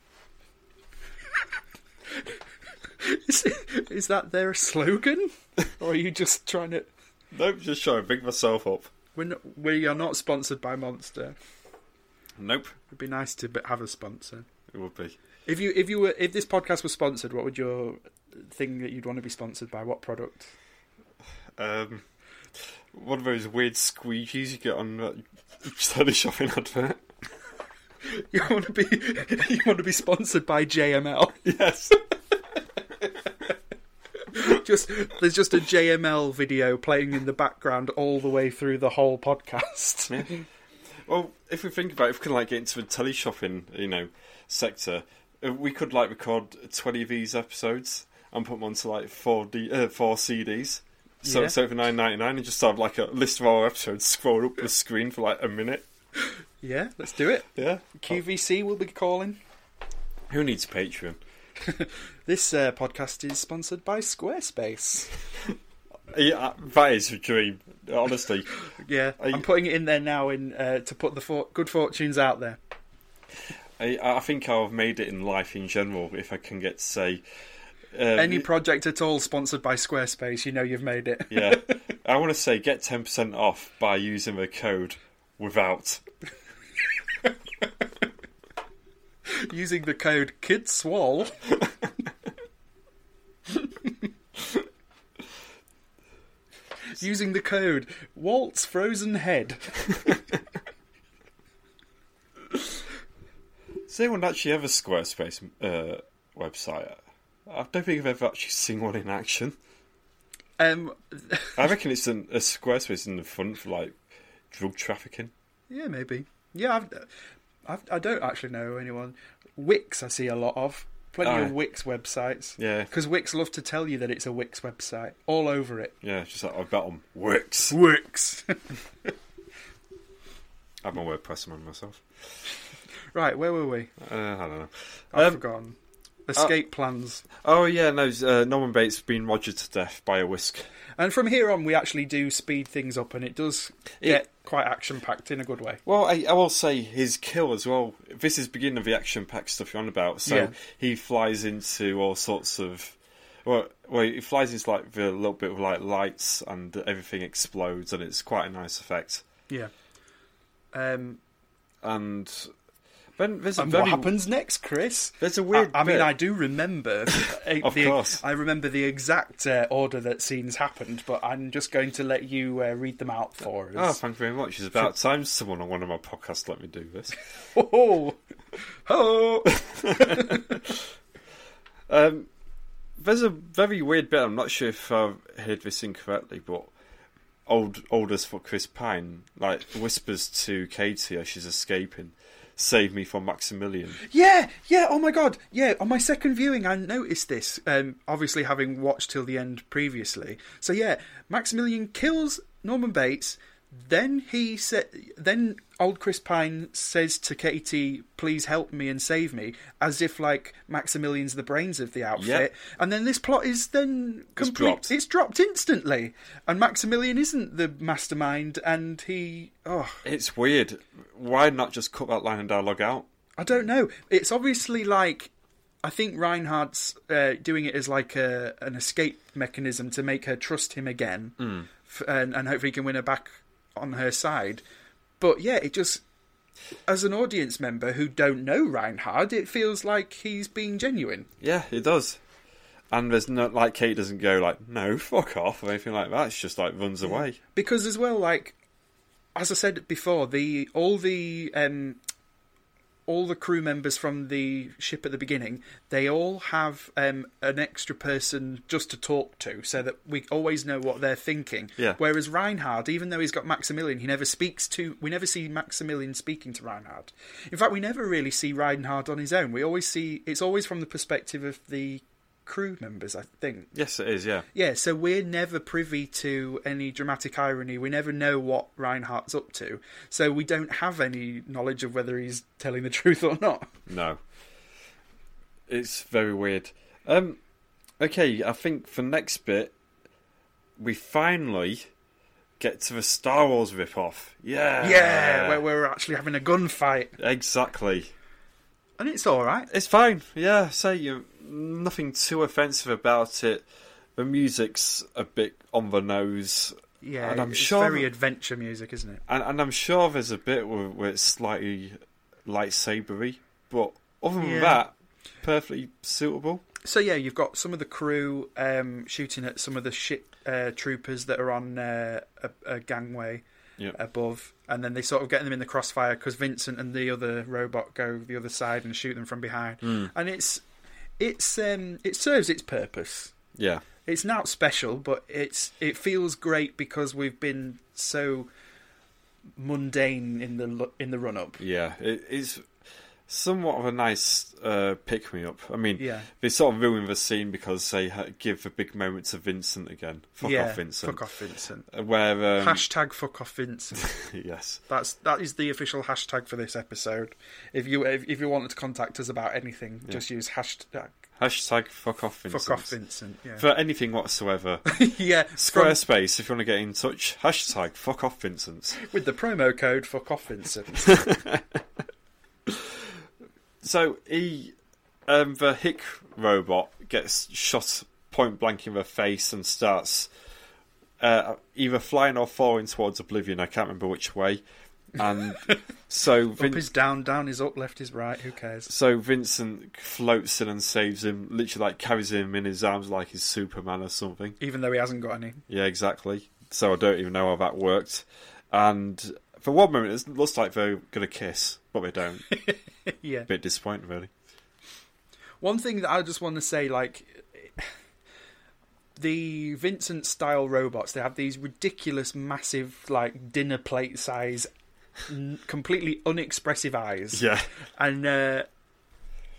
[SPEAKER 2] Is, is that their slogan, or are you just trying to?
[SPEAKER 1] Nope, just trying to big myself up.
[SPEAKER 2] We're not, we are not sponsored by Monster.
[SPEAKER 1] Nope,
[SPEAKER 2] It'd be nice to b- have a sponsor.
[SPEAKER 1] it would be.
[SPEAKER 2] If you if you were if this podcast was sponsored, what would your thing that you'd want to be sponsored by? What product? [LAUGHS]
[SPEAKER 1] Um, one of those weird squeegees you get on [LAUGHS] that study shopping advert.
[SPEAKER 2] You want to be [LAUGHS] you want to be sponsored by JML.
[SPEAKER 1] Yes.
[SPEAKER 2] [LAUGHS] Just there's just a JML video playing in the background all the way through the whole podcast.
[SPEAKER 1] Well, if we think about it, if we can like get into the telly shopping, you know, sector, uh, we could like record twenty of these episodes and put them onto like four D, uh, four CDs. So
[SPEAKER 2] Yeah.
[SPEAKER 1] so for nine ninety nine, and just have like a list of our episodes scroll up the screen for like a minute.
[SPEAKER 2] Yeah, let's do [LAUGHS] it.
[SPEAKER 1] Yeah.
[SPEAKER 2] QVC will be calling.
[SPEAKER 1] Who needs Patreon?
[SPEAKER 2] This uh, podcast is sponsored by Squarespace.
[SPEAKER 1] Yeah, that is a dream. Honestly,
[SPEAKER 2] Yeah,
[SPEAKER 1] Are you-
[SPEAKER 2] I'm putting it in there now in uh, to put the for- good fortunes out there.
[SPEAKER 1] I, I think I've made it in life in general. If I can get to say uh,
[SPEAKER 2] Any project at all sponsored by Squarespace, you know you've made it.
[SPEAKER 1] [LAUGHS]
[SPEAKER 2] [LAUGHS]
[SPEAKER 1] yeah, I want to say get ten percent off by using the code without.
[SPEAKER 2] Using the code [LAUGHS] KIDSWAL. Using the code Waltz Frozen Head.
[SPEAKER 1] Does anyone actually have a Squarespace uh, website? I don't think I've ever actually seen one in action.
[SPEAKER 2] Um, [LAUGHS]
[SPEAKER 1] I reckon it's an, a Squarespace in the front for like drug trafficking.
[SPEAKER 2] yeah, maybe. Yeah, I've, I've, I don't actually know anyone. Wix, I see a lot of. Plenty
[SPEAKER 1] Oh,
[SPEAKER 2] of
[SPEAKER 1] yeah.
[SPEAKER 2] Wix websites.
[SPEAKER 1] Yeah,
[SPEAKER 2] Because Wix love to tell you that it's a Wix website. All over it.
[SPEAKER 1] yeah, it's just like I bet on Wix.
[SPEAKER 2] Wix.
[SPEAKER 1] I have my WordPress on myself.
[SPEAKER 2] [LAUGHS] right, where were we?
[SPEAKER 1] Uh, I don't know.
[SPEAKER 2] I've
[SPEAKER 1] Um,
[SPEAKER 2] forgotten. Escape plans.
[SPEAKER 1] Oh yeah, no, uh, Norman Bates been rogered to death by a whisk.
[SPEAKER 2] And from here on, we actually do speed things up, and it does get quite action packed in a good way.
[SPEAKER 1] Well, I, I will say his kill as well. This is beginning of the action pack stuff you're on about. So
[SPEAKER 2] Yeah.
[SPEAKER 1] he flies into all sorts of. Well, well, he flies into like the little bit of like lights and everything explodes, and it's quite a nice effect.
[SPEAKER 2] Yeah. Um,
[SPEAKER 1] and then there's a
[SPEAKER 2] And
[SPEAKER 1] very
[SPEAKER 2] what happens next, Chris?
[SPEAKER 1] there's a weird.
[SPEAKER 2] I, I mean,
[SPEAKER 1] bit.
[SPEAKER 2] I do remember.
[SPEAKER 1] [LAUGHS]
[SPEAKER 2] uh,
[SPEAKER 1] Of
[SPEAKER 2] the,
[SPEAKER 1] course.
[SPEAKER 2] I remember the exact uh, order that scenes happened, but I'm just going to let you uh, read them out for
[SPEAKER 1] Oh,
[SPEAKER 2] us. [LAUGHS]
[SPEAKER 1] thank you very much. It's about time someone on one of my podcasts let me do this.
[SPEAKER 2] Oh, oh.
[SPEAKER 1] Um, there's a very weird bit. I'm not sure if I've heard this incorrectly, but old old as for Chris Pine like whispers to Katie as she's escaping, "Save me from Maximilian."
[SPEAKER 2] Yeah, yeah. Oh my god. Yeah. On my second viewing, I noticed this. Um, obviously, having watched till the end previously. So yeah, Maximilian kills Norman Bates. Then he said. Then old Chris Pine says to Katie, "Please help me and save me," as if like Maximilian's the brains of the outfit. And then this plot is then complete.
[SPEAKER 1] dropped.
[SPEAKER 2] It's dropped instantly, and Maximilian isn't the mastermind, and he. Oh,
[SPEAKER 1] It's weird. Why not just cut that line and dialogue out?
[SPEAKER 2] I don't know. It's obviously like I think Reinhardt's uh, doing it as like a an escape mechanism to make her trust him again, f- and, and hopefully he can win her back on her side. But yeah, it just as an audience member who don't know Reinhard, it feels like he's being genuine.
[SPEAKER 1] Yeah, it does. And there's no like Kate doesn't go like no fuck off or anything like that. It's just like runs away.
[SPEAKER 2] because as well like as i said before the all the um all the crew members from the ship at the beginning they all have um an extra person just to talk to so that we always know what they're thinking
[SPEAKER 1] Yeah.
[SPEAKER 2] whereas reinhard even though he's got maximilian he never speaks to we never see maximilian speaking to reinhard in fact we never really see reinhard on his own we always see it's always from the perspective of the crew members i think
[SPEAKER 1] Yes, it is. Yeah,
[SPEAKER 2] yeah, so we're never privy to any dramatic irony. We never know what Reinhardt's up to. So we don't have any knowledge of whether he's telling the [LAUGHS] truth or not.
[SPEAKER 1] no. It's very weird. Um, okay, I think for next bit, we finally get to the Star Wars rip-off. Yeah, Uh.
[SPEAKER 2] yeah, where we're actually having a gunfight.
[SPEAKER 1] exactly.
[SPEAKER 2] And it's all right.
[SPEAKER 1] It's fine. Yeah, say you nothing too offensive about it. The music's a bit on the nose.
[SPEAKER 2] Yeah,
[SPEAKER 1] And I'm
[SPEAKER 2] it's
[SPEAKER 1] sure-
[SPEAKER 2] very adventure music, isn't it?
[SPEAKER 1] And, and I'm sure there's a bit where, where it's slightly lightsabery, but other than
[SPEAKER 2] Yeah.
[SPEAKER 1] that, perfectly suitable.
[SPEAKER 2] So yeah, you've got some of the crew um, shooting at some of the ship uh, troopers that are on uh, a, a gangway
[SPEAKER 1] Yep.
[SPEAKER 2] above, and then they sort of get them in the crossfire because Vincent and the other robot go the other side and shoot them from behind, and it's it's um, it serves its purpose.
[SPEAKER 1] Yeah,
[SPEAKER 2] It's not special, but it's it feels great because we've been so mundane in the lu- in the run up.
[SPEAKER 1] yeah. It, it's somewhat of a nice uh, pick me up. I mean,
[SPEAKER 2] Yeah.
[SPEAKER 1] they sort of ruin the scene because they ha- give the big moment to Vincent again. Fuck
[SPEAKER 2] yeah,
[SPEAKER 1] off, Vincent.
[SPEAKER 2] Fuck off, Vincent.
[SPEAKER 1] Where um,
[SPEAKER 2] Hashtag fuck off,
[SPEAKER 1] [LAUGHS]
[SPEAKER 2] Vincent.
[SPEAKER 1] yes,
[SPEAKER 2] That's that is the official hashtag for this episode. If you if, if you wanted to contact us about anything, just use hashtag
[SPEAKER 1] hashtag fuck off, Vincent.
[SPEAKER 2] fuck off Vincent. Yeah,
[SPEAKER 1] For anything whatsoever,
[SPEAKER 2] yeah. [LAUGHS] from-
[SPEAKER 1] Squarespace. If you want to get in touch, hashtag fuck off, Vincent.
[SPEAKER 2] with the promo code fuck off Vincent.
[SPEAKER 1] So he, um, the Hick robot gets shot point blank in the face and starts uh, either flying or falling towards oblivion. I can't remember which way. And so
[SPEAKER 2] up
[SPEAKER 1] Vin-
[SPEAKER 2] is down, down is up, left is right. Who cares?
[SPEAKER 1] so Vincent floats in and saves him. Literally, like carries him in his arms like he's Superman or something.
[SPEAKER 2] Even though he hasn't got any. [LAUGHS]
[SPEAKER 1] Yeah, exactly. So I don't even know how that worked. And for one moment, it looks like they're gonna kiss, but they don't. A
[SPEAKER 2] yeah.
[SPEAKER 1] bit disappointing, really.
[SPEAKER 2] One thing that I just want to say, like the Vincent style robots, they have these ridiculous, massive, like dinner plate size, n- completely unexpressive eyes.
[SPEAKER 1] Yeah.
[SPEAKER 2] And uh,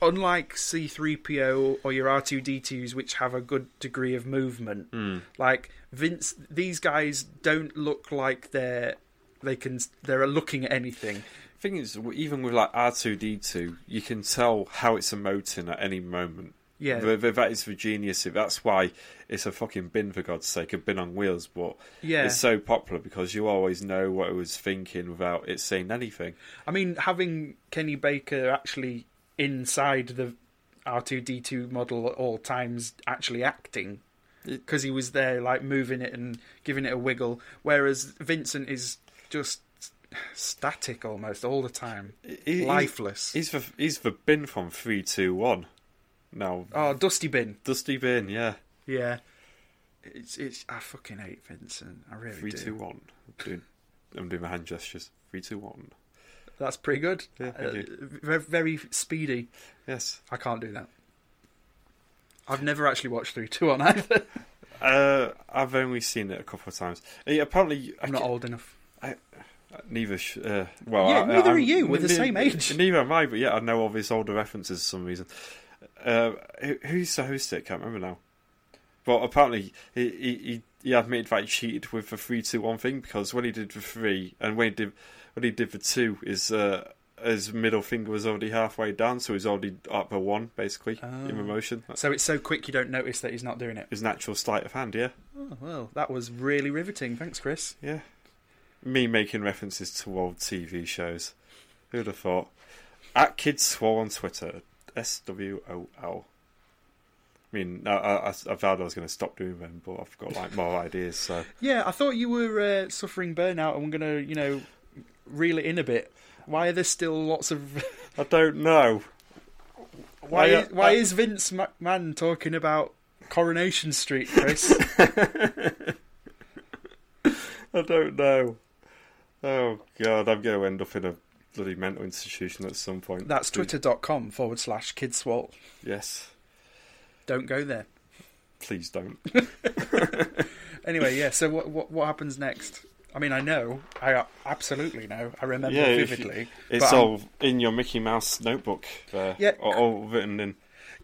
[SPEAKER 2] unlike C3PO or your R2D2s, which have a good degree of movement,
[SPEAKER 1] Mm.
[SPEAKER 2] like Vince, these guys don't look like they're they can they're looking at anything.
[SPEAKER 1] thing is, w- even with like R two D two, you can tell how it's emoting at any moment.
[SPEAKER 2] Yeah.
[SPEAKER 1] Th- th- that is the genius. of- That's why it's a fucking bin for God's sake, a bin on wheels. But
[SPEAKER 2] Yeah.
[SPEAKER 1] it's so popular because you always know what it was thinking without it saying anything.
[SPEAKER 2] I mean, having Kenny Baker actually inside the R2D2 model at all times, actually acting
[SPEAKER 1] It-
[SPEAKER 2] because he was there, like moving it and giving it a wiggle, whereas Vincent is just static almost all the time,
[SPEAKER 1] He- he-
[SPEAKER 2] lifeless.
[SPEAKER 1] He's the he's the bin from three two one. Now
[SPEAKER 2] oh, dusty bin.
[SPEAKER 1] Dusty bin, yeah,
[SPEAKER 2] Yeah, it's it's. I fucking hate Vincent. I really
[SPEAKER 1] three
[SPEAKER 2] do.
[SPEAKER 1] two one. I'm doing, I'm doing my hand gestures. Three two one.
[SPEAKER 2] That's pretty good.
[SPEAKER 1] Yeah, thank you.
[SPEAKER 2] very, very speedy.
[SPEAKER 1] Yes.
[SPEAKER 2] I can't do that. I've never actually watched three two one either.
[SPEAKER 1] Uh, I've only seen it a couple of times. Eh, apparently, I
[SPEAKER 2] I'm not
[SPEAKER 1] ca-
[SPEAKER 2] old enough.
[SPEAKER 1] neither. sh- Uh, well,
[SPEAKER 2] Yeah,
[SPEAKER 1] I-
[SPEAKER 2] neither are
[SPEAKER 1] I'm-
[SPEAKER 2] you. We're the
[SPEAKER 1] ne-
[SPEAKER 2] same age.
[SPEAKER 1] [LAUGHS] Neither am I. But yeah, I know all these older references for some reason. Uh, who, who's the host? It can't remember now. But apparently, he he he, he admitted that he cheated with the three two one thing because when he did the three and when he did when he did the two, his uh, his middle finger was already halfway down, so he's already at the one basically
[SPEAKER 2] Oh.
[SPEAKER 1] in the motion. That's
[SPEAKER 2] So it's so quick you don't notice that he's not doing it.
[SPEAKER 1] his natural sleight of hand. Yeah,
[SPEAKER 2] Oh well, that was really riveting. Thanks, Chris.
[SPEAKER 1] yeah. Me making references to old TV shows. Who'd have thought? At kids swole on Twitter. S W O L. I mean, I, I, I vowed I was going to stop doing them, but I've got like more ideas. So
[SPEAKER 2] Yeah, I thought you were uh, suffering burnout and we're gonna, you know, reel it in a bit. Why are there still lots of [LAUGHS]
[SPEAKER 1] I don't know.
[SPEAKER 2] why? uh,
[SPEAKER 1] I-
[SPEAKER 2] is, why
[SPEAKER 1] I-
[SPEAKER 2] is Vince McMahon talking about Coronation Street, [LAUGHS] Chris?
[SPEAKER 1] I don't know. Oh god, I'm going to end up in a bloody mental institution at some point.
[SPEAKER 2] That's twitter.com forward slash kidswalt.
[SPEAKER 1] Yes,
[SPEAKER 2] Don't go there.
[SPEAKER 1] please don't.
[SPEAKER 2] Anyway, yeah. So what what what happens next? I mean, I know. I uh, absolutely know. I remember
[SPEAKER 1] Yeah, if you-
[SPEAKER 2] vividly.
[SPEAKER 1] It's
[SPEAKER 2] I'm-
[SPEAKER 1] all in your Mickey Mouse notebook there.
[SPEAKER 2] Yeah.
[SPEAKER 1] all, all written in.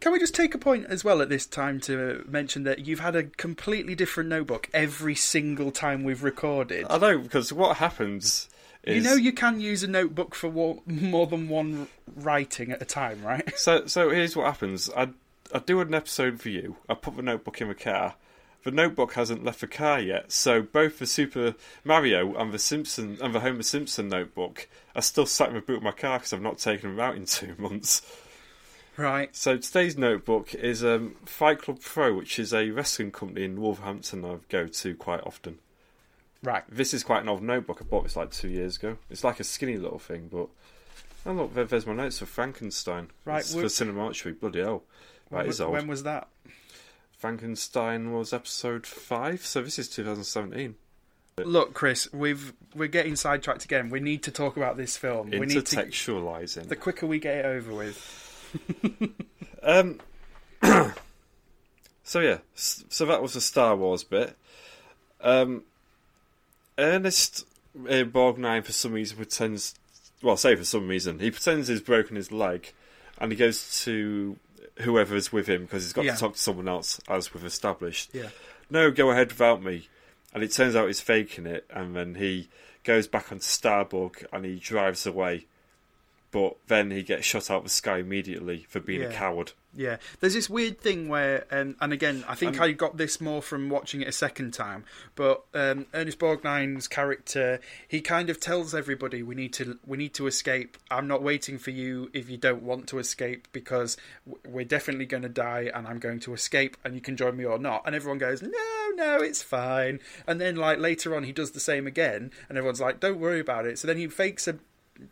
[SPEAKER 2] Can we just take a point as well at this time to mention that you've had a completely different notebook every single time we've recorded?
[SPEAKER 1] I know because what happens Oh, is
[SPEAKER 2] you know you can use a notebook for wa- more than one writing at a time, right?
[SPEAKER 1] So so here's what happens. I I do an episode for you. I put the notebook in the car. The notebook hasn't left the car yet, so both the Super Mario and the Simpson and the Homer Simpson notebook are still sat in the boot of my car because I've not taken them out in two [LAUGHS] months.
[SPEAKER 2] Right.
[SPEAKER 1] So today's notebook is um, Fight Club Pro, which is a wrestling company in Wolverhampton I go to quite often.
[SPEAKER 2] Right.
[SPEAKER 1] This is quite an old notebook. I bought this like two years ago. It's like a skinny little thing, but oh look, there, there's my notes for Frankenstein.
[SPEAKER 2] Right,
[SPEAKER 1] It's
[SPEAKER 2] we're-
[SPEAKER 1] for cinema archery. Bloody hell, that is old.
[SPEAKER 2] When was that?
[SPEAKER 1] Frankenstein was episode five, so this is 2017.
[SPEAKER 2] Look, Chris, we've we're getting sidetracked again. We need to talk about this film. We need to
[SPEAKER 1] Intertextualizing.
[SPEAKER 2] the quicker we get it over with.
[SPEAKER 1] Um. [CLEARS THROAT] so yeah, s- so that was the Star Wars bit. Um, Ernest uh, Borgnine for some reason pretends. Well, say for some reason he pretends he's broken his leg, and he goes to whoever is with him because he's got
[SPEAKER 2] Yeah.
[SPEAKER 1] to talk to someone else, as we've established.
[SPEAKER 2] Yeah.
[SPEAKER 1] No, go ahead without me. And it turns out he's faking it, and then he goes back onto Starbuck and he drives away. But then he gets shot out of the sky immediately for being a
[SPEAKER 2] Yeah.
[SPEAKER 1] coward.
[SPEAKER 2] Yeah, there's this weird thing where, um, and again, I think
[SPEAKER 1] Um,
[SPEAKER 2] I got this more from watching it a second time. But um, Ernest Borgnine's character, he kind of tells everybody, "We need to, we need to escape. I'm not waiting for you if you don't want to escape because w- we're definitely going to die, and I'm going to escape, and you can join me or not." And everyone goes, "No, no, it's fine." And then, like later on, he does the same again, and everyone's like, "Don't worry about it." So then he fakes a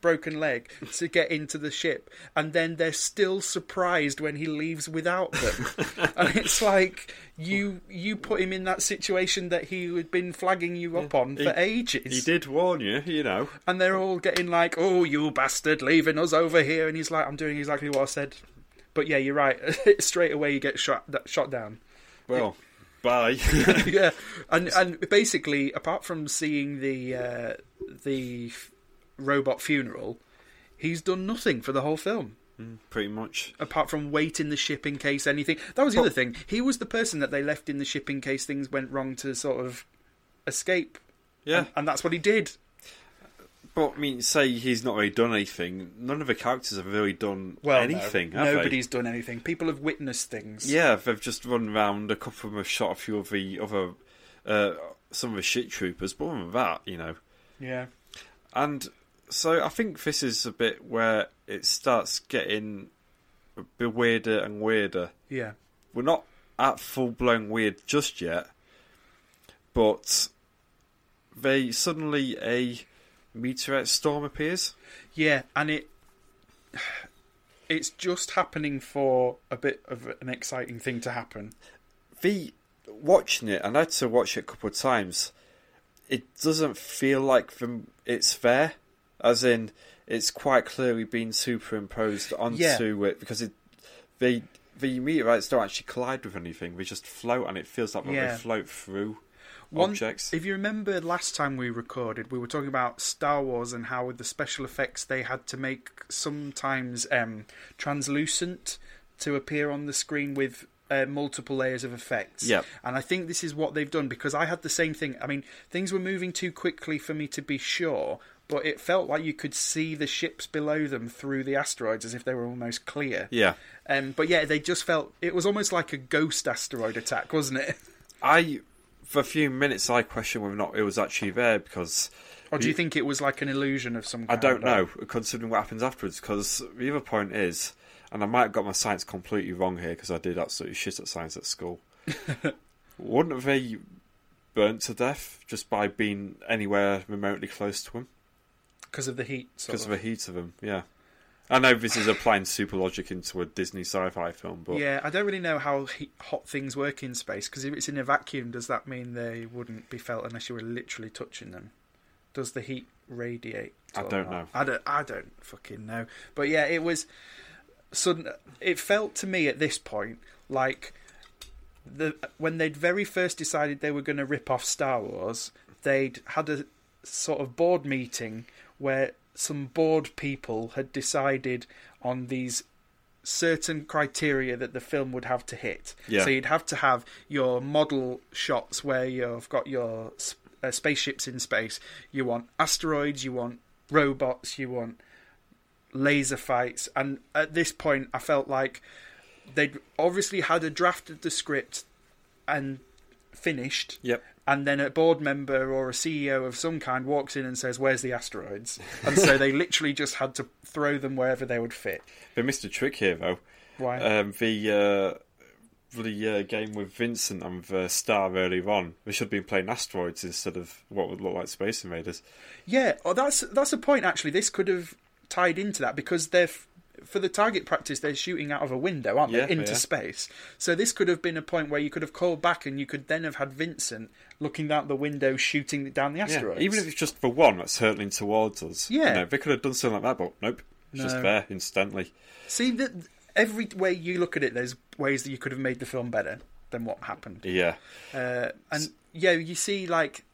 [SPEAKER 2] broken leg to get into the ship and then they're still surprised when he leaves
[SPEAKER 1] [LAUGHS]
[SPEAKER 2] without them and it's like you you put him in that situation that he had been flagging you up on for
[SPEAKER 1] He-
[SPEAKER 2] ages
[SPEAKER 1] He did warn you, you know.
[SPEAKER 2] and they're all getting like oh you bastard leaving us over here and he's like i'm doing exactly what i said but yeah you're right [LAUGHS] straight away you get shot shot down [LAUGHS]
[SPEAKER 1] Well, bye.
[SPEAKER 2] yeah, and and basically, apart from seeing the uh, the f- robot funeral, he's done nothing for the whole film
[SPEAKER 1] Pretty much.
[SPEAKER 2] apart from wait in the ship in case anything. That was the other thing. He was the person that they left in the ship in case things went wrong to sort of escape,
[SPEAKER 1] Yeah,
[SPEAKER 2] and, and that's what he did.
[SPEAKER 1] but I mean, say he's not really done anything. None of the characters have really done
[SPEAKER 2] Well, no,
[SPEAKER 1] anything. have they?
[SPEAKER 2] nobody's done anything. People have witnessed things.
[SPEAKER 1] Yeah, they've just run round. A couple of them have shot a few of the other, uh, some of the shit troopers. But other than that, you know,
[SPEAKER 2] yeah.
[SPEAKER 1] And so I think this is a bit where it starts getting a bit weirder and weirder.
[SPEAKER 2] Yeah.
[SPEAKER 1] We're not at full blown weird just yet, but they suddenly a meteorite storm appears.
[SPEAKER 2] Yeah, and it [SIGHS] it's just happening for a bit of an exciting thing to happen.
[SPEAKER 1] The watching it, and I had to watch it a couple of times. It doesn't feel like the, it's there, as in it's quite clearly been superimposed onto it because it the the meteorites don't actually collide with anything; they just float, and it feels like
[SPEAKER 2] Yeah.
[SPEAKER 1] they float through
[SPEAKER 2] One-
[SPEAKER 1] objects.
[SPEAKER 2] If you remember last time we recorded, we were talking about Star Wars and how with the special effects they had to make sometimes um, translucent to appear on the screen with uh, multiple layers of effects.
[SPEAKER 1] Yep.
[SPEAKER 2] And I think this is what they've done because I had the same thing. I mean, things were moving too quickly for me to be sure, but it felt like you could see the ships below them through the asteroids as if they were almost clear.
[SPEAKER 1] yeah,
[SPEAKER 2] Um, but yeah, they just felt it was almost like a ghost asteroid attack, wasn't it?
[SPEAKER 1] I for a few minutes I questioned whether or not it was actually there because
[SPEAKER 2] Or do you think it was like an illusion of some
[SPEAKER 1] I
[SPEAKER 2] kind?
[SPEAKER 1] don't
[SPEAKER 2] or-
[SPEAKER 1] know, considering what happens afterwards. Because the other point is, and I might have got my science completely wrong here because I did absolutely shit at science at school. Wouldn't they burnt to death just by being anywhere remotely close to them
[SPEAKER 2] because of the heat. sort
[SPEAKER 1] because
[SPEAKER 2] of.
[SPEAKER 1] of the heat of them? Yeah, I know this is applying super logic into a Disney sci-fi film, but
[SPEAKER 2] yeah, I don't really know how he- hot things work in space because if it's in a vacuum, does that mean they wouldn't be felt unless you were literally touching them? Does the heat radiate?
[SPEAKER 1] I
[SPEAKER 2] or
[SPEAKER 1] don't
[SPEAKER 2] not?
[SPEAKER 1] know.
[SPEAKER 2] I don't. I don't fucking know. But yeah, it was sudden. It felt to me at this point like the when they'd very first decided they were going to rip off Star Wars, they'd had a sort of board meeting where some board people had decided on these certain criteria that the film would have to hit.
[SPEAKER 1] Yeah.
[SPEAKER 2] So you'd have to have your model shots where you've got your s- uh, spaceships in space. You want asteroids, you want robots, you want laser fights. And at this point, I felt like they'd obviously had a draft of the script and finished
[SPEAKER 1] yep,
[SPEAKER 2] and then a board member or a CEO of some kind walks in and says, "Where's the asteroids?"
[SPEAKER 1] [LAUGHS]
[SPEAKER 2] And so they literally just had to throw them wherever they would fit.
[SPEAKER 1] they missed a trick here though.
[SPEAKER 2] Why?
[SPEAKER 1] Um, the uh, the uh, game with Vincent and the star earlier on, they should have been playing asteroids instead of what would look like Space Invaders.
[SPEAKER 2] yeah, oh, that's that's a point actually. This could have tied into that because they're f- for the target practice they're shooting out of a window, aren't
[SPEAKER 1] Yeah,
[SPEAKER 2] they, into
[SPEAKER 1] yeah.
[SPEAKER 2] space? So this could have been a point where you could have called back and you could then have had Vincent looking out the window shooting down the
[SPEAKER 1] Yeah,
[SPEAKER 2] asteroids.
[SPEAKER 1] even if it's just the one that's hurtling towards us.
[SPEAKER 2] Yeah.
[SPEAKER 1] You know, they could have done something like that, but nope. It's
[SPEAKER 2] No.
[SPEAKER 1] just there instantly.
[SPEAKER 2] see that every way you look at it, there's ways that you could have made the film better than what happened.
[SPEAKER 1] Yeah.
[SPEAKER 2] Uh, and yeah, you see like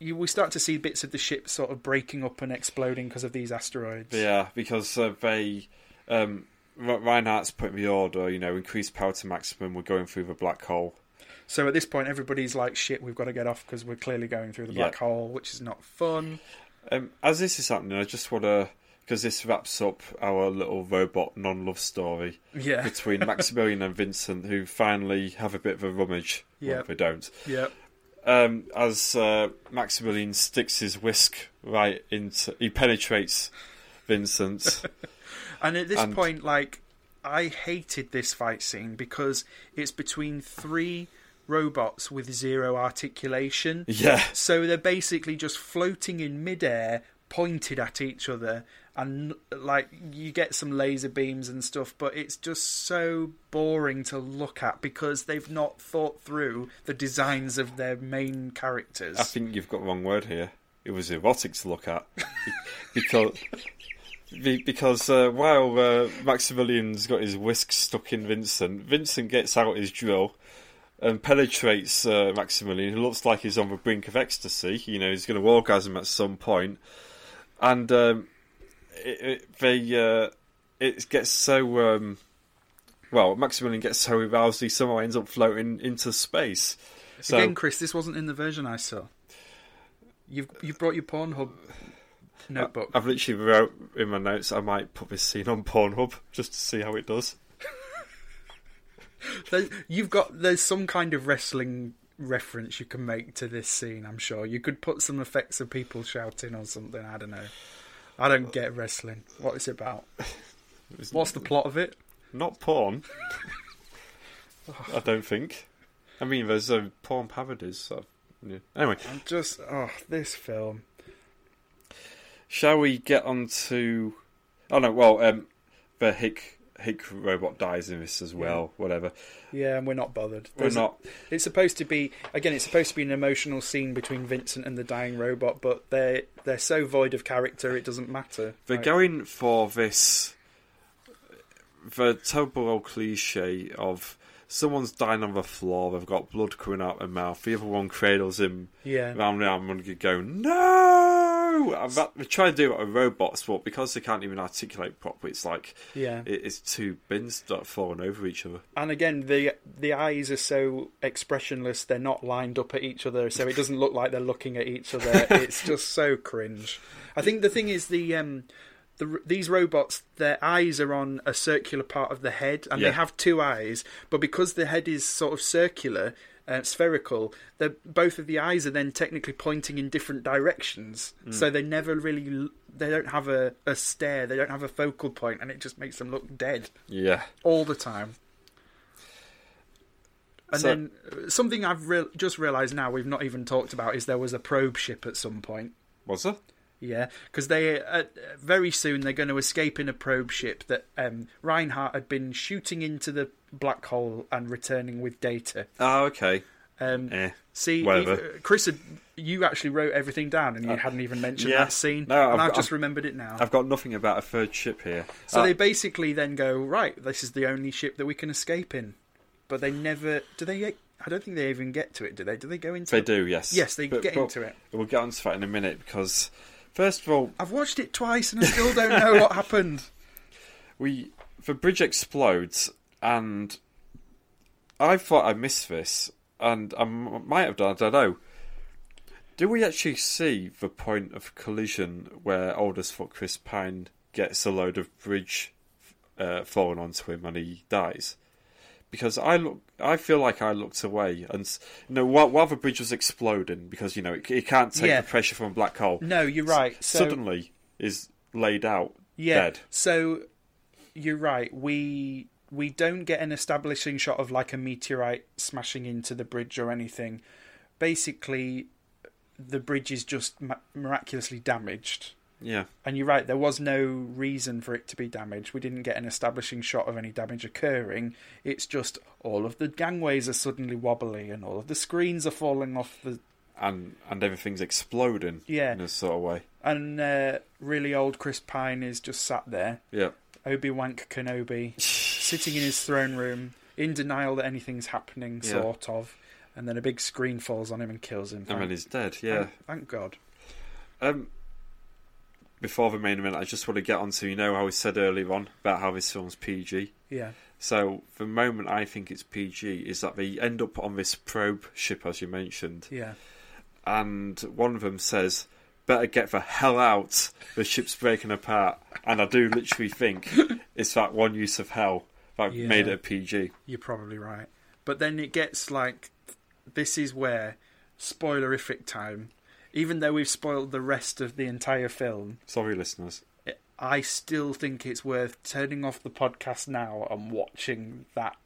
[SPEAKER 2] you we start to see bits of the ship sort of breaking up and exploding because of these asteroids.
[SPEAKER 1] Yeah, because uh, they. Um, R- Reinhardt's putting the order, you know, increase power to maximum, we're going through the black hole.
[SPEAKER 2] So at this point, everybody's like, "Shit, we've got to get off because we're clearly going through the
[SPEAKER 1] Yeah.
[SPEAKER 2] black hole, which is not fun."
[SPEAKER 1] Um, as this is happening, I just want to. Because this wraps up our little robot non love story
[SPEAKER 2] Yeah,
[SPEAKER 1] between Maximilian and Vincent, who finally have a bit of a rummage. Well,
[SPEAKER 2] Yep.
[SPEAKER 1] they don't.
[SPEAKER 2] [LAUGHS] yeah.
[SPEAKER 1] um, as uh, Maximilian sticks his whisk right into, he penetrates Vincent.
[SPEAKER 2] And at this
[SPEAKER 1] And-
[SPEAKER 2] point, like, I hated this fight scene because it's between three robots with zero articulation.
[SPEAKER 1] yeah,
[SPEAKER 2] So they're basically just floating in midair, pointed at each other, and like you get some laser beams and stuff, but it's just so boring to look at because they've not thought through the designs of their main characters.
[SPEAKER 1] I think you've got the wrong word here. It was erotic to look at because be- because uh, while uh, Maximilian's got his whisk stuck in Vincent, Vincent gets out his drill. And penetrates uh, Maximilian, who looks like he's on the brink of ecstasy. You know, he's going to orgasm at some point, and um, it, it, they uh, it gets so um, well. Maximilian gets so aroused, he somehow ends up floating into space. So
[SPEAKER 2] Again, Chris, this wasn't in the version I saw. You've you've brought your
[SPEAKER 1] Uh,
[SPEAKER 2] Pornhub notebook.
[SPEAKER 1] I've literally wrote in my notes I might put this scene on Pornhub just to see how it does.
[SPEAKER 2] There- you've got there's some kind of wrestling reference you can make to this scene i'm sure you could put some effects of people shouting or something i don't know i don't get wrestling what is it [LAUGHS] about
[SPEAKER 1] It's
[SPEAKER 2] what's the plot of it
[SPEAKER 1] Not porn.
[SPEAKER 2] [LAUGHS]
[SPEAKER 1] I don't think. I mean, there's um, porn parodies. So, yeah. Anyway,
[SPEAKER 2] i'm just oh this film
[SPEAKER 1] Shall we get on to? Oh no, well, um, the Hick Hick robot dies in this as well. Whatever.
[SPEAKER 2] Yeah, and we're not bothered.
[SPEAKER 1] We're
[SPEAKER 2] There's-
[SPEAKER 1] not.
[SPEAKER 2] It's supposed to be again. It's supposed to be an emotional scene between Vincent and the dying robot, but they're they're so void of character it doesn't matter.
[SPEAKER 1] They're
[SPEAKER 2] Like,
[SPEAKER 1] going for this. The terrible old cliche of someone's dying on the floor. They've got blood coming out their mouth. The other one cradles him
[SPEAKER 2] yeah,
[SPEAKER 1] round and round and you go no. And that, they try to do it with robots, but because they can't even articulate properly, it's like
[SPEAKER 2] yeah.
[SPEAKER 1] it, it's two bins that falling over each other.
[SPEAKER 2] And again, the the eyes are so expressionless; they're not lined up at each other, so it doesn't look like they're looking at each other. it's just so cringe. I think the thing is the um, the r- these robots, their eyes are on a circular part of the head, and
[SPEAKER 1] Yeah.
[SPEAKER 2] they have two eyes, but because the head is sort of circular. Uh, spherical. they're- Both of the eyes are then technically pointing in different directions, so they never really. l- They don't have a, a stare. They don't have a focal point, and it just makes them look dead
[SPEAKER 1] Yeah.
[SPEAKER 2] all the time. And
[SPEAKER 1] So-
[SPEAKER 2] then uh, something I've real just realised now we've not even talked about is there was a probe ship at some point.
[SPEAKER 1] Was there?
[SPEAKER 2] Yeah, because they uh, very soon they're going to escape in a probe ship that um, Reinhardt had been shooting into the black hole and returning with data.
[SPEAKER 1] Oh, okay.
[SPEAKER 2] Um,
[SPEAKER 1] Eh.
[SPEAKER 2] See,
[SPEAKER 1] Whatever. Uh,
[SPEAKER 2] if- Chris, had, you actually wrote everything down and you hadn't even mentioned
[SPEAKER 1] yeah.
[SPEAKER 2] that scene,
[SPEAKER 1] No,
[SPEAKER 2] and
[SPEAKER 1] I've-
[SPEAKER 2] I've, just
[SPEAKER 1] I've-
[SPEAKER 2] remembered it now.
[SPEAKER 1] I've got nothing about a third ship here.
[SPEAKER 2] So
[SPEAKER 1] Uh,
[SPEAKER 2] they basically then go right. This is the only ship that we can escape in, but they never do. They I don't think they even get to it. Do they? Do they go into?
[SPEAKER 1] they
[SPEAKER 2] the-
[SPEAKER 1] do, yes.
[SPEAKER 2] Yes, they get into it.
[SPEAKER 1] We'll get onto that in a minute because, first of all,
[SPEAKER 2] I've watched it twice and I still don't know what happened.
[SPEAKER 1] we the bridge explodes, and I thought I missed this, and I m- might have done. I don't know. Do we actually see the point of collision where old as fuck Chris Pine gets a load of bridge uh, falling onto him and he dies? Because I look, I feel like I looked away, and s- you know, while, while the bridge was exploding, because you know it, it can't take
[SPEAKER 2] Yeah.
[SPEAKER 1] the pressure from a black hole.
[SPEAKER 2] [LAUGHS] No, you're right. So
[SPEAKER 1] suddenly is laid out
[SPEAKER 2] yeah.
[SPEAKER 1] dead.
[SPEAKER 2] So you're right. We we don't get an establishing shot of like a meteorite smashing into the bridge or anything. Basically, the bridge is just mi- miraculously damaged.
[SPEAKER 1] Yeah.
[SPEAKER 2] And you're right, there was no reason for it to be damaged. We didn't get an establishing shot of any damage occurring. It's just all of the gangways are suddenly wobbly and all of the screens are falling off the.
[SPEAKER 1] and and everything's exploding
[SPEAKER 2] Yeah.
[SPEAKER 1] in a sort of way.
[SPEAKER 2] And uh, really old Chris Pine is just sat there,
[SPEAKER 1] Yeah,
[SPEAKER 2] Obi Wan Kenobi, sitting in his throne room, in denial that anything's happening,
[SPEAKER 1] Yeah.
[SPEAKER 2] sort of. And then a big screen falls on him and kills him.
[SPEAKER 1] and then he's dead. Yeah.
[SPEAKER 2] Thank- Thank God.
[SPEAKER 1] Um, before the main event, I just want to get on to you know how we said earlier on about how this film's PG.
[SPEAKER 2] Yeah.
[SPEAKER 1] So the moment I think it's PG is that they end up on this probe ship, as you mentioned,
[SPEAKER 2] Yeah.
[SPEAKER 1] and one of them says, "Better get the hell out. The ship's breaking apart." And I do literally think it's that one use of hell that
[SPEAKER 2] Yeah.
[SPEAKER 1] made it a PG.
[SPEAKER 2] You're probably right. But then it gets like this is where spoilerific time. Even though we've spoiled the rest of the entire film,
[SPEAKER 1] Sorry, listeners.
[SPEAKER 2] it- I still think it's worth turning off the podcast now and watching that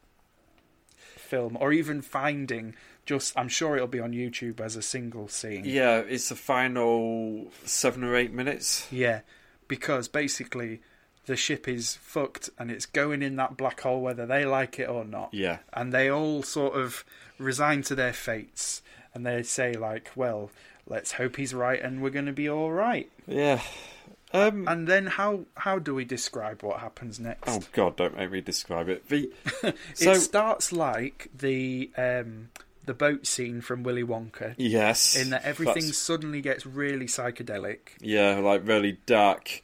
[SPEAKER 2] film or even finding just I'm sure it'll be on YouTube as a single scene.
[SPEAKER 1] Yeah, it's the final seven or eight minutes.
[SPEAKER 2] Yeah, because basically the ship is fucked and it's going in that black hole whether they like it or not.
[SPEAKER 1] Yeah,
[SPEAKER 2] and they all sort of resign to their fates and they say like well let's hope he's right and we're going to be all right
[SPEAKER 1] yeah. Um,
[SPEAKER 2] and then how how do we describe what happens next
[SPEAKER 1] oh God, don't make me describe it.
[SPEAKER 2] [LAUGHS]
[SPEAKER 1] The, so
[SPEAKER 2] it starts like the um the boat scene from willy wonka
[SPEAKER 1] yes,
[SPEAKER 2] in that everything
[SPEAKER 1] that's-
[SPEAKER 2] suddenly gets really psychedelic
[SPEAKER 1] yeah, like really dark,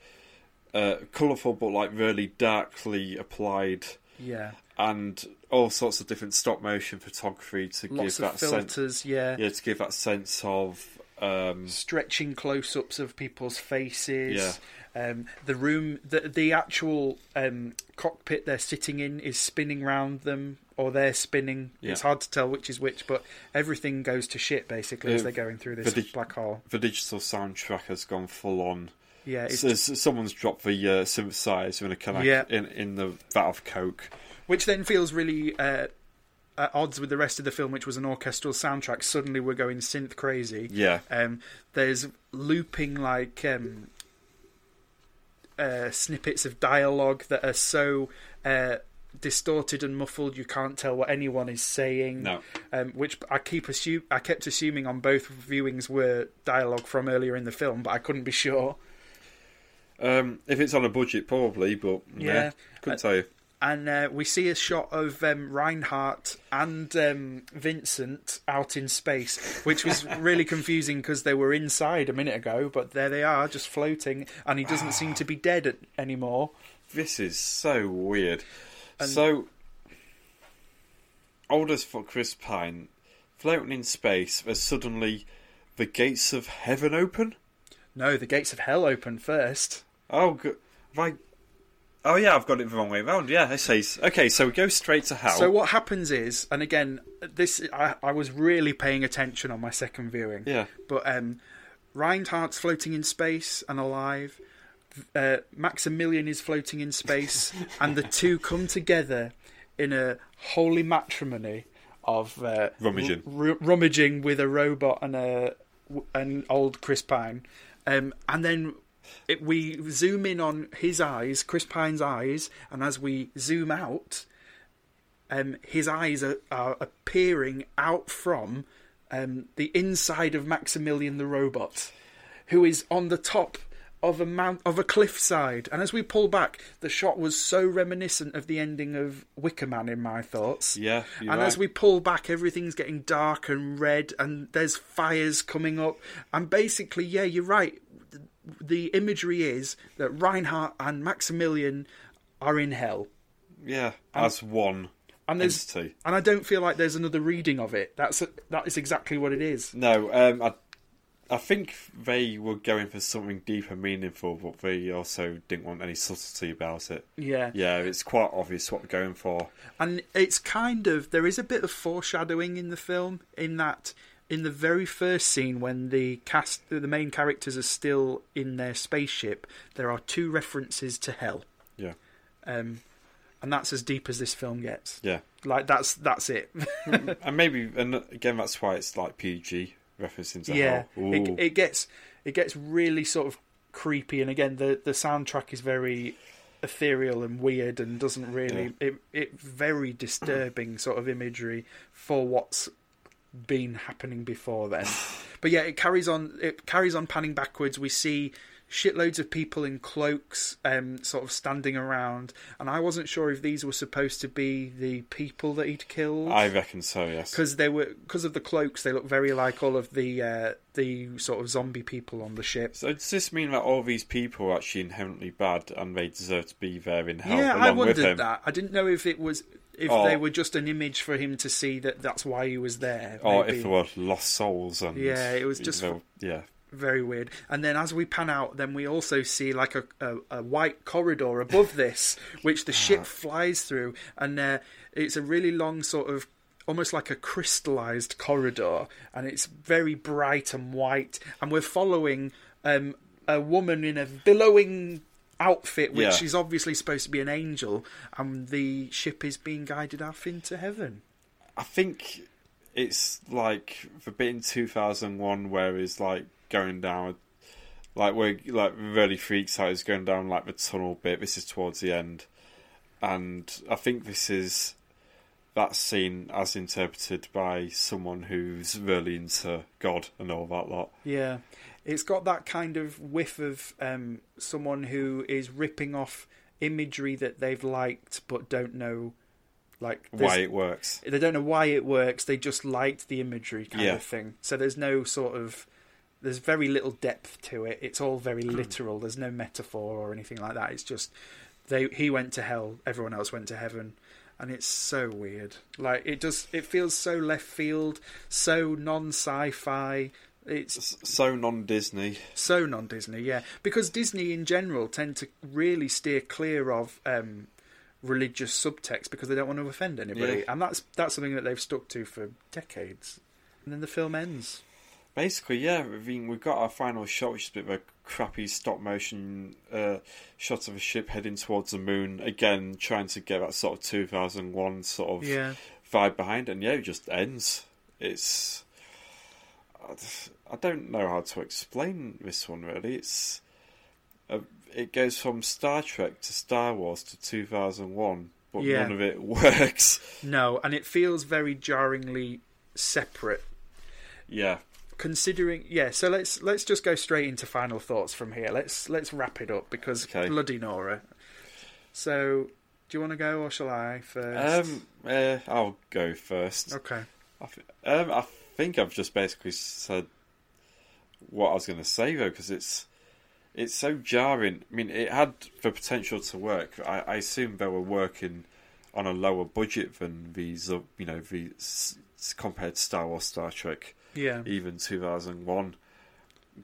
[SPEAKER 1] uh, colourful, but like really darkly applied,
[SPEAKER 2] yeah
[SPEAKER 1] and all sorts of different stop motion photography to
[SPEAKER 2] lots
[SPEAKER 1] give that
[SPEAKER 2] of
[SPEAKER 1] sense.
[SPEAKER 2] filters yeah,
[SPEAKER 1] Yeah, to give that sense of um,
[SPEAKER 2] stretching close-ups of people's faces. Um, the room, the the actual um, cockpit they're sitting in is spinning round them, or they're spinning. It's
[SPEAKER 1] Yeah.
[SPEAKER 2] hard to tell which is which, but everything goes to shit basically as
[SPEAKER 1] Uh,
[SPEAKER 2] they're going through this
[SPEAKER 1] the dig-
[SPEAKER 2] black hole.
[SPEAKER 1] the digital soundtrack has gone full on.
[SPEAKER 2] Yeah, it's,
[SPEAKER 1] So- so someone's dropped the uh, synthesizer in a Kodak,
[SPEAKER 2] Yeah.
[SPEAKER 1] in in the vat of coke.
[SPEAKER 2] which then feels really. Uh, at odds with the rest of the film, which was an orchestral soundtrack, suddenly we're going synth crazy.
[SPEAKER 1] Yeah,
[SPEAKER 2] Um, there's looping like um, uh, snippets of dialogue that are so uh, distorted and muffled you can't tell what anyone is saying.
[SPEAKER 1] No.
[SPEAKER 2] Um, which I keep assume I kept assuming on both viewings were dialogue from earlier in the film, but I couldn't be sure.
[SPEAKER 1] Um, if it's on a budget, probably, but yeah,
[SPEAKER 2] Yeah.
[SPEAKER 1] couldn't tell you.
[SPEAKER 2] And uh, we see a shot of um, Reinhardt and um, Vincent out in space, which was really confusing because they were inside a minute ago, but there they are, just floating, and he doesn't seem to be dead at- anymore.
[SPEAKER 1] This is so weird. so, old as fuck Chris Pine, floating in space, as suddenly the gates of heaven open?
[SPEAKER 2] No, the gates of hell open first.
[SPEAKER 1] Oh, good. Right. Oh, yeah, I've got it the wrong way round. Yeah, I say. Okay, so we go straight to hell.
[SPEAKER 2] So what happens is, and again, this I, I was really paying attention on my second viewing.
[SPEAKER 1] Yeah.
[SPEAKER 2] But um, Reinhardt's floating in space and alive. Uh, Maximilian is floating in space, and the two come together in a holy matrimony of uh,
[SPEAKER 1] Rummaging.
[SPEAKER 2] r- r- rummaging with a robot and a an old Chris Pine, um, and then it, we zoom in on his eyes, Chris Pine's eyes, and as we zoom out, um, his eyes are, are appearing out from um, the inside of Maximilian the robot, who is on the top of a mount of a cliffside. And as we pull back, the shot was so reminiscent of the ending of Wicker Man in my thoughts.
[SPEAKER 1] Yeah,
[SPEAKER 2] and
[SPEAKER 1] you're
[SPEAKER 2] as
[SPEAKER 1] right.
[SPEAKER 2] we pull back, everything's getting dark and red, and there's fires coming up. And basically, yeah, you're right. The- The imagery is that Reinhardt and Maximilian are in hell.
[SPEAKER 1] yeah, as one
[SPEAKER 2] And there's
[SPEAKER 1] entity.
[SPEAKER 2] and I don't feel like there's another reading of it. That's that is exactly what it is.
[SPEAKER 1] No, um, I, I think they were going for something deep and meaningful, but they also didn't want any subtlety about it.
[SPEAKER 2] Yeah.
[SPEAKER 1] Yeah, it's quite obvious what they're going for.
[SPEAKER 2] And it's kind of there is a bit of foreshadowing in the film in that in the very first scene when the cast the main characters are still in their spaceship, there are two references to hell.
[SPEAKER 1] Yeah,
[SPEAKER 2] Um and that's as deep as this film gets. [LAUGHS]
[SPEAKER 1] yeah.
[SPEAKER 2] Like that's that's it. [LAUGHS]
[SPEAKER 1] And maybe, and again, that's why it's like PG referencing to
[SPEAKER 2] yeah.
[SPEAKER 1] hell. Ooh.
[SPEAKER 2] It, it gets it gets really sort of creepy and again the the soundtrack is very ethereal and weird and doesn't really it it very disturbing [CLEARS THROAT] sort of imagery for what's been happening
[SPEAKER 1] [SIGHS]
[SPEAKER 2] before then. but yeah, it carries on. It carries on panning backwards. We see shitloads of people in cloaks, um, sort of standing around. And I wasn't sure if these were supposed to be the people that he'd killed
[SPEAKER 1] I reckon so. Yes.
[SPEAKER 2] because they were because of the cloaks. They look very like all of the uh, the sort of zombie people on the ship.
[SPEAKER 1] So does this mean that all these people are actually inherently bad and they deserve to be there in hell
[SPEAKER 2] yeah,
[SPEAKER 1] along with
[SPEAKER 2] I
[SPEAKER 1] him? Oh.
[SPEAKER 2] wondered that. I didn't know if it was if
[SPEAKER 1] Or-
[SPEAKER 2] they were just an image for him to see that that's why he was there.
[SPEAKER 1] Or
[SPEAKER 2] maybe.
[SPEAKER 1] Oh, if there were lost souls and
[SPEAKER 2] Yeah, it was just-
[SPEAKER 1] they were- yeah,
[SPEAKER 2] very weird. And then as we pan out, then we also see like a a, a white corridor above [LAUGHS] this, which the ship flies through, and uh, it's a really long sort of almost like a crystallized corridor, and it's very bright and white, and we're following um, a woman in a billowing outfit which
[SPEAKER 1] Yeah.
[SPEAKER 2] is obviously supposed to be an angel and the ship is being guided off into heaven
[SPEAKER 1] I think it's like the bit in two thousand one where he's like going down, like where like really freaks out. He's going down like the tunnel bit. This is towards the end, and I think this is that scene as interpreted by someone who's really into God and all that lot.
[SPEAKER 2] Yeah, it's got that kind of whiff of um, someone who is ripping off imagery that they've liked but don't know, like there's-
[SPEAKER 1] Why it works?
[SPEAKER 2] they don't know why it works. They just liked the imagery kind
[SPEAKER 1] Yeah.
[SPEAKER 2] of thing. So there's no sort of there's very little depth to it. It's all very
[SPEAKER 1] Hmm.
[SPEAKER 2] literal. There's no metaphor or anything like that. It's just they he went to hell, everyone else went to heaven, and it's so weird. Like it does. It feels so left field, so non sci-fi. It's
[SPEAKER 1] S- So non-Disney.
[SPEAKER 2] so non Disney, yeah. Because Disney in general tend to really steer clear of um, religious subtext because they don't want to offend anybody,
[SPEAKER 1] Yeah.
[SPEAKER 2] and that's that's something that they've stuck to for decades. And then the film ends.
[SPEAKER 1] Basically, yeah, I mean, we've got our final shot, which is a bit of a crappy stop motion uh, shot of a ship heading towards the moon. Again, trying to get that sort of 2001 sort of
[SPEAKER 2] Yeah,
[SPEAKER 1] vibe behind, and yeah, it just ends. It's. I don't know how to explain this one really. It's. Uh, it goes from Star Trek to Star Wars to 2001, but
[SPEAKER 2] Yeah.
[SPEAKER 1] none of it [LAUGHS] works.
[SPEAKER 2] No, and it feels very jarringly separate.
[SPEAKER 1] Yeah,
[SPEAKER 2] Considering, yeah. So let's let's just go straight into final thoughts from here. Let's let's wrap it up because
[SPEAKER 1] Okay.
[SPEAKER 2] bloody Nora. So, do you want to go or shall I first?
[SPEAKER 1] um, uh, I'll go first.
[SPEAKER 2] okay.
[SPEAKER 1] I, th- um, I think I've just basically said what I was going to say though, because it's it's so jarring. I mean, it had the potential to work. I, I assume they were working on a lower budget than these, uh, you know, these compared to Star Wars, Star Trek,
[SPEAKER 2] Yeah.
[SPEAKER 1] even two thousand one.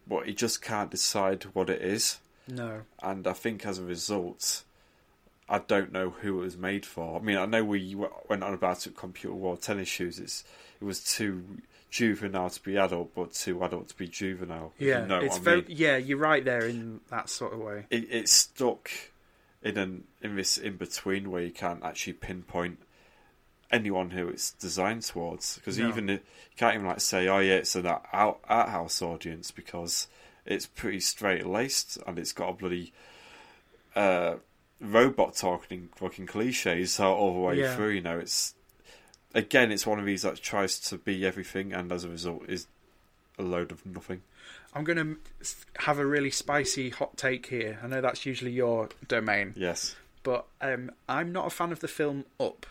[SPEAKER 1] But it just can't decide what it is,
[SPEAKER 2] No.
[SPEAKER 1] and I think as a result. I don't know who it was made for. I mean, I know we w- went on about it. Computer World Tennis Shoes. It's it was too juvenile to be adult, but too adult to be juvenile. if you
[SPEAKER 2] Yeah.
[SPEAKER 1] know
[SPEAKER 2] it's
[SPEAKER 1] what I
[SPEAKER 2] very.
[SPEAKER 1] mean.
[SPEAKER 2] Yeah, you're right there in that sort of way.
[SPEAKER 1] It, it's stuck in an in this in between where you can't actually pinpoint anyone who it's designed towards because
[SPEAKER 2] No.
[SPEAKER 1] even it, you can't even like say, oh yeah, it's an art, art house audience because it's pretty straight laced and it's got a bloody. Uh, robot talking fucking cliches all all the way
[SPEAKER 2] Yeah.
[SPEAKER 1] through. You know, it's again, it's one of these that tries to be everything, and as a result, is a load of nothing.
[SPEAKER 2] I'm gonna have a really spicy hot take here. I know that's usually your domain,
[SPEAKER 1] Yes.
[SPEAKER 2] but um, I'm not a fan of the film Up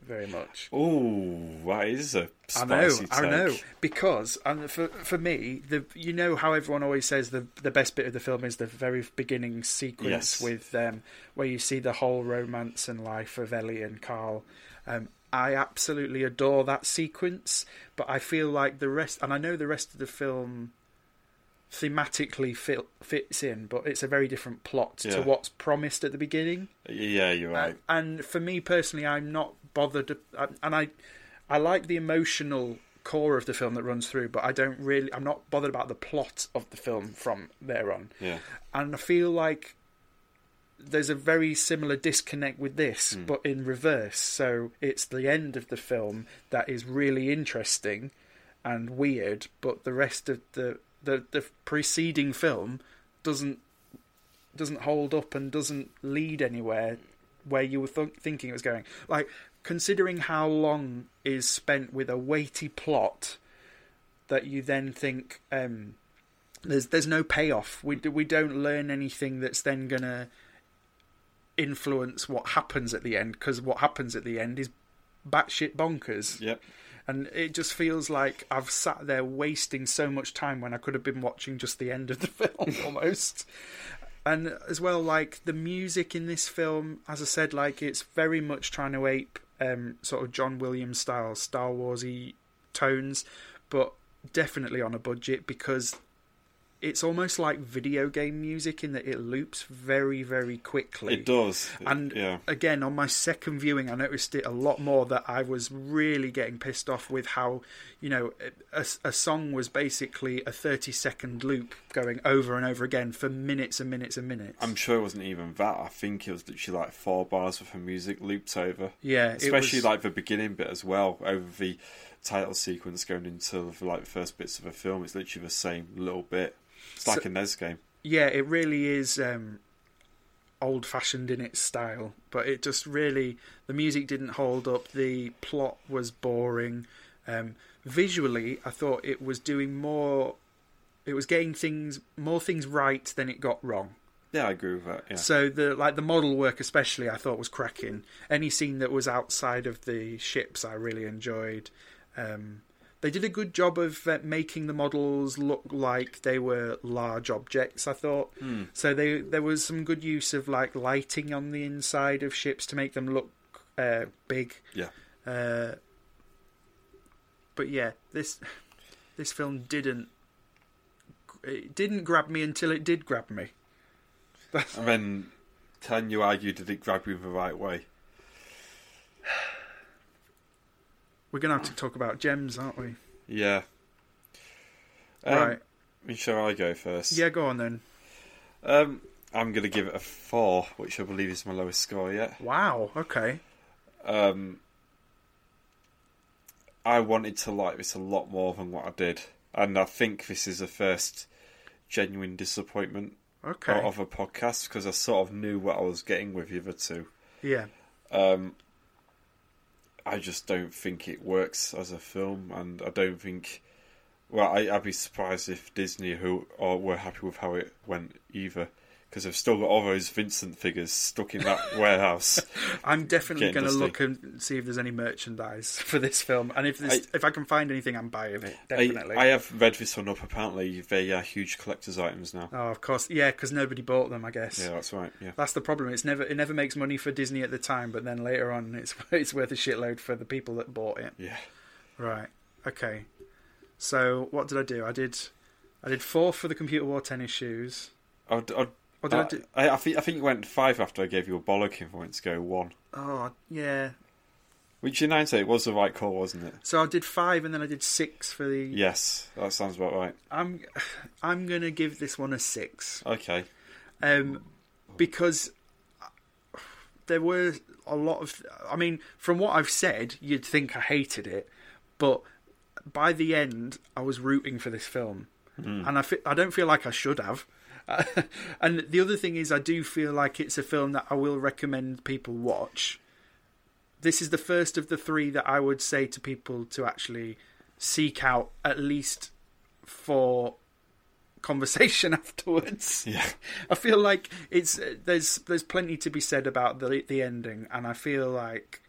[SPEAKER 2] very much.
[SPEAKER 1] Oh, that is a
[SPEAKER 2] I know,
[SPEAKER 1] spicy
[SPEAKER 2] I
[SPEAKER 1] take.
[SPEAKER 2] know, because and for for me, the you know how everyone always says the the best bit of the film is the very beginning sequence
[SPEAKER 1] Yes.
[SPEAKER 2] with um, where you see the whole romance and life of Ellie and Carl. Um, I absolutely adore that sequence, but I feel like the rest, and I know the rest of the film thematically fit, fits in, but it's a very different plot
[SPEAKER 1] Yeah.
[SPEAKER 2] to what's promised at the beginning.
[SPEAKER 1] Yeah, you're right.
[SPEAKER 2] Uh, and for me personally, I'm not bothered, uh, and I, I like the emotional core of the film that runs through, but I don't really, I'm not bothered about the plot of the film from there on.
[SPEAKER 1] yeah,
[SPEAKER 2] And I feel like there's a very similar disconnect with this, but in reverse. So it's the end of the film that is really interesting and weird, but the rest of the the, the preceding film doesn't doesn't hold up and doesn't lead anywhere where you were th- thinking it was going. Like considering how long is spent with a weighty plot that you then think um, there's there's no payoff. We do- we don't learn anything that's then gonna influence what happens at the end because what happens at the end is batshit bonkers
[SPEAKER 1] yep.
[SPEAKER 2] and it just feels like I've sat there wasting so much time when I could have been watching just the end of the [LAUGHS] film almost. And as well, like the music in this film, as I said, like it's very much trying to ape um, sort of John Williams style Star Warsy tones, but definitely on a budget because it's almost like video game music in that it loops very, very quickly
[SPEAKER 1] It does. It-
[SPEAKER 2] And-
[SPEAKER 1] yeah,
[SPEAKER 2] again on my second viewing i noticed it a lot more that i was really getting pissed off with how you know a, a song was basically a 30 second loop going over and over again for minutes and minutes and minutes
[SPEAKER 1] I'm sure it wasn't even that. I think it was literally like four bars of her music looped over,
[SPEAKER 2] yeah it
[SPEAKER 1] especially
[SPEAKER 2] was-
[SPEAKER 1] like the beginning bit as well. Over the title sequence going into the, like the first bits of the film, it's literally the same little bit. It's like
[SPEAKER 2] So-
[SPEAKER 1] a NES game.
[SPEAKER 2] yeah it really is um old fashioned in its style but it just really the music didn't hold up the plot was boring um visually i thought it was doing more it was getting things more things right than it got wrong
[SPEAKER 1] Yeah, I agree with that. Yeah,
[SPEAKER 2] So the like the model work especially I thought was cracking. Any scene that was outside of the ships I really enjoyed. Um, they did a good job of uh, making the models look like they were large objects. I thought
[SPEAKER 1] Hmm.
[SPEAKER 2] so. They there was some good use of like lighting on the inside of ships to make them look uh, big.
[SPEAKER 1] Yeah.
[SPEAKER 2] Uh, but yeah, this [LAUGHS] this film didn't it didn't grab me until it did grab me.
[SPEAKER 1] and then can you argue did it grab you the right way?
[SPEAKER 2] We're gonna have to talk about gems, aren't we?
[SPEAKER 1] Yeah. Um,
[SPEAKER 2] right.
[SPEAKER 1] Shall I go first?
[SPEAKER 2] Yeah, go on then.
[SPEAKER 1] Um, I'm going to give it a four, which I believe is my lowest score yet.
[SPEAKER 2] Wow. Okay.
[SPEAKER 1] Um, I wanted to like this a lot more than what I did, and I think this is the first genuine disappointment
[SPEAKER 2] Okay.
[SPEAKER 1] out of a podcast because I sort of knew what I was getting with the other two.
[SPEAKER 2] Yeah.
[SPEAKER 1] Um, I just don't think it works as a film, and I don't think. Well, I, I'd be surprised if Disney who or were happy with how it went either, because I've still got all those Vincent figures stuck in that [LAUGHS] warehouse.
[SPEAKER 2] I'm definitely
[SPEAKER 1] Getting
[SPEAKER 2] going to
[SPEAKER 1] dusty.
[SPEAKER 2] look and see if there's any merchandise [LAUGHS] for this film, and if this, if I can find anything, I'm buying it definitely.
[SPEAKER 1] I, I have read this one up. Apparently, they are huge collectors' items now.
[SPEAKER 2] oh, of course, yeah, because nobody bought them, I guess.
[SPEAKER 1] Yeah, that's right. Yeah,
[SPEAKER 2] That's the problem. It's never it never makes money for Disney at the time, but then later on, it's [LAUGHS] it's worth a shitload for the people that bought it.
[SPEAKER 1] yeah.
[SPEAKER 2] Right. Okay. So what did I do? I did, I did four for the computer war tennis shoes.
[SPEAKER 1] I'd, I'd,
[SPEAKER 2] What did I
[SPEAKER 1] I,
[SPEAKER 2] do?
[SPEAKER 1] I, think I think you went five after I gave you a bollocking for when to go one,
[SPEAKER 2] Oh yeah.
[SPEAKER 1] which in hindsight was the right call, wasn't it?
[SPEAKER 2] So I did five, and then I did six for the.
[SPEAKER 1] Yes, that sounds about right.
[SPEAKER 2] I'm, [SIGHS] I'm gonna give this one a six.
[SPEAKER 1] Okay.
[SPEAKER 2] um, because there were a lot of. I mean, from what I've said, you'd think I hated it, but by the end, I was rooting for this film, and I fe- I don't feel like I should have. [LAUGHS] and the other thing is, I do feel like it's a film that I will recommend people watch. This is the first of the three that I would say to people to actually seek out at least for conversation [LAUGHS] afterwards.
[SPEAKER 1] Yeah.
[SPEAKER 2] I feel like it's uh, there's there's plenty to be said about the the ending, and I feel like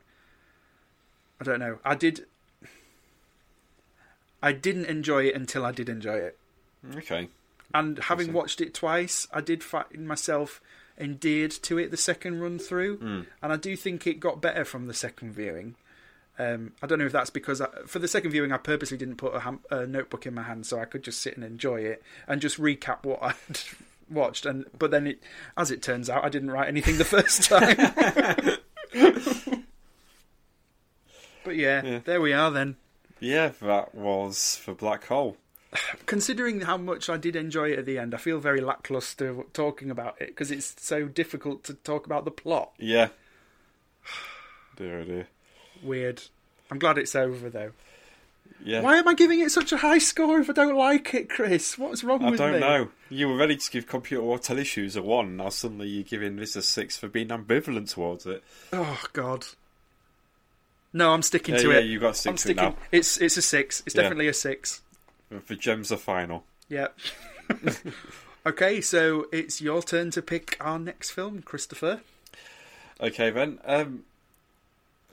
[SPEAKER 2] I don't know. I did. I didn't enjoy it until I did enjoy it,
[SPEAKER 1] Okay.
[SPEAKER 2] and having
[SPEAKER 1] Interesting.
[SPEAKER 2] watched it twice, I did find myself endeared to it the second run through, and I do think it got better from the second viewing. Um, I don't know if that's because I, for the second viewing, I purposely didn't put a, ham- a notebook in my hand so I could just sit and enjoy it and just recap what [LAUGHS] I'd watched. And but then, it, as it turns out, I didn't write anything the first time. [LAUGHS] but yeah,
[SPEAKER 1] Yeah.
[SPEAKER 2] there we are then.
[SPEAKER 1] Yeah, that was for Black Hole.
[SPEAKER 2] Considering how much I did enjoy it at the end, I feel very lackluster talking about it because it's so difficult to talk about the plot.
[SPEAKER 1] Yeah. [SIGHS] Dear, oh dear.
[SPEAKER 2] Weird. I'm glad it's over though.
[SPEAKER 1] Yeah.
[SPEAKER 2] Why am I giving it such a high score if I don't like it, Chris? What's wrong
[SPEAKER 1] I
[SPEAKER 2] with
[SPEAKER 1] don't
[SPEAKER 2] me?
[SPEAKER 1] know. You were ready to give Computer War Teleshoes a one. Now suddenly you're giving this a six for being ambivalent towards it.
[SPEAKER 2] Oh God. No, I'm sticking
[SPEAKER 1] Yeah,
[SPEAKER 2] to
[SPEAKER 1] yeah,
[SPEAKER 2] it.
[SPEAKER 1] you got six
[SPEAKER 2] I'm
[SPEAKER 1] to it
[SPEAKER 2] sticking.
[SPEAKER 1] now.
[SPEAKER 2] It's it's a six. It's
[SPEAKER 1] Yeah.
[SPEAKER 2] definitely a six.
[SPEAKER 1] The gems are final.
[SPEAKER 2] Yeah. [LAUGHS] okay, so it's your turn to pick our next film, Christopher.
[SPEAKER 1] Okay then. Um,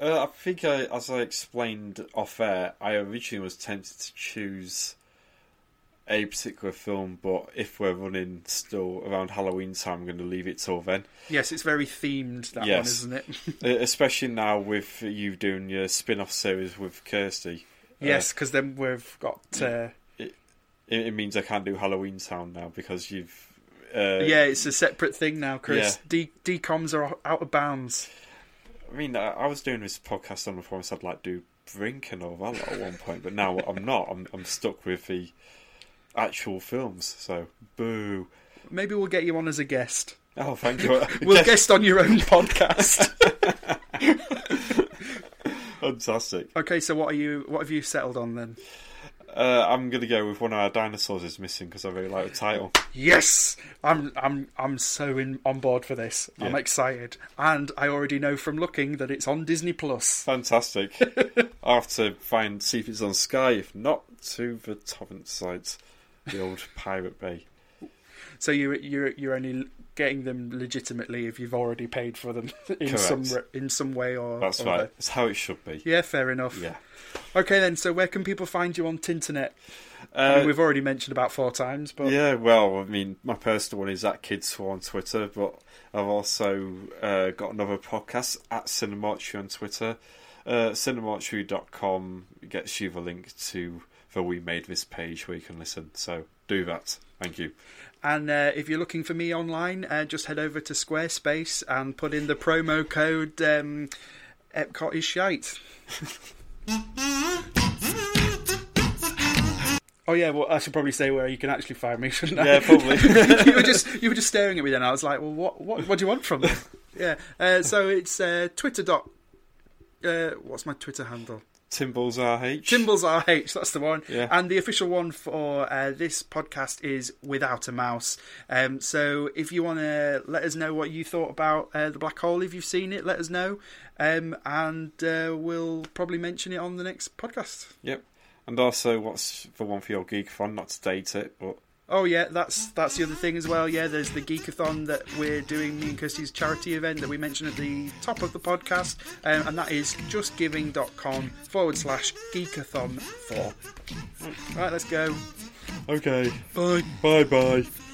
[SPEAKER 1] uh, I think I, as I explained off air, I originally was tempted to choose a particular film, but if we're running still around Halloween time, I'm going to leave it till
[SPEAKER 2] [LAUGHS]
[SPEAKER 1] then.
[SPEAKER 2] Yes, it's very themed that
[SPEAKER 1] Yes.
[SPEAKER 2] one,
[SPEAKER 1] [LAUGHS]
[SPEAKER 2] isn't it?
[SPEAKER 1] Uh, Especially now with you doing your spin-off series with Kirsty,
[SPEAKER 2] yes, because then we've got. Uh,
[SPEAKER 1] it, it means I can't do Halloween Town now because you've. Uh,
[SPEAKER 2] yeah, it's a separate thing now, Chris.
[SPEAKER 1] Yeah.
[SPEAKER 2] D DComs are out of bounds.
[SPEAKER 1] I mean, I, I was doing this podcast on before I said like do Brink and all that lot at one point, but now I'm not. I'm I'm stuck with the actual films. So boo.
[SPEAKER 2] Maybe we'll get you on as a guest.
[SPEAKER 1] Oh, thank you.
[SPEAKER 2] [LAUGHS]
[SPEAKER 1] [LAUGHS]
[SPEAKER 2] We'll guest on your own podcast.
[SPEAKER 1] Fantastic.
[SPEAKER 2] okay, so what are you? What have you settled on then?
[SPEAKER 1] Uh, I'm gonna go with one of our dinosaurs is missing because I really like the title.
[SPEAKER 2] Yes, I'm I'm I'm so in on board for this. I'm
[SPEAKER 1] Yeah.
[SPEAKER 2] excited, and I already know from looking that it's on Disney Plus.
[SPEAKER 1] Fantastic. I'll have to find see if it's on Sky. If not, to the torrent site, the old Pirate Bay.
[SPEAKER 2] So you you you're only getting them legitimately if you've already paid for them [LAUGHS] in
[SPEAKER 1] Correct.
[SPEAKER 2] some re- in some way or
[SPEAKER 1] That's
[SPEAKER 2] or
[SPEAKER 1] right.
[SPEAKER 2] other.
[SPEAKER 1] That's how it should be.
[SPEAKER 2] Yeah, fair enough.
[SPEAKER 1] Yeah.
[SPEAKER 2] Okay then. So where can people find you on Tinternet? I mean,
[SPEAKER 1] Uh,
[SPEAKER 2] we've already mentioned about four times, but
[SPEAKER 1] yeah. Well, I mean, my personal one is at Kids on Twitter, but I've also uh, got another podcast at Cinemarchery on Twitter. Uh, cinemarchery.com gets you the link to the We Made This page where you can listen. So do that. Thank you.
[SPEAKER 2] And uh, if you're looking for me online, uh, just head over to Squarespace and put in the promo code um, Epcot is shite. oh yeah, well I should probably say where you can actually find me, shouldn't I?
[SPEAKER 1] Yeah, probably.
[SPEAKER 2] [LAUGHS] you were just you were just staring at me then. I was like, well, what what what do you want from me? yeah. Uh, so it's uh, Twitter dot. Uh, what's my Twitter handle?
[SPEAKER 1] Timballs RH.
[SPEAKER 2] Timbals RH, that's the one.
[SPEAKER 1] Yeah.
[SPEAKER 2] [LAUGHS] And the official one for uh, this podcast is Without a Mouse. Um, so if you want to let us know what you thought about uh, the black hole, if you've seen it, let us know. Um, and uh, we'll probably mention it on the next podcast.
[SPEAKER 1] Yep. And also, what's the one for your geekathon? Not to date it, but
[SPEAKER 2] Oh yeah, that's that's the other thing as well. Yeah, there's the Geekathon that we're doing, me and Kirsty's charity event that we mentioned at the top of the podcast, um, and that is justgiving.com forward slash Geekathon four. Right, let's go.
[SPEAKER 1] okay.
[SPEAKER 2] Bye.
[SPEAKER 1] Bye bye.